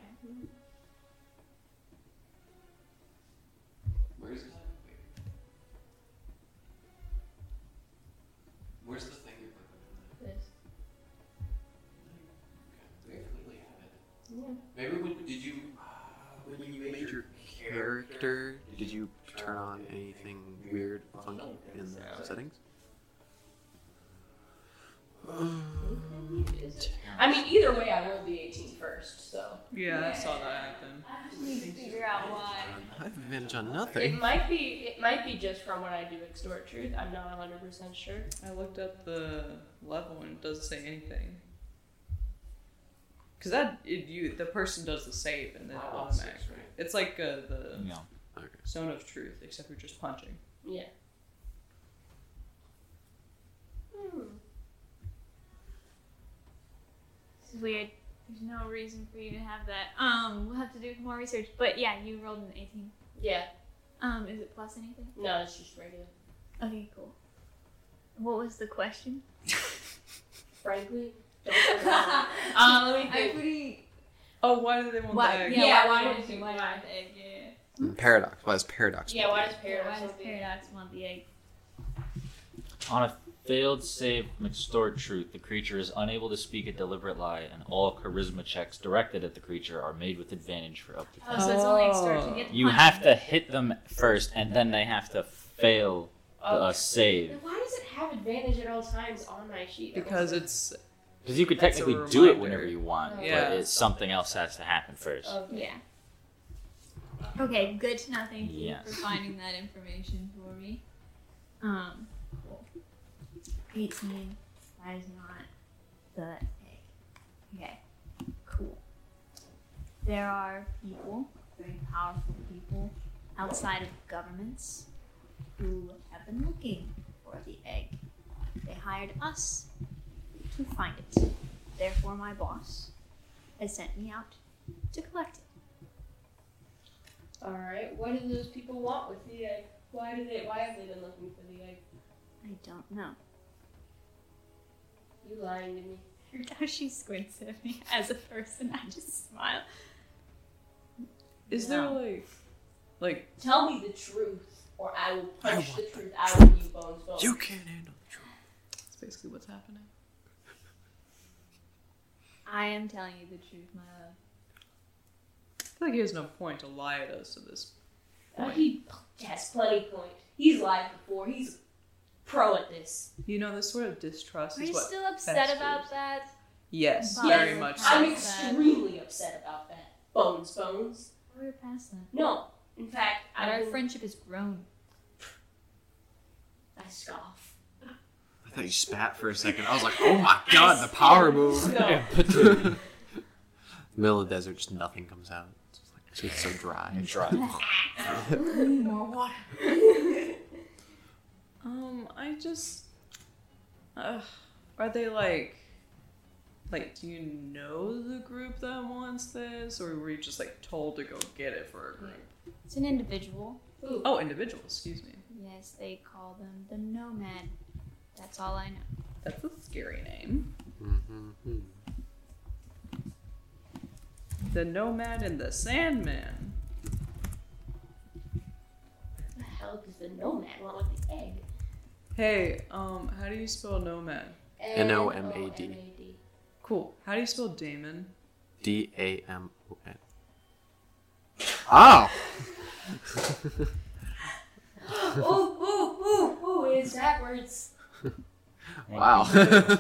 Where's Where's the thing you're
This.
Maybe when did you when you made your
Character. Did you turn on anything weird, funky in the settings?
I mean, either way, I rolled the 18 first, so.
Yeah, I saw that happen.
I just need to figure out why.
I have advantage on
It
nothing.
might be, it might be just from when I do extort truth. I'm not 100% sure.
I looked up the level and it doesn't say anything. Cause that it, you the person does the save and then it automatic. It's like uh, the
Yeah.
zone of truth, except you're just punching.
Yeah. Hmm.
This is weird. There's no reason for you to have that. Um, we'll have to do more research. But yeah, you rolled an 18.
Yeah.
Um, is it plus anything?
No, it's just regular.
Okay, cool. What was the question?
Frankly, don't know. um, let me
I'm
think.
pretty.
Oh, why do they want
Why-
the egg?
Yeah,
Yeah,
why
why
don't
does
you
why
want
does egg? Yeah.
Paradox. Why is paradox?
Yeah, why does
yeah. Why
Paradox
does
want the egg?
Paradox want the egg?
On a failed save from extort truth, the creature is unable to speak a deliberate lie, and all charisma checks directed at the creature are made with advantage for up to.
Oh, so it's only extort
Oh.
to get the
You
punch.
have to hit them first, and then they have to fail the a
Then
save
why does it have advantage at all times on my sheet?
Because it's
because you could
That's a
technically do it
reminder.
whenever you want,
Yeah.
but it's something else has to happen first.
Okay.
Yeah. Okay, good to know.
Thank you
Yes.
for finding that information for me. Um, cool. 18. Why is not the egg? Okay, cool. There are people, very powerful people, outside of governments who have been looking for the egg. They hired us to find it. Therefore, my boss has sent me out to collect it.
All right. What do those people want with the egg? Why do they? Why have they been looking for the egg?
I don't know.
You lying to me?
heard how she squints at me as a person. I just smile.
is there like like
Tell me the truth, or I will punch the truth out of you, Bones Bones.
You can't handle the truth.
that's basically what's happening.
I am telling you the truth, my love.
I feel like he has no point to lie at us at this.
Uh, he has plenty point. He's lied before. He's pro at this.
You know, this sort of distrust
Are
is
you
what.
still upset
fast
about
food.
that?
Yes,
Yes.
very much. So.
I'm
upset.
extremely upset about that. Bones Bones.
We were past that.
No. In fact,
But
I
our
will-
friendship has grown.
I scoff.
I thought you spat for a second. I was like, oh my god, the power move.
No.
Middle of the desert, just nothing comes out. It's, just like, it's just so dry.
Dry.
Um, I just. Uh, are they like. Like, do you know the group that wants this? Or were you just like told to go get it for a group?
It's an individual.
Ooh,
Oh, individuals, excuse me.
Yes, they call them the nomad. That's all I know.
That's a scary name.
Mm-hmm.
The Nomad and the Sandman.
what the hell does the nomad want with the egg?
Hey, um, how do you spell Nomad?
N-O-M-A-D.
N-O-M-A-D.
Cool. How do you spell Damon?
D A M O N. Oh!
Ooh, ooh, ooh, ooh, it's backwards.
Wow.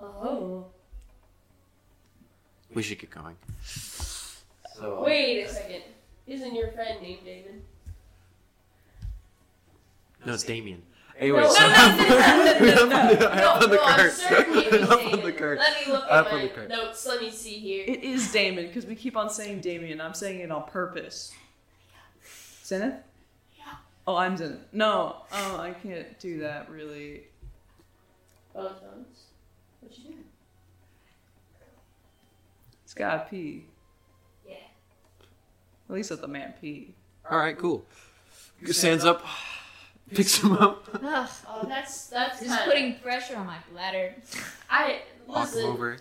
Oh.
we should get going. So,
Oh. Wait a second. Isn't your friend named David?
No, it's Damien. Anyway,
No,
so
no, no, no,
I have
no,
on the
no, I'm
card.
certain it was
Up on the
David.
card.
Let me look
Up
at
on
my
the card.
notes. Let me see here.
It is Damon, because we keep on saying Damien. I'm saying it on purpose. Zenith? Oh, I'm Zenith. No, um, I can't do that really.
Bones, bones. Oh, What you doing?
It's gotta pee.
Yeah.
At least let the man pee.
Alright, cool. Stands up, picks him up,
Ugh,
Oh, that's that's
just
kind
putting pressure on my bladder.
I
walks him
listen.
over.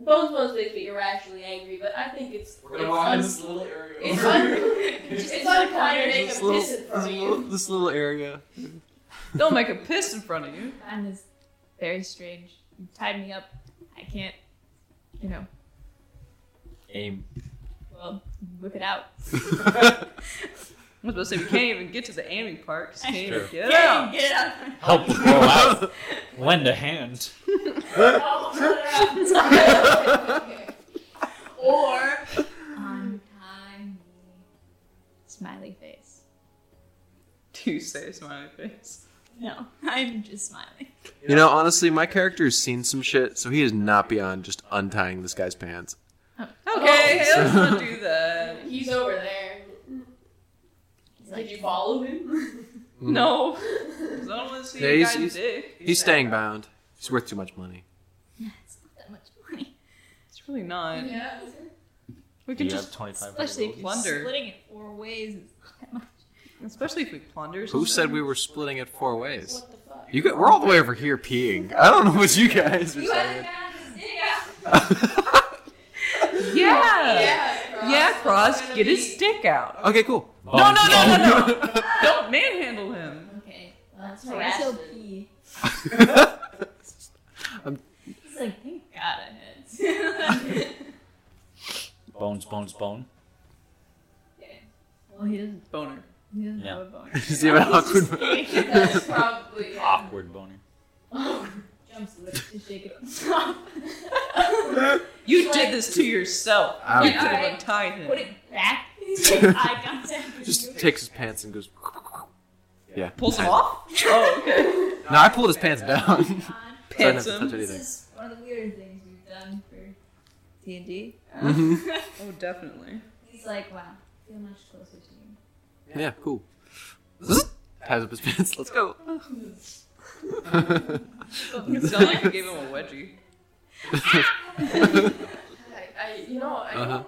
Bones Bones makes me irrationally angry, but I think it's it's,
this little
it's, un- it's unkind to make
This
a
little-
piss from
This little-
you.
this little area.
Don't make a piss in front of you.
Mine is very strange. You tied me up. I can't, you know,
Aim.
well, whip it out.
I'm supposed to say we can't even get to the aiming part. 'cause you can't even
True.
get out.
Get it out.
Help the throw out. Lend a hand.
Oh, shut up. or
Untimely.
Smiley face.
Do you say smiley face?
No, I'm just smiling.
You know, honestly, my character has seen some shit, so he is not beyond just untying this guy's pants.
Okay, let's not do that.
he's over there. Did you follow him?
No. I don't want to see
Yeah,
a
he's-
guy's
he's-
dick.
He's staying bound. He's worth too much money.
It's not that much money.
It's really not.
yeah.
We
Do
can
you
just,
have 25
Especially if you're
Wonder.
splitting it four ways. is not that much.
especially if we plunder.
Who
something.
said we were splitting it four ways?
What the fuck?
You got, we're all the way over here peeing. I don't know what you guys are
You haven't
saying.
found his dick
Yeah.
out. Yeah,
Yeah, Cross,
Gonna
get
be-
his dick out.
Okay, cool.
No, no, no, no, no. Don't manhandle him.
Okay.
That's
So I still
harassment.
pee.
He's like, thank God I had.
Bones, bones, bone.
Well, he doesn't,
Boner.
he doesn't
Yeah.
have a boner.
See what awkward.
That's probably
Awkward boner.
Jumps a little to shake it off.
You did this to yourself.
Um,
You could have
alright.
untied him.
Put it back. Make eye contact. with you.
Just takes his pants and goes. Yeah.
Pulls him off? Oh, okay.
No, I pulled his pants down.
on.
So I didn't
Pants
have to touch
him.
This
anything.
is one of the weirder things we've done for D and D.
Oh, definitely.
He's like, wow, feel much closer to you.
Yeah, cool. Ties up his pants. Let's go.
It's not like you gave him a wedgie.
I, I, you know, I
Uh-huh.
don't.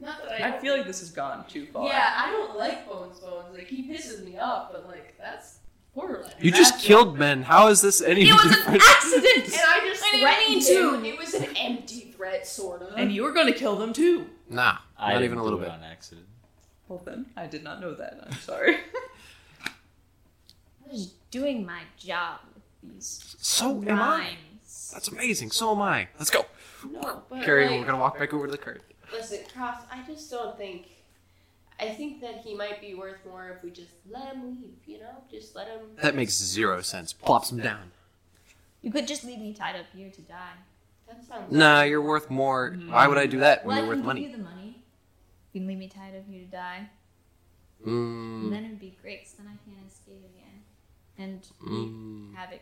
Not that I.
I
don't-
feel like this has gone too far.
Yeah, I don't like Bones Bones. Like he pisses me off, but like that's borderline.
You just killed men. How is this any different?
And I just
I
threatened
didn't mean
him. It was an empty threat, sort of.
And you were going to kill them too.
Nah,
I
not
didn't
even a
do
little
it
bit.
on accident.
Well, then, I did not know that. I'm sorry.
I'm just doing my job with these
So am I.
rhymes.
That's amazing. So am I. Let's go.
no, but
Carrie,
like,
we're gonna walk back over to the curtain.
Listen, Cross, I just don't think. I think that he might be worth more if we just let him leave, you know? Just let him.
That makes zero sense. Plops him down.
You could just leave me tied up here to die.
That sounds.
Nah, you're worth more. Why would I do that when
Well, I
you're
can
worth money?
give you the money. You can leave me tied up here to die. And
Mm,
then it'd be great, 'cause then I can't escape again. And wreak
mm,
havoc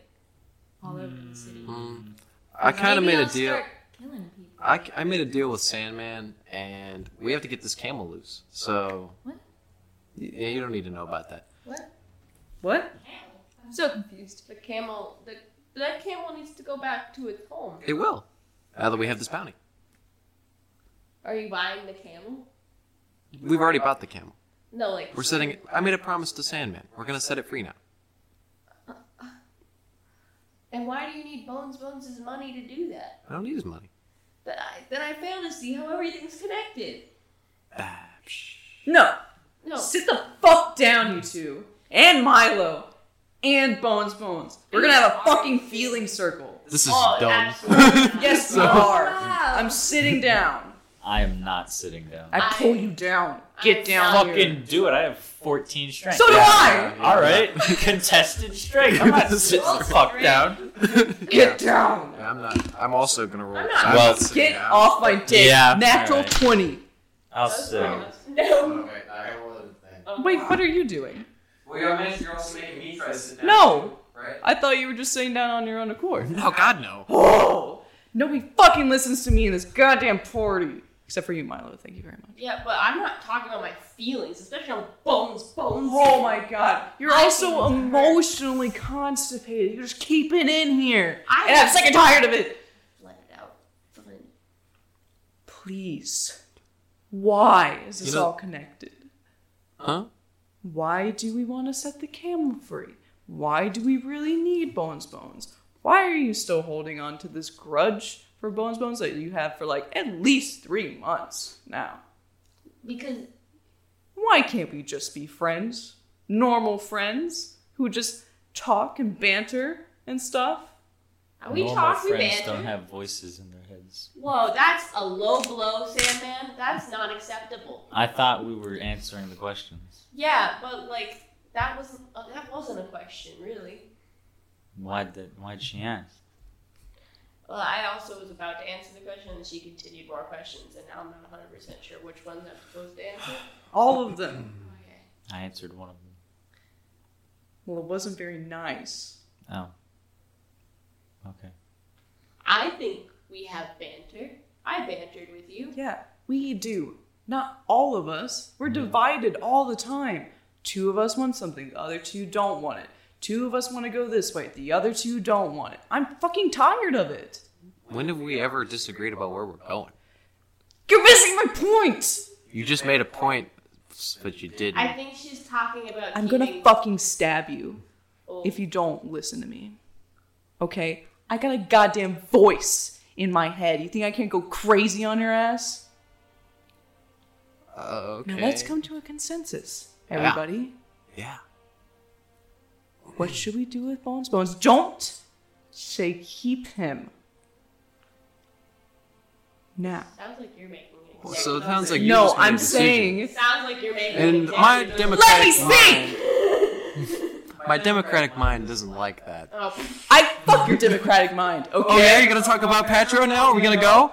all over the city.
mm. I kind of
Maybe
made a
I'll
deal.
Start killing people.
I, I made a deal with Sandman, and we have to get this camel loose. So.
What?
Yeah, you don't need to know about that.
What?
I'm so confused.
The camel. The, that camel needs to go back to its home.
It will. Now that we have this bounty,
Are you buying the camel?
we've already bought the camel.
No, like.
We're setting. It, I made a promise to Sandman. We're gonna set it free now.
And why do you need Bones Bones' money to do that?
I don't need his money.
That I, then I fail to see how everything's connected.
Ah, psh.
No.
No.
Oh. Sit the fuck down, you two. And Milo. And Bones Bones. We're going to have a fucking feeling circle.
This is
Oh,
dumb.
absolutely not.
Yes,
So-
you are. I'm sitting down.
I am not sitting down.
I pull you down.
I-
Get down. here.
fucking do it. I have 14 strength.
So do I.
All right, contested strength. I'm not sitting the fuck down.
Get down.
I'm not. I'm also gonna roll.
I'm not-
I'm
Well,
not
Get
sitting down.
off my dick.
Yeah,
Natural
alright.
20.
I'll
That's
sit.
gross. No.
wait, I rolled a thing.
Wait, what are you doing?
Well, you're, you're also making me try to sit down.
No.
Right?
I thought you were just sitting down on your own accord.
No, God, no.
Oh. Nobody fucking listens to me in this goddamn party. Except for you, Milo. Thank you very much.
Yeah, but I'm not talking about my feelings, especially on Bones Bones.
Oh my god. You're
I
also
think it's
emotionally constipated. You're just keeping in here.
I-
and I'm sick and tired of it.
Let it out. Let it-
Please. Why is this
You know-
all connected?
Huh?
Why do we want to set the camel free? Why do we really need Bones Bones? Why are you still holding on to this grudge for Bones Bones that you have for like at least three months now?
Because
Why can't we just be friends? Normal friends who just talk and banter and stuff?
Are we
Normal
talking
friends
banter?
don't have voices in their heads.
Whoa, that's a low blow, Sandman. That's not acceptable.
I thought we were answering the questions.
Yeah, but like that wasn't uh, that wasn't a question, really.
Why did Why'd she ask?
Well, I also was about to answer the question, and she continued more questions, and now I'm not 100 percent sure which ones I'm supposed to answer.
All of them.
Okay.
I answered one of them.
Well, it wasn't very nice.
Oh. Okay.
I think we have banter. I bantered with you.
Yeah, we do. Not all of us. We're divided all the time. Two of us want something, the other two don't want it. Two of us want to go this way, the other two don't want it. I'm fucking tired of it.
When have we ever disagreed about where we're going?
You're missing my point!
You just made a point, but you didn't.
I think she's talking about.
I'm gonna
keeping-
fucking stab you
Oh.
if you don't listen to me. Okay? I got a goddamn voice in my head. You think I can't go crazy on your ass?
Uh, Okay.
Now let's come to a consensus, everybody.
Yeah.
What should we do with Bones? Bones, don't say keep him. Now.
Sounds like you're making an executive.
Well, so it sounds like you
no,
just made a
I'm
decision.
saying.
Sounds like you're making an
And my
executive-
democratic
Let me
mind, my democratic mind doesn't like that.
Oh,
I fuck your democratic mind,
Oh yeah,
okay?
you're gonna talk about Patro now? Are we gonna go?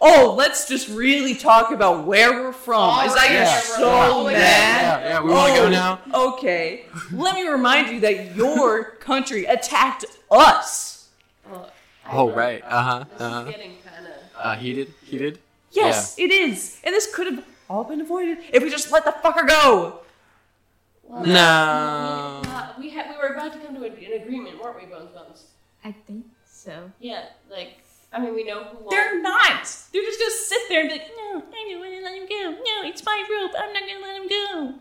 Oh, let's just really talk about where we're from. Is that
Yeah.
you're so
Yeah,
mad?
yeah, yeah, we wanna go
Oh,
now.
Okay. Let me remind you that your country attacked us.
well,
Oh right. Uh huh.
this
Uh
is
huh.
getting kind of.
Uh, heated. Heated.
Yes, it is. And this could have all been avoided if we just let the fucker go.
Well,
No.
uh, we had we were about to come to a, an agreement, weren't we, Bones Bones?
I think so.
Yeah, like I mean, we know who. won.
They're not. They're just gonna sit there and be like, no, I'm not gonna let him go. No, it's my rope. I'm not gonna let him go.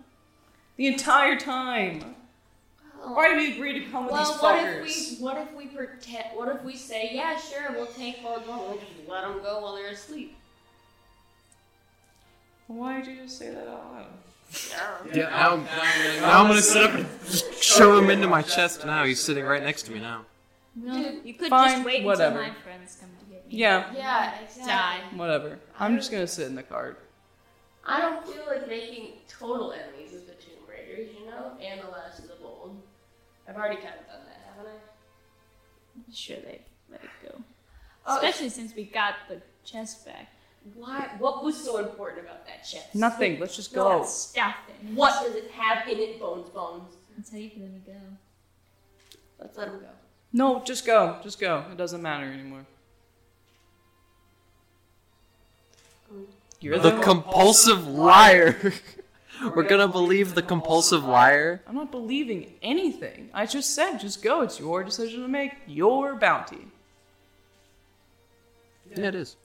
The entire time.
Well,
Why do we agree to come with
well,
these
what
fuckers?
if we what if we pretend? What if we say, yeah, sure, we'll take Bones Bones, we'll just let them go while they're asleep.
Why did you say that Oh, out loud?
Yeah, now, now I'm gonna sit up and just shove him into my chest now. He's sitting right next to me now.
No, you could
fine,
just wait
whatever.
until my friends come to get me.
Yeah,
Yeah, exactly.
Die.
whatever. I'm just gonna sit in the card.
I don't feel like making total enemies of the Tomb Raiders, you know, and the Last of the Bold. I've already kind of done that, haven't I?
Sure, they let it go.
Oh,
Especially since we got the chest back.
Why? What was so important about that chest?
Nothing. Let's just
All
go.
that stuff in it.
What does it have in it? Bones, bones.
That's how you can let me go.
Let's let him go.
No, just go. Just go. It doesn't matter anymore. You're the.
The compulsive liar. We're gonna believe the compulsive liar.
I'm not believing anything. I just said, just go. It's your decision to make. Your bounty.
Yeah, it is.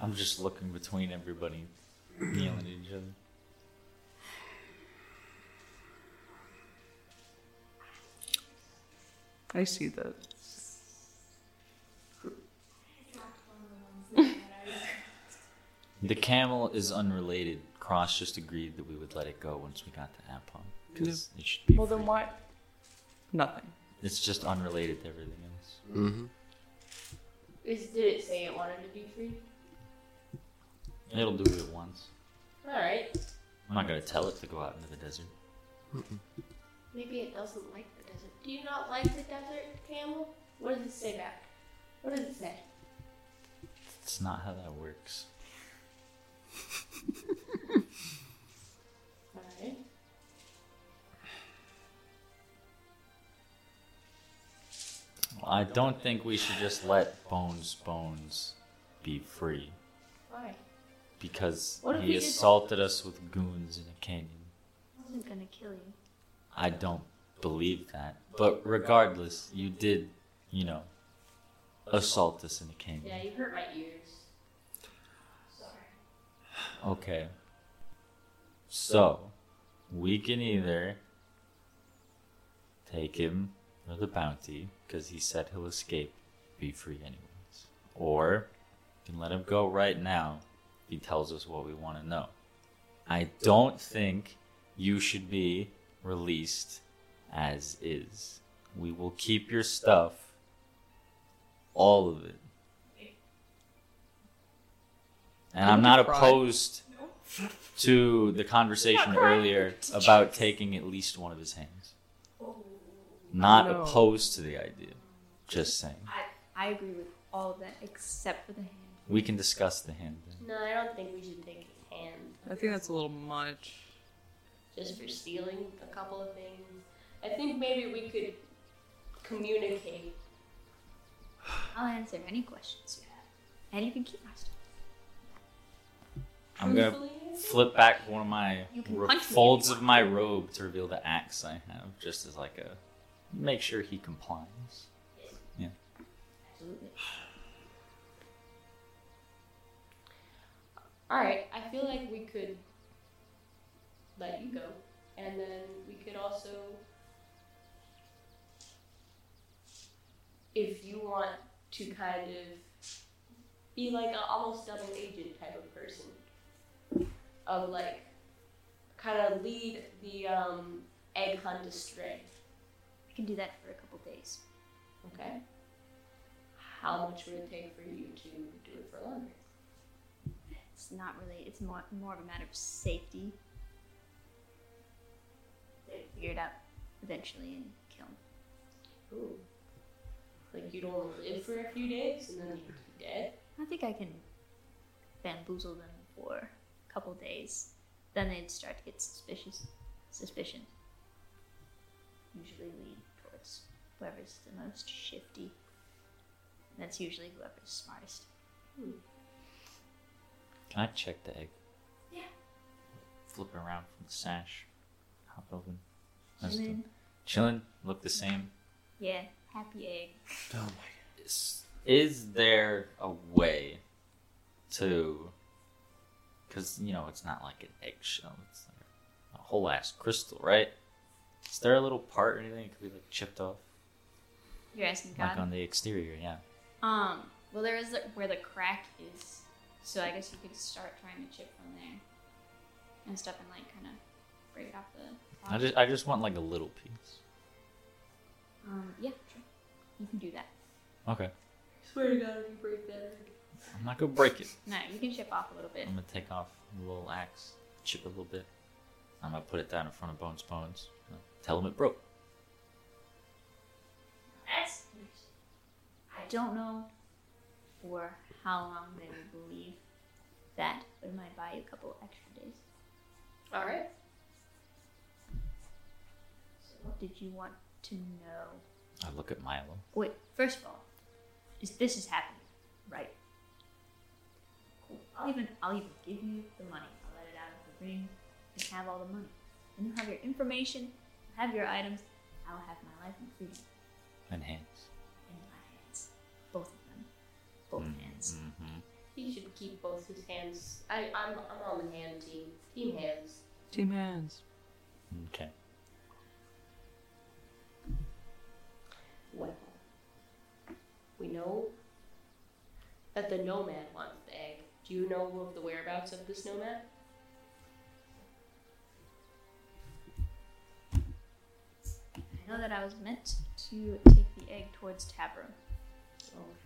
I'm just looking between everybody, yelling at each other.
I see that.
The camel is unrelated. Cross just agreed that we would let it go once we got to Apon. Because it should be.
Well, then
free.
why? Nothing.
It's just unrelated to everything else.
Mm-hmm.
Is, did it say it wanted to be free?
It'll do it once.
All right.
I'm not gonna tell it to go out into the desert.
Maybe it doesn't like the desert. Do you not like the desert, camel? What does it say back? What does it say?
It's not how that works.
All right.
I don't think we should just let Bones Bones be free
Why?
because
What if
he
we did-
assaulted us with goons in a canyon.
I wasn't gonna kill you.
I don't believe that. But regardless, you did, you know, assault us in a canyon.
Yeah, you hurt my ears. Sorry.
Okay. So, we can either take him for the bounty because he said he'll escape, be free anyways, or we can let him go right now. If he tells us what we want to know. I don't think you should be released as is. We will keep your stuff, all of it. And I'm not opposed to the conversation earlier about taking at least one of his hands. Not
No.
opposed to the idea. Just saying.
I, I agree with all of that except for the hand.
We can discuss the hand then.
No, I don't think we should take his hand.
I think that's a little much.
just for stealing a couple of things. I think maybe we could communicate.
I'll answer any questions you have. And you can keep my stuff.
I'm gonna
truthfully.
flip back one of my
You can
ro-
punch me if you
folds of my robe to reveal the axe I have, just as like a make sure he complies.
All right, I feel like we could let you go, and then we could also, if you want to kind of be like a almost double agent type of person, of like kind of lead the um, egg hunt astray.
I can do that for a couple days.
Okay. How much would it take for you to do it for longer?
It's not really. It's more more of a matter of safety. They figure it out eventually and kill him.
Ooh. Like you'd only live for a few days and then you'd be dead.
I think I can bamboozle them for a couple days. Then they'd start to get suspicious. Suspicion. Usually lead towards whoever's the most shifty. That's usually whoever's smartest.
Can I check the egg?
Yeah.
Flip it around from the sash. Hop open. That's the- Chilling. Look the same.
Yeah, happy egg.
Is, is there a way to. Because, you know, it's not like an eggshell, it's like a whole ass crystal, right? Is there a little part or anything that could be like chipped off?
You're asking
Like
God.
on the exterior, yeah.
Um. Well, there is the, where the crack is, so I guess you could start trying to chip from there and stuff, and like kind of break it off the.
I just, I just want like a little piece.
Um. Yeah. Sure. You can do that.
Okay.
swear to God, if you break that egg.
I'm not gonna break it.
No, you can chip off a little bit.
I'm gonna take off the little axe, chip it a little bit. I'm gonna put it down in front of Bones Bones. you know, Tell him it broke.
That's. I don't know for how long they would believe that, but it might buy you a couple extra days.
All right.
So what did you want to know?
I look at Milo.
Wait, first of all, is this is happening, right? Cool. I'll even I'll even give you the money. I'll let it out of the ring. You can have all the money. And you'll have your information, I'll have your items, I'll have my life and freedom
Enhance.
in my hands. Both of them. Both hands.
Mm-hmm.
He should keep both his hands. I, I'm, I'm on the hand team. Team hands.
Team hands.
Okay.
Well, we know that the nomad wants the egg. Do you know of the whereabouts of this nomad?
I know that I was meant to take the egg towards Tabra.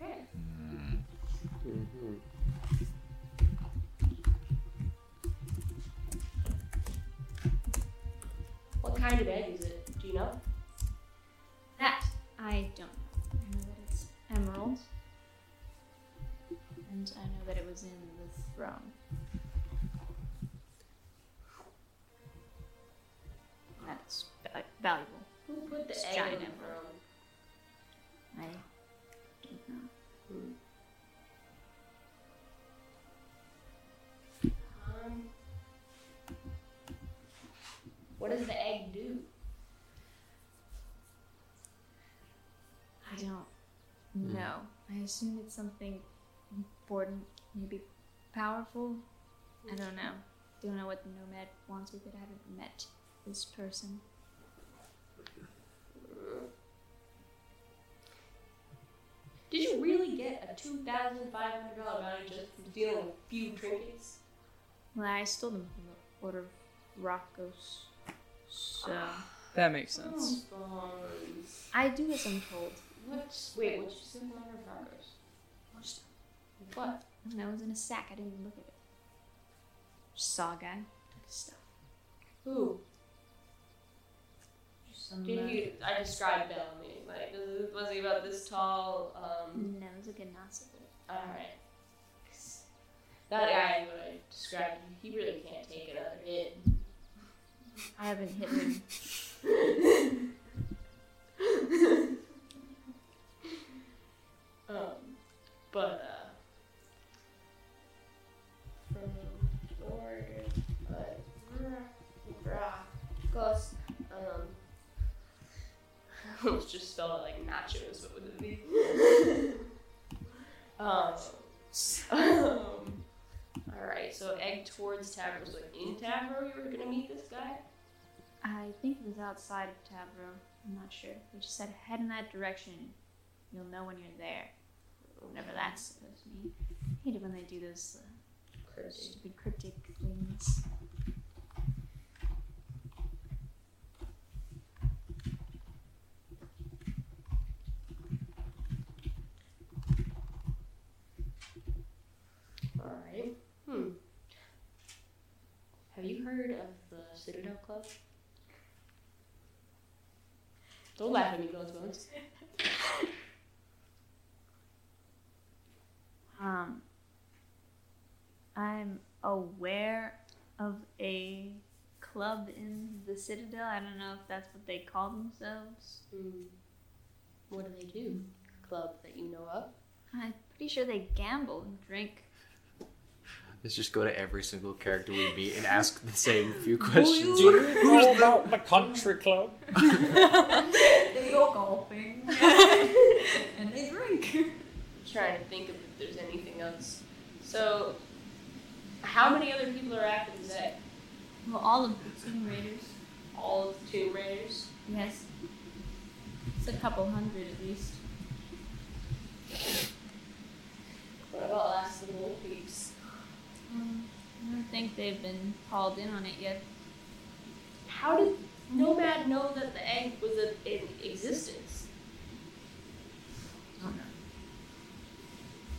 Okay.
Mm.
Mm-hmm.
What kind of egg is it? Do you know?
That I don't know. I know that it's emerald. And I know that it was in the throne. That's val- valuable.
Who put the
It's
egg in
giant
the
emerald.
room?
I don't know.
Um, what does the egg do?
I don't know. I assume it's something important, maybe powerful. I don't know. Don't know what the nomad wants with it. I haven't met this person.
Did you really get a two thousand five hundred dollar value just from stealing a few trinkets?
Well, I stole them from the Order of Rockos. So
That makes sense.
Bones.
I do as I'm told.
What? Wait, what you said? Number of dollars. What?
And I was in a sack. I didn't even look at it. Just saw a guy. Took his stuff.
Who?
Some,
Did
uh,
you? I described Bellamy. Like, this- was he about this tall? Um.
No, it was a good Nazi.
All right. That guy what I described, he really can't take another hit.
I haven't hit him.
Um, but uh, from Jordan, but Rockos. Um, I almost just spelled it like nachos, but what did it be? um, um, all right. So egg towards Tavro. So in Tavro, you were gonna meet this guy.
I think it was outside of Tabro. I'm not sure. We just said head in that direction. You'll know when you're there. Whatever that's supposed to mean. I hate it when they do those uh, stupid cryptic things.
Hmm. Have you heard of the Citadel Club? Don't laugh at me, Bones.
Um, I'm aware of a club in the Citadel. I don't know if that's what they call themselves.
Mm. What do they do? Club that you know of?
I'm pretty sure they gamble and drink.
Let's just go to every single character we meet and ask the same few questions.
All about the country club.
They go golfing. and they drink.
trying to think of if there's anything else. So, how many other people are active as that?
Well, all of the Tomb Raiders.
All of the Tomb Raiders?
Yes. It's a couple hundred at least.
What about Last of the Wolf Peeps?
Um, I don't think they've been called in on it yet.
How did Nomad know that the egg was a- in existence?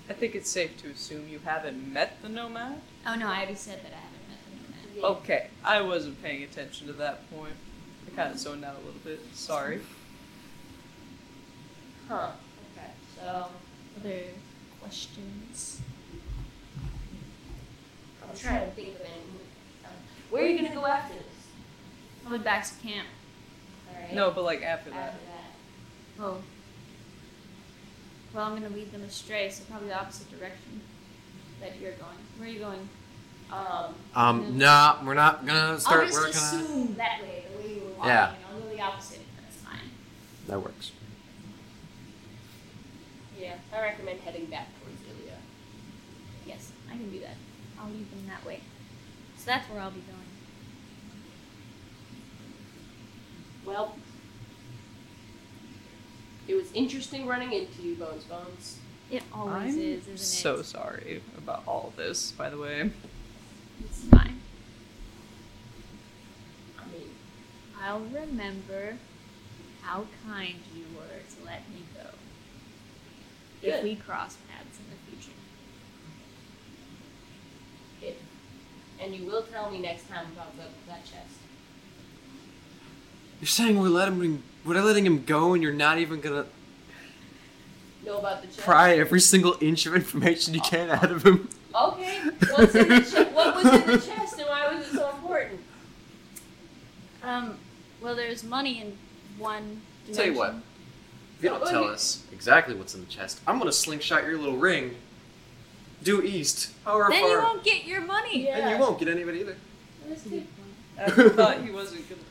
I think it's safe to assume you haven't met the nomad.
Oh no, I already said that I haven't met them yet.
Okay, I wasn't paying attention to that point. I kind of zoned out a little bit. Sorry.
Huh. Okay. So,
Other questions?
I'm trying to think of any. um, Where are you going to go after this?
Probably back to camp.
Alright.
No, but like after that.
After that.
Oh. Well, I'm gonna lead them astray, so probably the opposite direction that you're going. Where are you going?
Um,
Um, nah, we're not gonna start
I'll just
working on it.
assume that way, the way you were walking.
Yeah.
And I'll go the opposite. That's fine.
That works.
yeah, I recommend heading back towards Ilya.
Yes, I can do that. I'll lead them that way. So that's where I'll be going.
Well, it was interesting running into you, Bones Bones.
It always
I'm
is, isn't
so
it?
sorry about all this, by the way.
It's fine.
I mean,
I'll remember how kind you were to let me go. If
Good.
we cross paths in the future.
and you will tell me next time about the, that chest.
You're saying we're letting him, we're letting him go, and you're not even gonna
Know about the chest?
pry every single inch of information you can out of him.
Okay. What's in the che- what was in the chest, and why was it so important?
Um, well, there's money in one.
Tell you what.
dimension.
If you don't tell us exactly what's in the chest, I'm gonna slingshot your little ring due east, however
Then
far,
you won't get your money.
and you won't get any of it either.
I thought he wasn't gonna.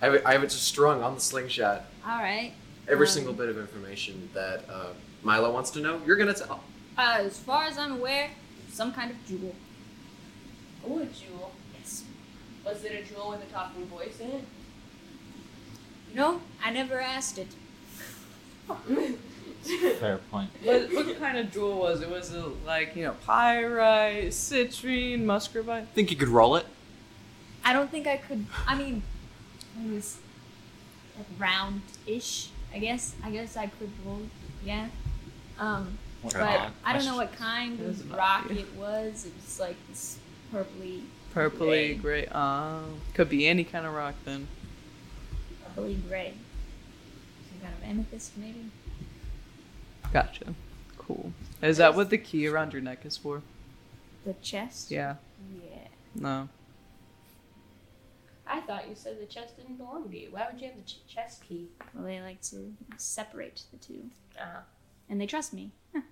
I have, it, I have it just strung on the slingshot.
All right.
Every
Um,
single bit of information that uh, Milo wants to know, you're gonna tell.
Uh, as far as I'm aware, some kind of jewel.
Oh, a jewel.
Yes.
Was it a jewel with a talking voice in it?
No, I never asked it.
Fair point.
What, what kind of jewel was it? Was it like, you know, pyrite, citrine, muscovite?
Think you could roll it?
I don't think I could. I mean, it was like round-ish. I guess. I guess I could roll. Yeah. Um,
What
but
odd
I don't know
question.
what kind
That was
of
about
rock
you.
it was. It was like this purpley,
Purpley, gray. Ah, could be any kind of rock then.
purpley gray. Some kind of amethyst, maybe.
Gotcha. Cool. Is that what the key around your neck is for?
The chest.
Yeah.
Yeah.
No.
I thought you said the chest didn't belong to you. Why would you have the ch- chest key?
Well, they like to separate the two,
Uh-huh.
and they trust me. Huh.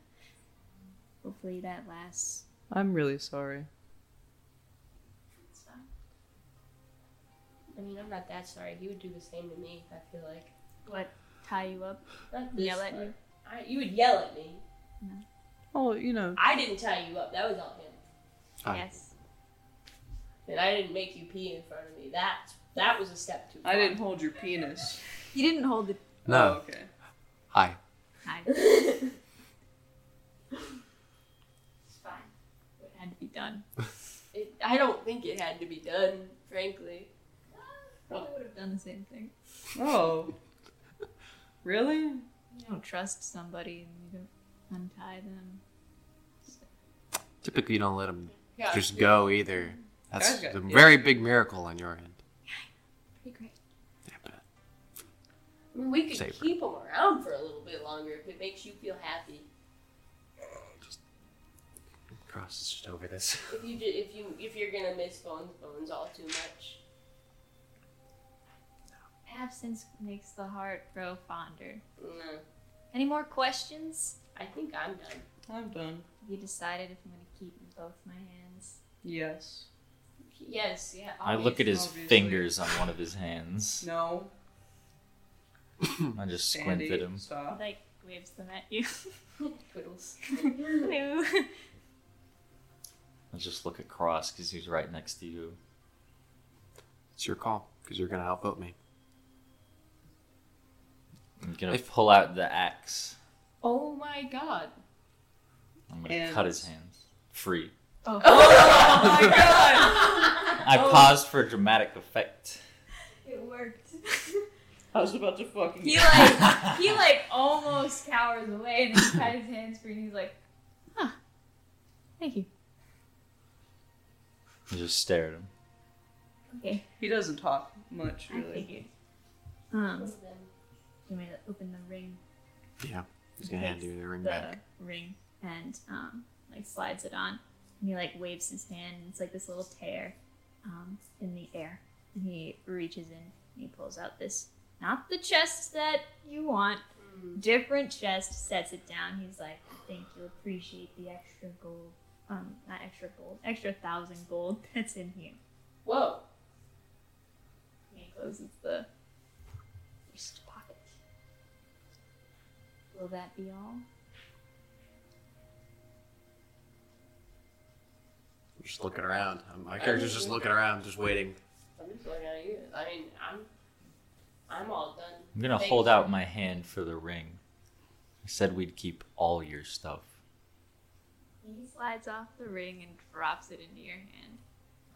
Hopefully that lasts.
I'm really sorry.
I mean, I'm not that sorry. He would do the same to me. I feel like.
What? Tie you up?
Not this
Yell at
part.
you?
I, you would yell at me.
Oh, you know.
I didn't tie you up. That was on him.
Ah.
Yes.
And I didn't make you pee in front of me. That that was a step too far.
I didn't hold your penis.
You didn't hold the
Oh, okay.
Hi.
tie. it's fine. It had to be done.
It, I don't think it had to be done, frankly.
Probably would have done the same thing.
Oh. Really?
You don't trust somebody and you don't untie them.
Typically, you don't let them
Yeah.
just go either.
That's
Guys got-
a
yeah.
very big miracle on your end.
Pretty great.
Yeah, but
I mean, we could
Saber.
keep them around for a little bit longer if it makes you feel happy.
Cross is just over this.
If you ju- if you if you're gonna miss bones, bones all too much.
Absence makes the heart grow fonder.
No,
Any more questions?
I think I'm done.
I'm done.
Have you decided if I'm going to keep both my hands?
Yes.
Yes, yeah.
I look at his
Obviously.
fingers on one of his hands.
No.
Hmm.
I just squint
Sandy,
at him.
Stop.
Like, waves them at you.
Twiddles.
no.
I just look across because he's right next to you.
It's your call because you're gonna outvote me.
I'm gonna
If-
pull out the axe.
Oh my god.
I'm gonna
And-
cut his hands free.
Oh my god! Oh.
I paused for dramatic effect.
It worked.
I was about to fucking.
He like he like almost cowers away and he cut his hands free and he's like, huh. Thank you.
I just stare at him.
Okay,
He doesn't talk much,
I
really.
figured. Um, do you want me to open the ring?
He's gonna hand you the ring back.
the ring and um, like slides it on. And he like waves his hand and it's like this little tear um, in the air. And he reaches in and he pulls out this not the chest that you want, different chest, sets it down. He's like, I think you'll appreciate the extra gold. Um, not extra gold, extra thousand gold that's in here.
Whoa.
And he closes the east pocket. Will that be all?
I'm just looking around. Um, My character's just looking around, just waiting.
I'm just looking at you. I mean, I'm I'm all done.
I'm gonna
Thank
hold
you.
out my hand for the ring. I said we'd keep all your stuff.
He slides off the ring and drops it into your hand.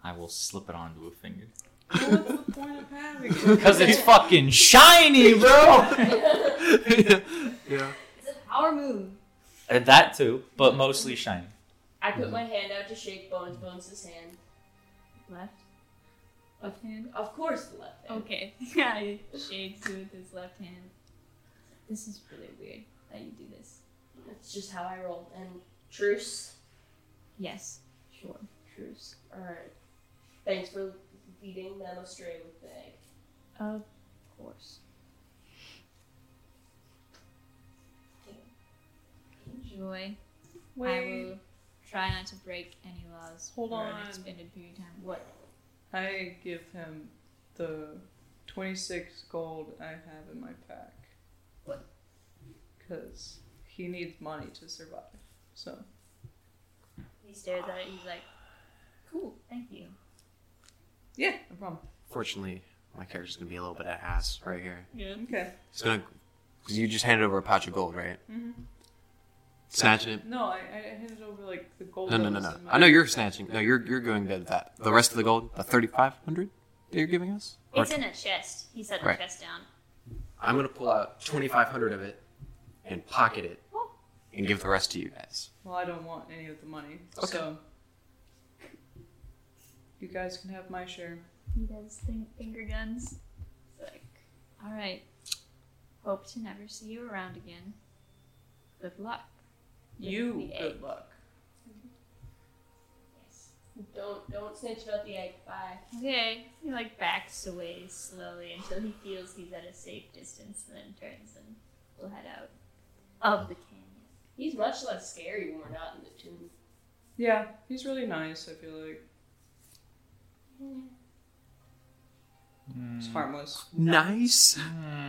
I will slip it onto a finger.
What's the point of having it?
Because it's fucking shiny, bro!
yeah.
It's a power move.
And that too, but mostly shiny.
I put my hand out to shake Bones Bones' hand.
Left. Left hand.
Of course, the left hand.
Okay. Yeah, he shakes you with his left hand. This is really weird that you do this.
That's just how I roll. And truce.
Yes. Sure. Truce.
All right. Thanks for leading them astray with the egg.
Of course. Enjoy. I will try not to break any laws
Hold
for
on.
an extended period of time. What?
I give him the 26 gold I have in my pack.
What?
Because he needs money to survive. So,
He stares at it. He's like, "Cool, thank you."
yeah, no problem.
Fortunately, my character's gonna be a little bit of ass right here.
Okay.
He's gonna. Cause you just handed over a pouch of gold, right?
hmm
Snatching it.
No, I, I handed over like the gold.
No, no,
that
no,
was
no.
in my-
I know you're snatching. No, you're you're going to that. The rest of the gold, the thirty-five hundred that you're giving us. Or-
It's in a chest. He set the
Right.
chest down.
I'm gonna pull out twenty-five hundred of it, and pocket it, and give the rest to you guys.
Well, I don't want any of the money. So, you guys can have my share.
He does thing- finger guns. It's like, all right. Hope to never see you around again. Good luck.
You,
the egg.
good luck.
Don't don't snitch about the egg. Bye.
Okay. He like backs away slowly until he feels he's at a safe distance, and then turns and will head out of the canyon.
He's much less scary when we're not in the tomb.
Yeah, he's really nice, I feel like. It's harmless.
Nice,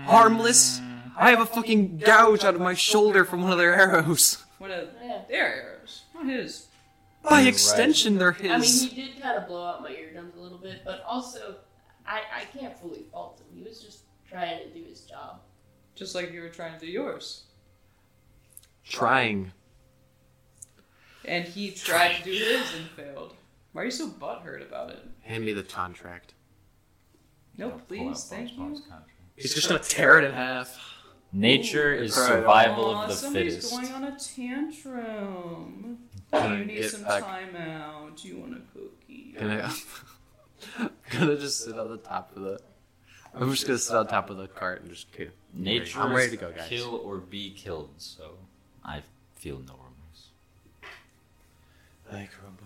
harmless. I have a fucking gouge out of my shoulder from one of their arrows.
One of
Yeah.
their arrows, not his.
By
You're right.
extension, they're his.
I mean, he did kind of blow out my eardrums a little bit, but also, I I can't fully fault him. He was just trying to do his job.
Just like you were trying to do yours.
Trying.
And he tried to do his and failed. Why are you so butthurt about it?
Hand me the contract.
No,
I'll pull out
please,
Bob's
thank you.
Bob's contract.
He's just gonna tear it in half.
Nature is
Right.
survival of
Aw,
the
somebody's
fittest.
going on a tantrum. Do
Can I
you need
get
some
back-
time out? Do you want a cookie?
Can I? I'm gonna just sit on the top of the. I'm just gonna sit on top of the cart and just. Okay.
Nature
I'm ready
is
to go, guys.
kill or be killed, so I feel no remorse.
Like, um,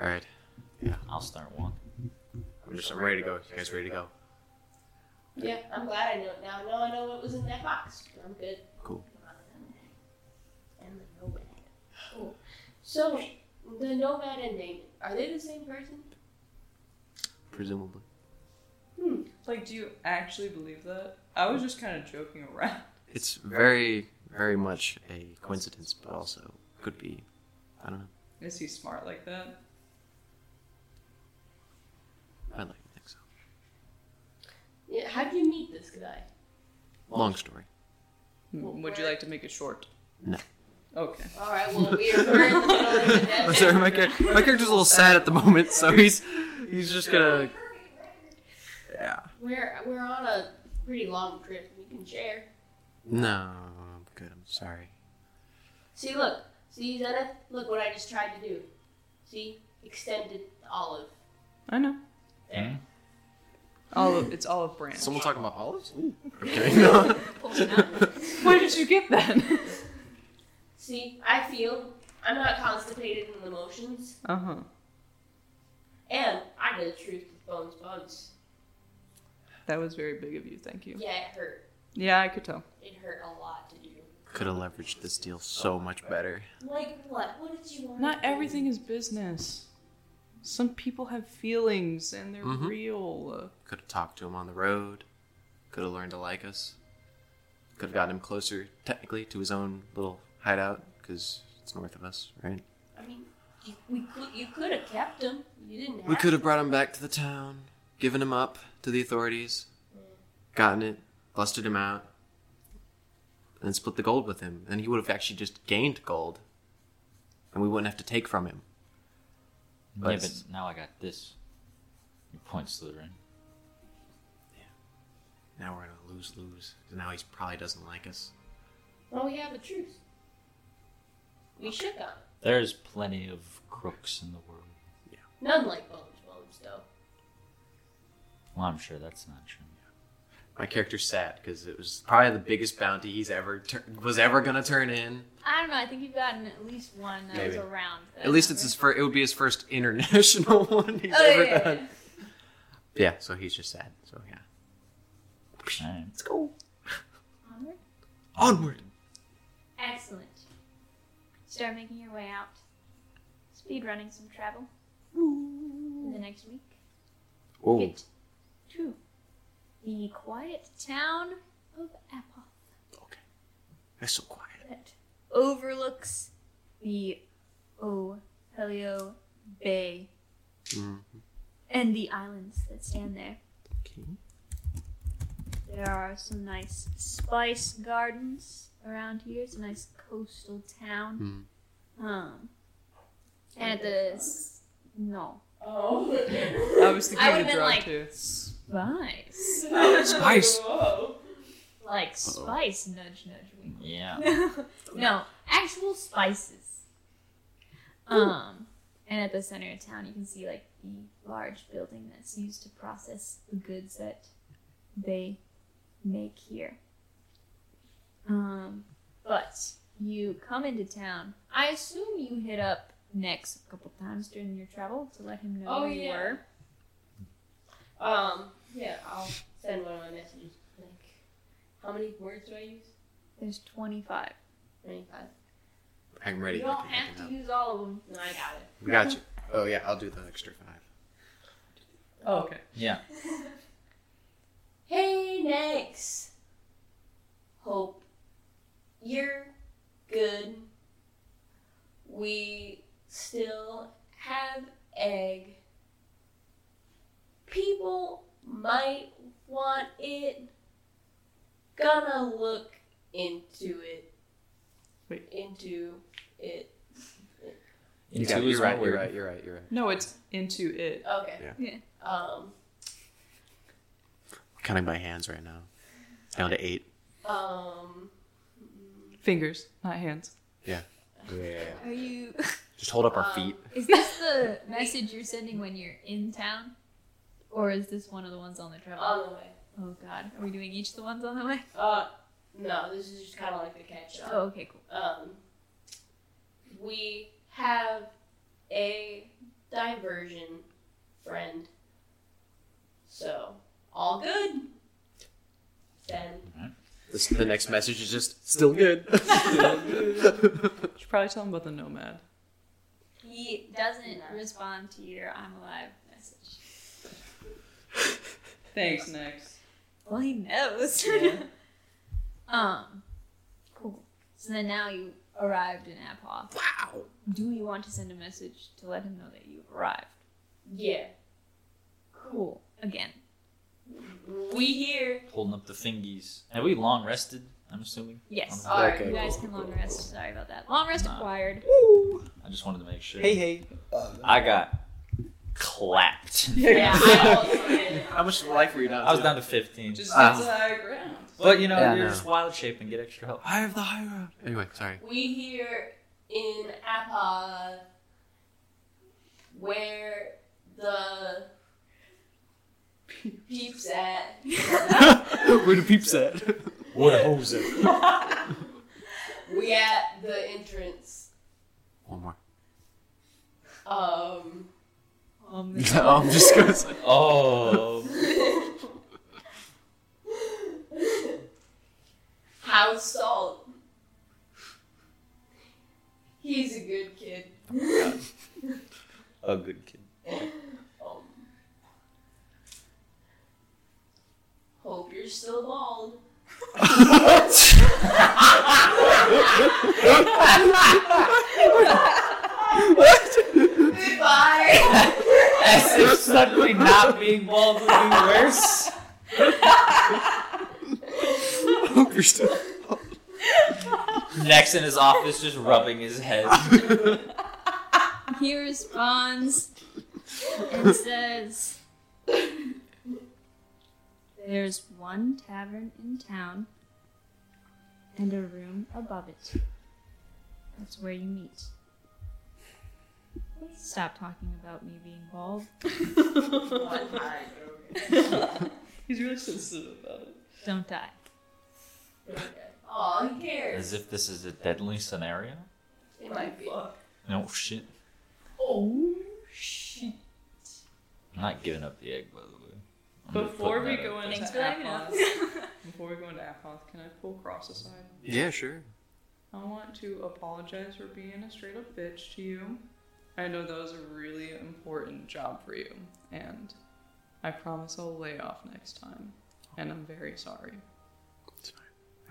all right.
I'll start walking.
I'm just. I'm ready to go. You guys ready to go?
Yeah, I'm glad I know now. Now I know what was in that box. I'm good.
Cool.
And the nomad. Cool. So the nomad and Naaman are they the same person?
Presumably.
Like, do you actually believe that? I was just kind of joking around.
It's very, very much a coincidence, but also could be. I don't know.
Is he smart like that?
I like to think so.
Yeah. How would you meet this guy?
Long story.
Hmm, Would you like to make it short?
No.
Okay.
All right. Well, we are we're in the middle of the
I'm
desert.
sorry, my, char- my character's a little sad at the moment, so he's he's just gonna. Yeah.
We're we're on a pretty long trip. We can share.
No, I'm good. I'm sorry.
See, look. See, Zenith. Look what I just tried to do. See, extended olive.
I know.
Yeah.
Olive, it's olive branch.
Someone talking about olives? Okay. No.
Where did you get that?
See, I feel. I'm not constipated in the motions,
uh huh.
and I know the truth. Bones, bones.
That was very big of you. Thank you.
Yeah, it hurt.
Yeah, I could tell.
It hurt a lot to do.
Could have leveraged this deal so much better.
Like what? What did you want?
Not
to do?
everything is business. Some people have feelings and they're
Mhm.
real.
Could have talked to him on the road. Could have learned to like us. Could have gotten him closer, technically, to his own little hideout, because it's north of us, right?
I mean, you, we could. You could have kept him. You didn't. Have
We could have brought him back to the town, given him up to the authorities, gotten it, busted him out, and then split the gold with him. And he would have actually just gained gold, and we wouldn't have to take from him. But
yeah,
it's-
but now I got this. He points to the ring.
Now we're gonna lose lose. Now he probably doesn't like us.
Well, we have a truth. We should have.
There's plenty of crooks in the world.
None like bones, bones though.
Well, I'm sure that's not true.
My character's sad because it was probably the biggest bounty he's ever tur- was ever gonna turn in.
I don't know. I think you've gotten at least one that
Maybe.
was around. that
At least it's
number.
his first. It would be his first international one he's
Oh,
ever
yeah, yeah,
done. Yeah. so he's just sad. So yeah,
All right.
let's go
Onward.
onward.
Excellent. Start making your way out. Speed running some travel. In the next week.
Oh,
Get to the quiet town of Apoth.
that's so quiet.
that overlooks the Ohelio Bay and the islands that stand there. There are some nice spice gardens around here. It's a nice coastal town. Um, and at the s- no
I was thinking
I
of
would've been
drug
like-
too.
spice,
Spice.
like spice, nudge, nudge, wink.
Yeah.
no, actual spices. Um, and at the center of town, you can see like the large building that's used to process the goods that they make here. Um, but you come into town. I assume you hit up Nex a couple times during your travel to let him know
Oh,
where you
yeah.
were.
Um. Yeah, I'll send one of my messages. Like, how many words do I use?
There's 25.
Twenty-five.
I'm ready.
You don't have to use all of them.
No, I got it.
We got you. Oh yeah, I'll do the extra five.
Oh, okay.
Yeah.
Hey, next. Hope you're good. We still have egg. People might want it. Gonna look into it.
Wait.
Into it.
Into
yeah,
is
you're
one
right. You're
word.
right. You're right. You're right.
No, it's into it.
Okay.
Yeah.
Yeah.
Um.
Counting by hands right now. Down to eight.
Um,
Fingers, not hands.
Yeah.
Are you?
Just hold up our
Um,
feet.
Is this the message you're sending when you're in town, or is this one of the ones on the travel?
on the way.
Oh God, are we doing each of the ones on the way?
Uh, no, this is just kind of like the catch up.
Oh, okay, cool.
um, we have a diversion friend. So, all good. Then,
This, the next message is just still good.
Should probably tell him about the nomad.
He doesn't respond to your "I'm alive" message.
Thanks, next.
Well, he knows. um, cool. So then now you arrived in Appa. Wow. Do you want to send a message to let him know that you've arrived?
yeah,
Cool. Again.
we here.
Holding up the fingies. Have we long rested? I'm assuming.
Yes.
Um,
You
okay.
guys can long rest. Sorry about that. Long rest
Nah.
acquired.
I just wanted to make sure.
hey.
I got clapped.
Yeah, I also did.
How much life were you down?
I was down to 15.
Just
Um,
that's the higher ground.
but you know,
Yeah,
you're
no.
just wild shape and get extra help.
I have the high road.
Anyway, sorry.
We here in Appa, where the peeps at.
Where the peeps at?
What a hose.
we at the entrance.
One more.
Um,
Um,
No, I'm just gonna say.
Oh.
House Salt. He's a good kid.
Oh,
A good kid.
Um, hope you're still bald. Goodbye.
As if suddenly not being bald would be worse.
Hope you're still.
Next in his office, just rubbing his head.
He responds and says, There's one tavern in town and a room above it. That's where you meet. Stop talking about me being bald.
he's really sensitive about it.
Don't die.
Aw, who cares?
As if this is a deadly scenario.
It might be.
No shit.
Oh, shit.
I'm not giving up the egg, by the way. I'm just
Before
putting
we
that
go
out
into
Thanks for letting us.
Apoth, before we go into Apoth, can I pull Cross aside?
Yeah, sure.
I want to apologize for being a straight up bitch to you. I know that was a really important job for you, and I promise I'll lay off next time. And I'm very sorry.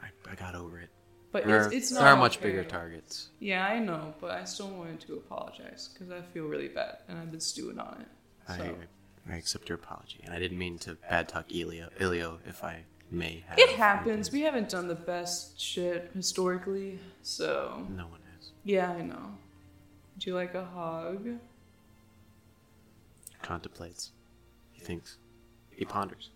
I, I got over it.
But
There,
it's, it's
there
not
are much
fair.
bigger targets.
Yeah, I know, but I still wanted to apologize because I feel really bad and I've been stewing on it.
I,
So.
I accept your apology, and I didn't mean to bad talk Ilio, Ilio if I may have.
It happens. We haven't done the best shit historically, so
No one has.
yeah, I know. Would you like a hug?
Contemplates. He thinks. He ponders.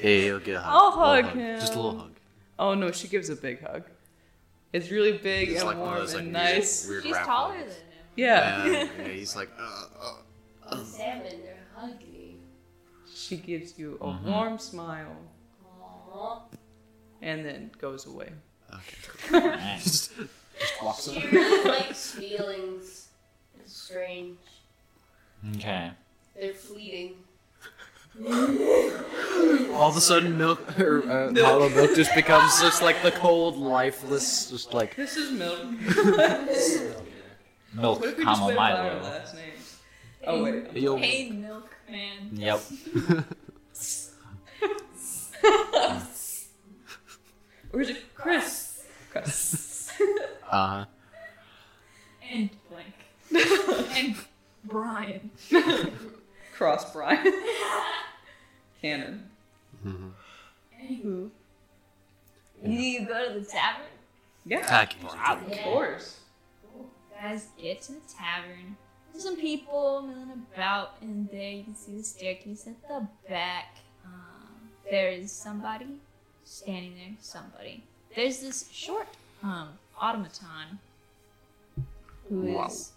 hey, he'll get a hug.
I'll
Little
hug
Just a
him.
little hug.
Oh no, she gives a big hug. It's really big
It's
and
like one of
warm
those, like,
and
weird-
nice.
Weird
She's
rap
taller than
hugs.
him.
Yeah.
Yeah, yeah, he's like, uh, uh.
The salmon, they're hungry.
She gives you a
Mm-hmm.
Mhm.
warm smile
Aw.
and then goes away.
Nice.
Just, just walks
She
up.
really likes feelings. It's strange.
Okay.
They're fleeting.
All of a sudden, milk or uh, hollow milk just becomes just like the cold, lifeless, just like
This is milk.
Milk,
What if we just
comma,
put Milo
Milo.
last name? Oh wait.
you'll
Paid milk, man.
Yep.
Or is it Chris? Chris.
Uh,
And blank. and Brian.
Cross Brian. Canon.
Anywho. Do you go to the tavern?
Yeah.
package.
Of course.
guys get to the tavern. There's some people milling about, and there you can see the staircase at the back. Um, there is somebody standing there, somebody. There's this short um, automaton who is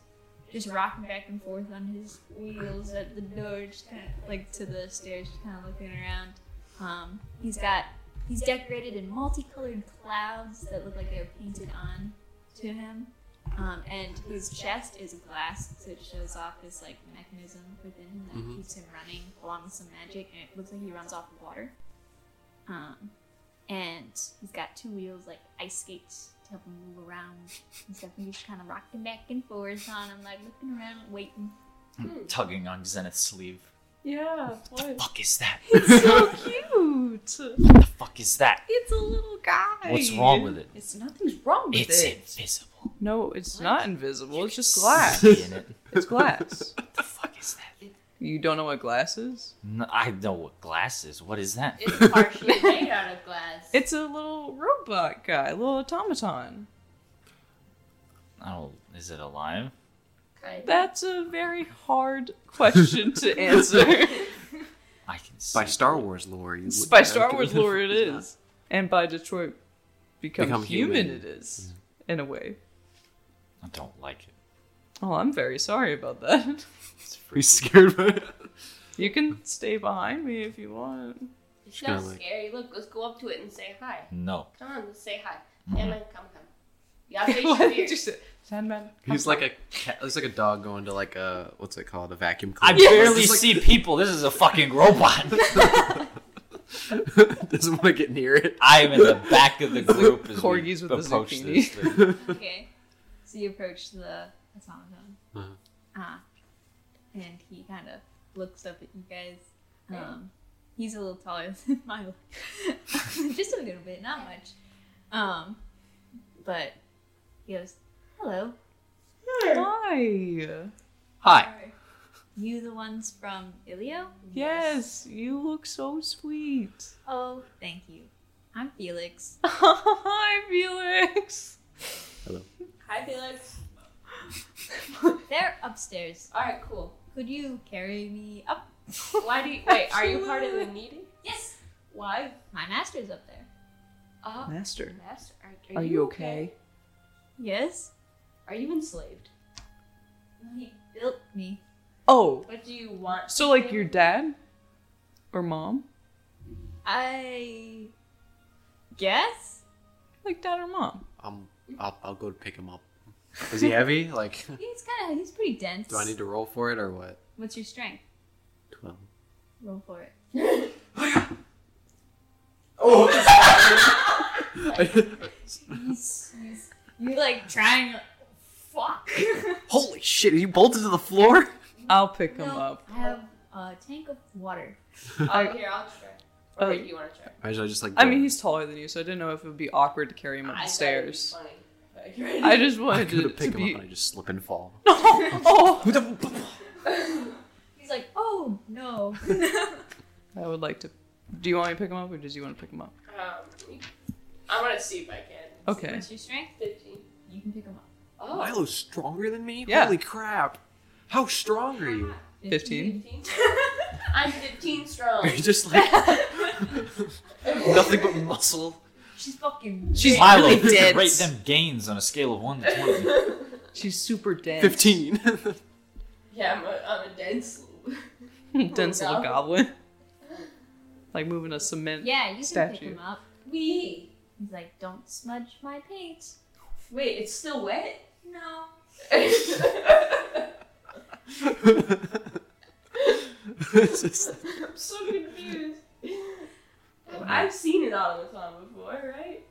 just rocking back and forth on his wheels at the door, just kind of like to the stairs, just kind of looking around. Um, he's got he's decorated in multicolored clouds that look like they were painted on to him, um, and his chest is glass, so it shows off this like mechanism within him that
Mhm.
keeps him running along with some magic, and it looks like he runs off of water. Um, and he's got two wheels like ice skates to help him move around and stuff. And he's kind of rocking back and forth on him, like looking around, waiting.
tugging on Zenith's sleeve.
Yeah. What?
Fuck is that?
It's so cute.
the fuck is that?
It's a little guy.
What's wrong with it?
It's nothing's wrong with
It's
it.
invisible.
No, it's not invisible. It's just glass.
See in it.
it's glass.
The fuck is that?
You don't know what glass is?
No, I know what glass is. What is that?
It's partially made out of glass.
It's a little robot guy, a little automaton.
I don't. Is it alive?
Kind of.
That's a very hard question to answer.
I can see.
By Star Wars lore, you would
by
know.
Star Wars lore, it is, and by Detroit become,
Become
human,
Human.
it is, in a way.
I don't like it.
Oh, I'm very sorry about that.
It's
Are you
freaking
scared by it?
You can stay behind me if you want.
It's not
kinda like-
scary. Look, let's go up to it and say hi.
no.
Come on, let's say hi.
Mhm.
Sandman, come, come. You gotta face
Hmm. Why
your
did you
fear.
say Sandman?
He's like a cat. He's like a dog going to like a what's it called? A vacuum
I
cleaner.
barely
It's like-
see people. This is a fucking robot.
Doesn't want to get near it.
I am in the back of the group as
Corgis
we
with a
approach
zucchini.
this thing.
Okay. So you approach the automaton.
Uh-huh.
Ah. And he kind of looks up at you guys. Um, he's a little taller than Milo. Just a little bit, not much. Um, but he goes, Hello.
Why?
Hi.
You the ones from Ilio?
Yes, you look so sweet.
Oh, thank you. I'm Felix.
Hi, Felix.
Hi, Felix.
They're upstairs.
All right, cool.
Could you carry me up?
Why do you wait? Are you part of the meeting?
Yes.
Why?
My master's up there.
Uh,
Master,
master, are,
are you okay?
Yes.
Are you enslaved?
He built me.
Oh,
What do you want?
so like your dad or mom?
I guess.
Like dad or mom?
I'm. I'll, I'll go pick him up. Is he heavy? Like,
He's kind of he's pretty dense.
do I need to roll for it or what?
What's your strength?
Twelve.
Roll for it. He's, he's you're like trying. to- Fuck.
Holy shit! He bolted to the floor.
I'll pick him
No,
up.
I have a tank of water.
Oh, here, I'll try. Or
Uh,
wait, you want to try?
Imagine I just like.
I mean, he's taller than you, so I didn't know if it would be awkward to carry him up the
I thought
stairs.
it'd be funny.
I just
I
wanted
could
to,
have picked
to
him
be.
up and I just slip and fall.
oh,
He's like, oh no.
I would like to. Do you want me to pick him up, or does you want to pick him up?
Um, I want to see if I can.
Okay.
What's your strength?
Fifteen.
You can pick him up.
Oh.
Milo's stronger than me.
Yeah.
Holy crap! How strong are you?
15.
15. I'm 15 strong.
Are you just like nothing but muscle?
She's fucking.
She's
Milo,
really dense.
rate them gains on a scale of one to twenty.
She's super dense.
Fifteen.
Yeah, I'm a, I'm a dense.
dense little goblin. Like moving a cement.
Yeah, you can pick
Statue.
him up.
We
He's like, don't smudge my paint.
wait. It's still wet.
No.
I'm
It's just-
so confused. I've seen an automaton before, right?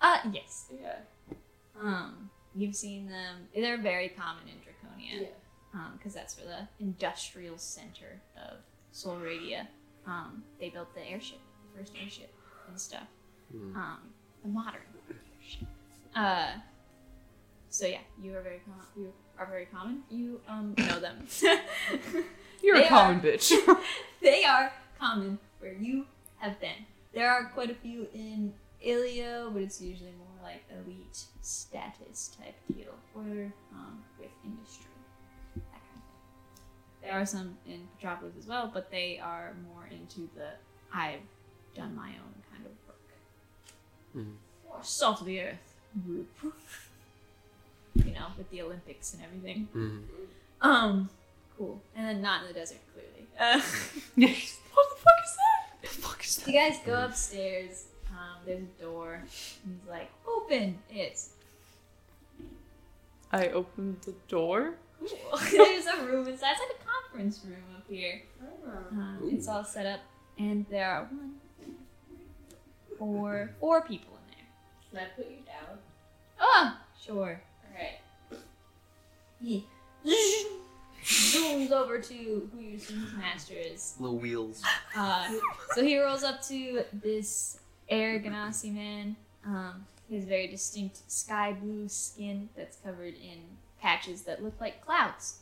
Uh, yes.
Yeah.
Um, you've seen them. They're very common in Draconia. Um, because that's where the industrial center of Solradia. Um, they built the airship, the first airship and stuff.
Hmm.
Um, the modern airship. Uh, so yeah, you are very common. You are very common. You um know them.
You're
They
a
are.
common bitch.
they are common where you have been. There are quite a few in Ilio, but it's usually more like elite status type deal, or um, with industry, that kind of thing. There are some in Petropolis as well, but they are more into the I've done my own kind of work
Mm-hmm.
or salt of the earth group. you know, with the Olympics and everything.
Mhm.
Mm-hmm.
Um, cool. And then not in the desert, clearly. Uh,
Yes.
what the fuck is that?
The fuck is
You guys go upstairs. Um, there's a door. And he's like, "Open it."
I opened the door.
There's a room inside. It's like a conference room up here.
Ah.
Um, it's all set up, and there are one, four, four people in there.
Can I put you down?
Ah, sure.
Alright.
Yeah. Zooms over to who your student master is.
Little wheels.
Uh, so he rolls up to this Air Ganassi man. Um, his very distinct sky blue skin that's covered in patches that look like clouds.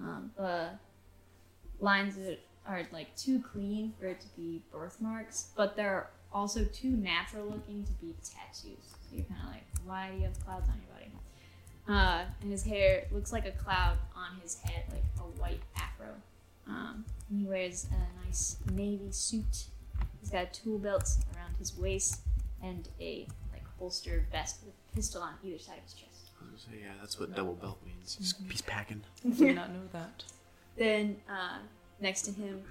Um, the lines are, are like too clean for it to be birthmarks, but they're also too natural looking to be tattoos. So you're kind of like, why do you have clouds on your body? Uh, and his hair looks like a cloud on his head, like a white afro. Um, and he wears a nice navy suit. He's got a tool belt around his waist and a like holster vest with a pistol on either side of his chest.
So yeah, that's what double belt means. He's, he's packing.
Did not know that.
Then uh, next to him,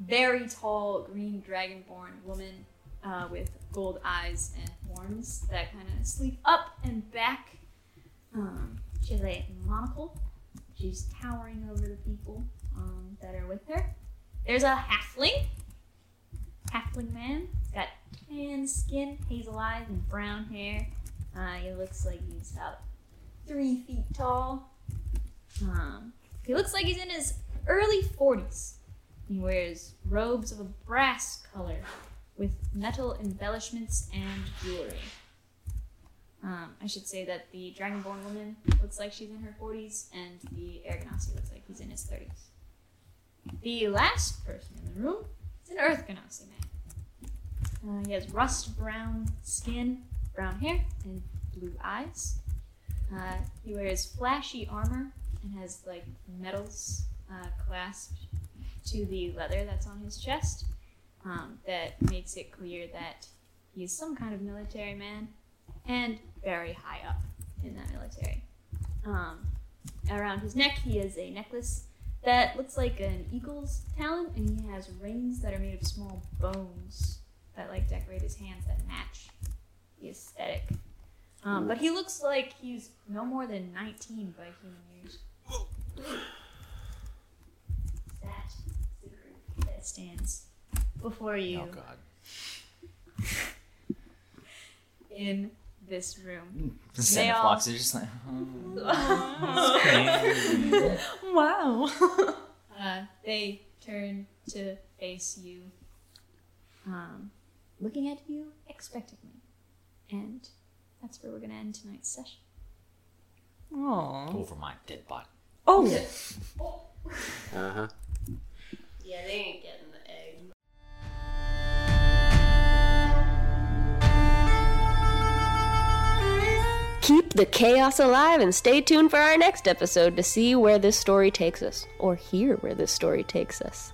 very tall green dragonborn woman uh, with gold eyes and horns that kind of sleep up and back. Um, she has a monocle. She's towering over the people um, that are with her. There's a halfling. Halfling man. He's got tan skin, hazel eyes, and brown hair. Uh, he looks like he's about three feet tall. Um, he looks like he's in his early 40s. He wears robes of a brass color with metal embellishments and jewelry. Um, I should say that the Dragonborn woman looks like she's in her 40s, and the Ergonasi looks like he's in his 30s. The last person in the room is an Earth Ganassi man. Uh, he has rust brown skin, brown hair, and blue eyes. Uh, he wears flashy armor and has like metals uh, clasped to the leather that's on his chest um, that makes it clear that he is some kind of military man and very high up in that military. Um, around his neck, he has a necklace that looks like an eagle's talon, and he has rings that are made of small bones that like decorate his hands that match the aesthetic. Um, but he looks like he's no more than 19 by human years. That is the group that stands before you
Oh god.
in this room.
The
They all-
Cineflox are just like,
Wow.
Uh, they turn to face you, um, looking at you expectantly. And that's where we're going to end tonight's session.
Aww.
over my dead body.
Oh.
Uh huh.
Yeah, they ain't getting the egg.
Keep the chaos alive and stay tuned for our next episode to see where this story takes us, or hear where this story takes us.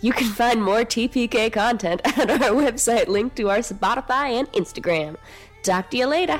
You can find more TPK content at our website linked to our Spotify and Instagram. Talk to you later.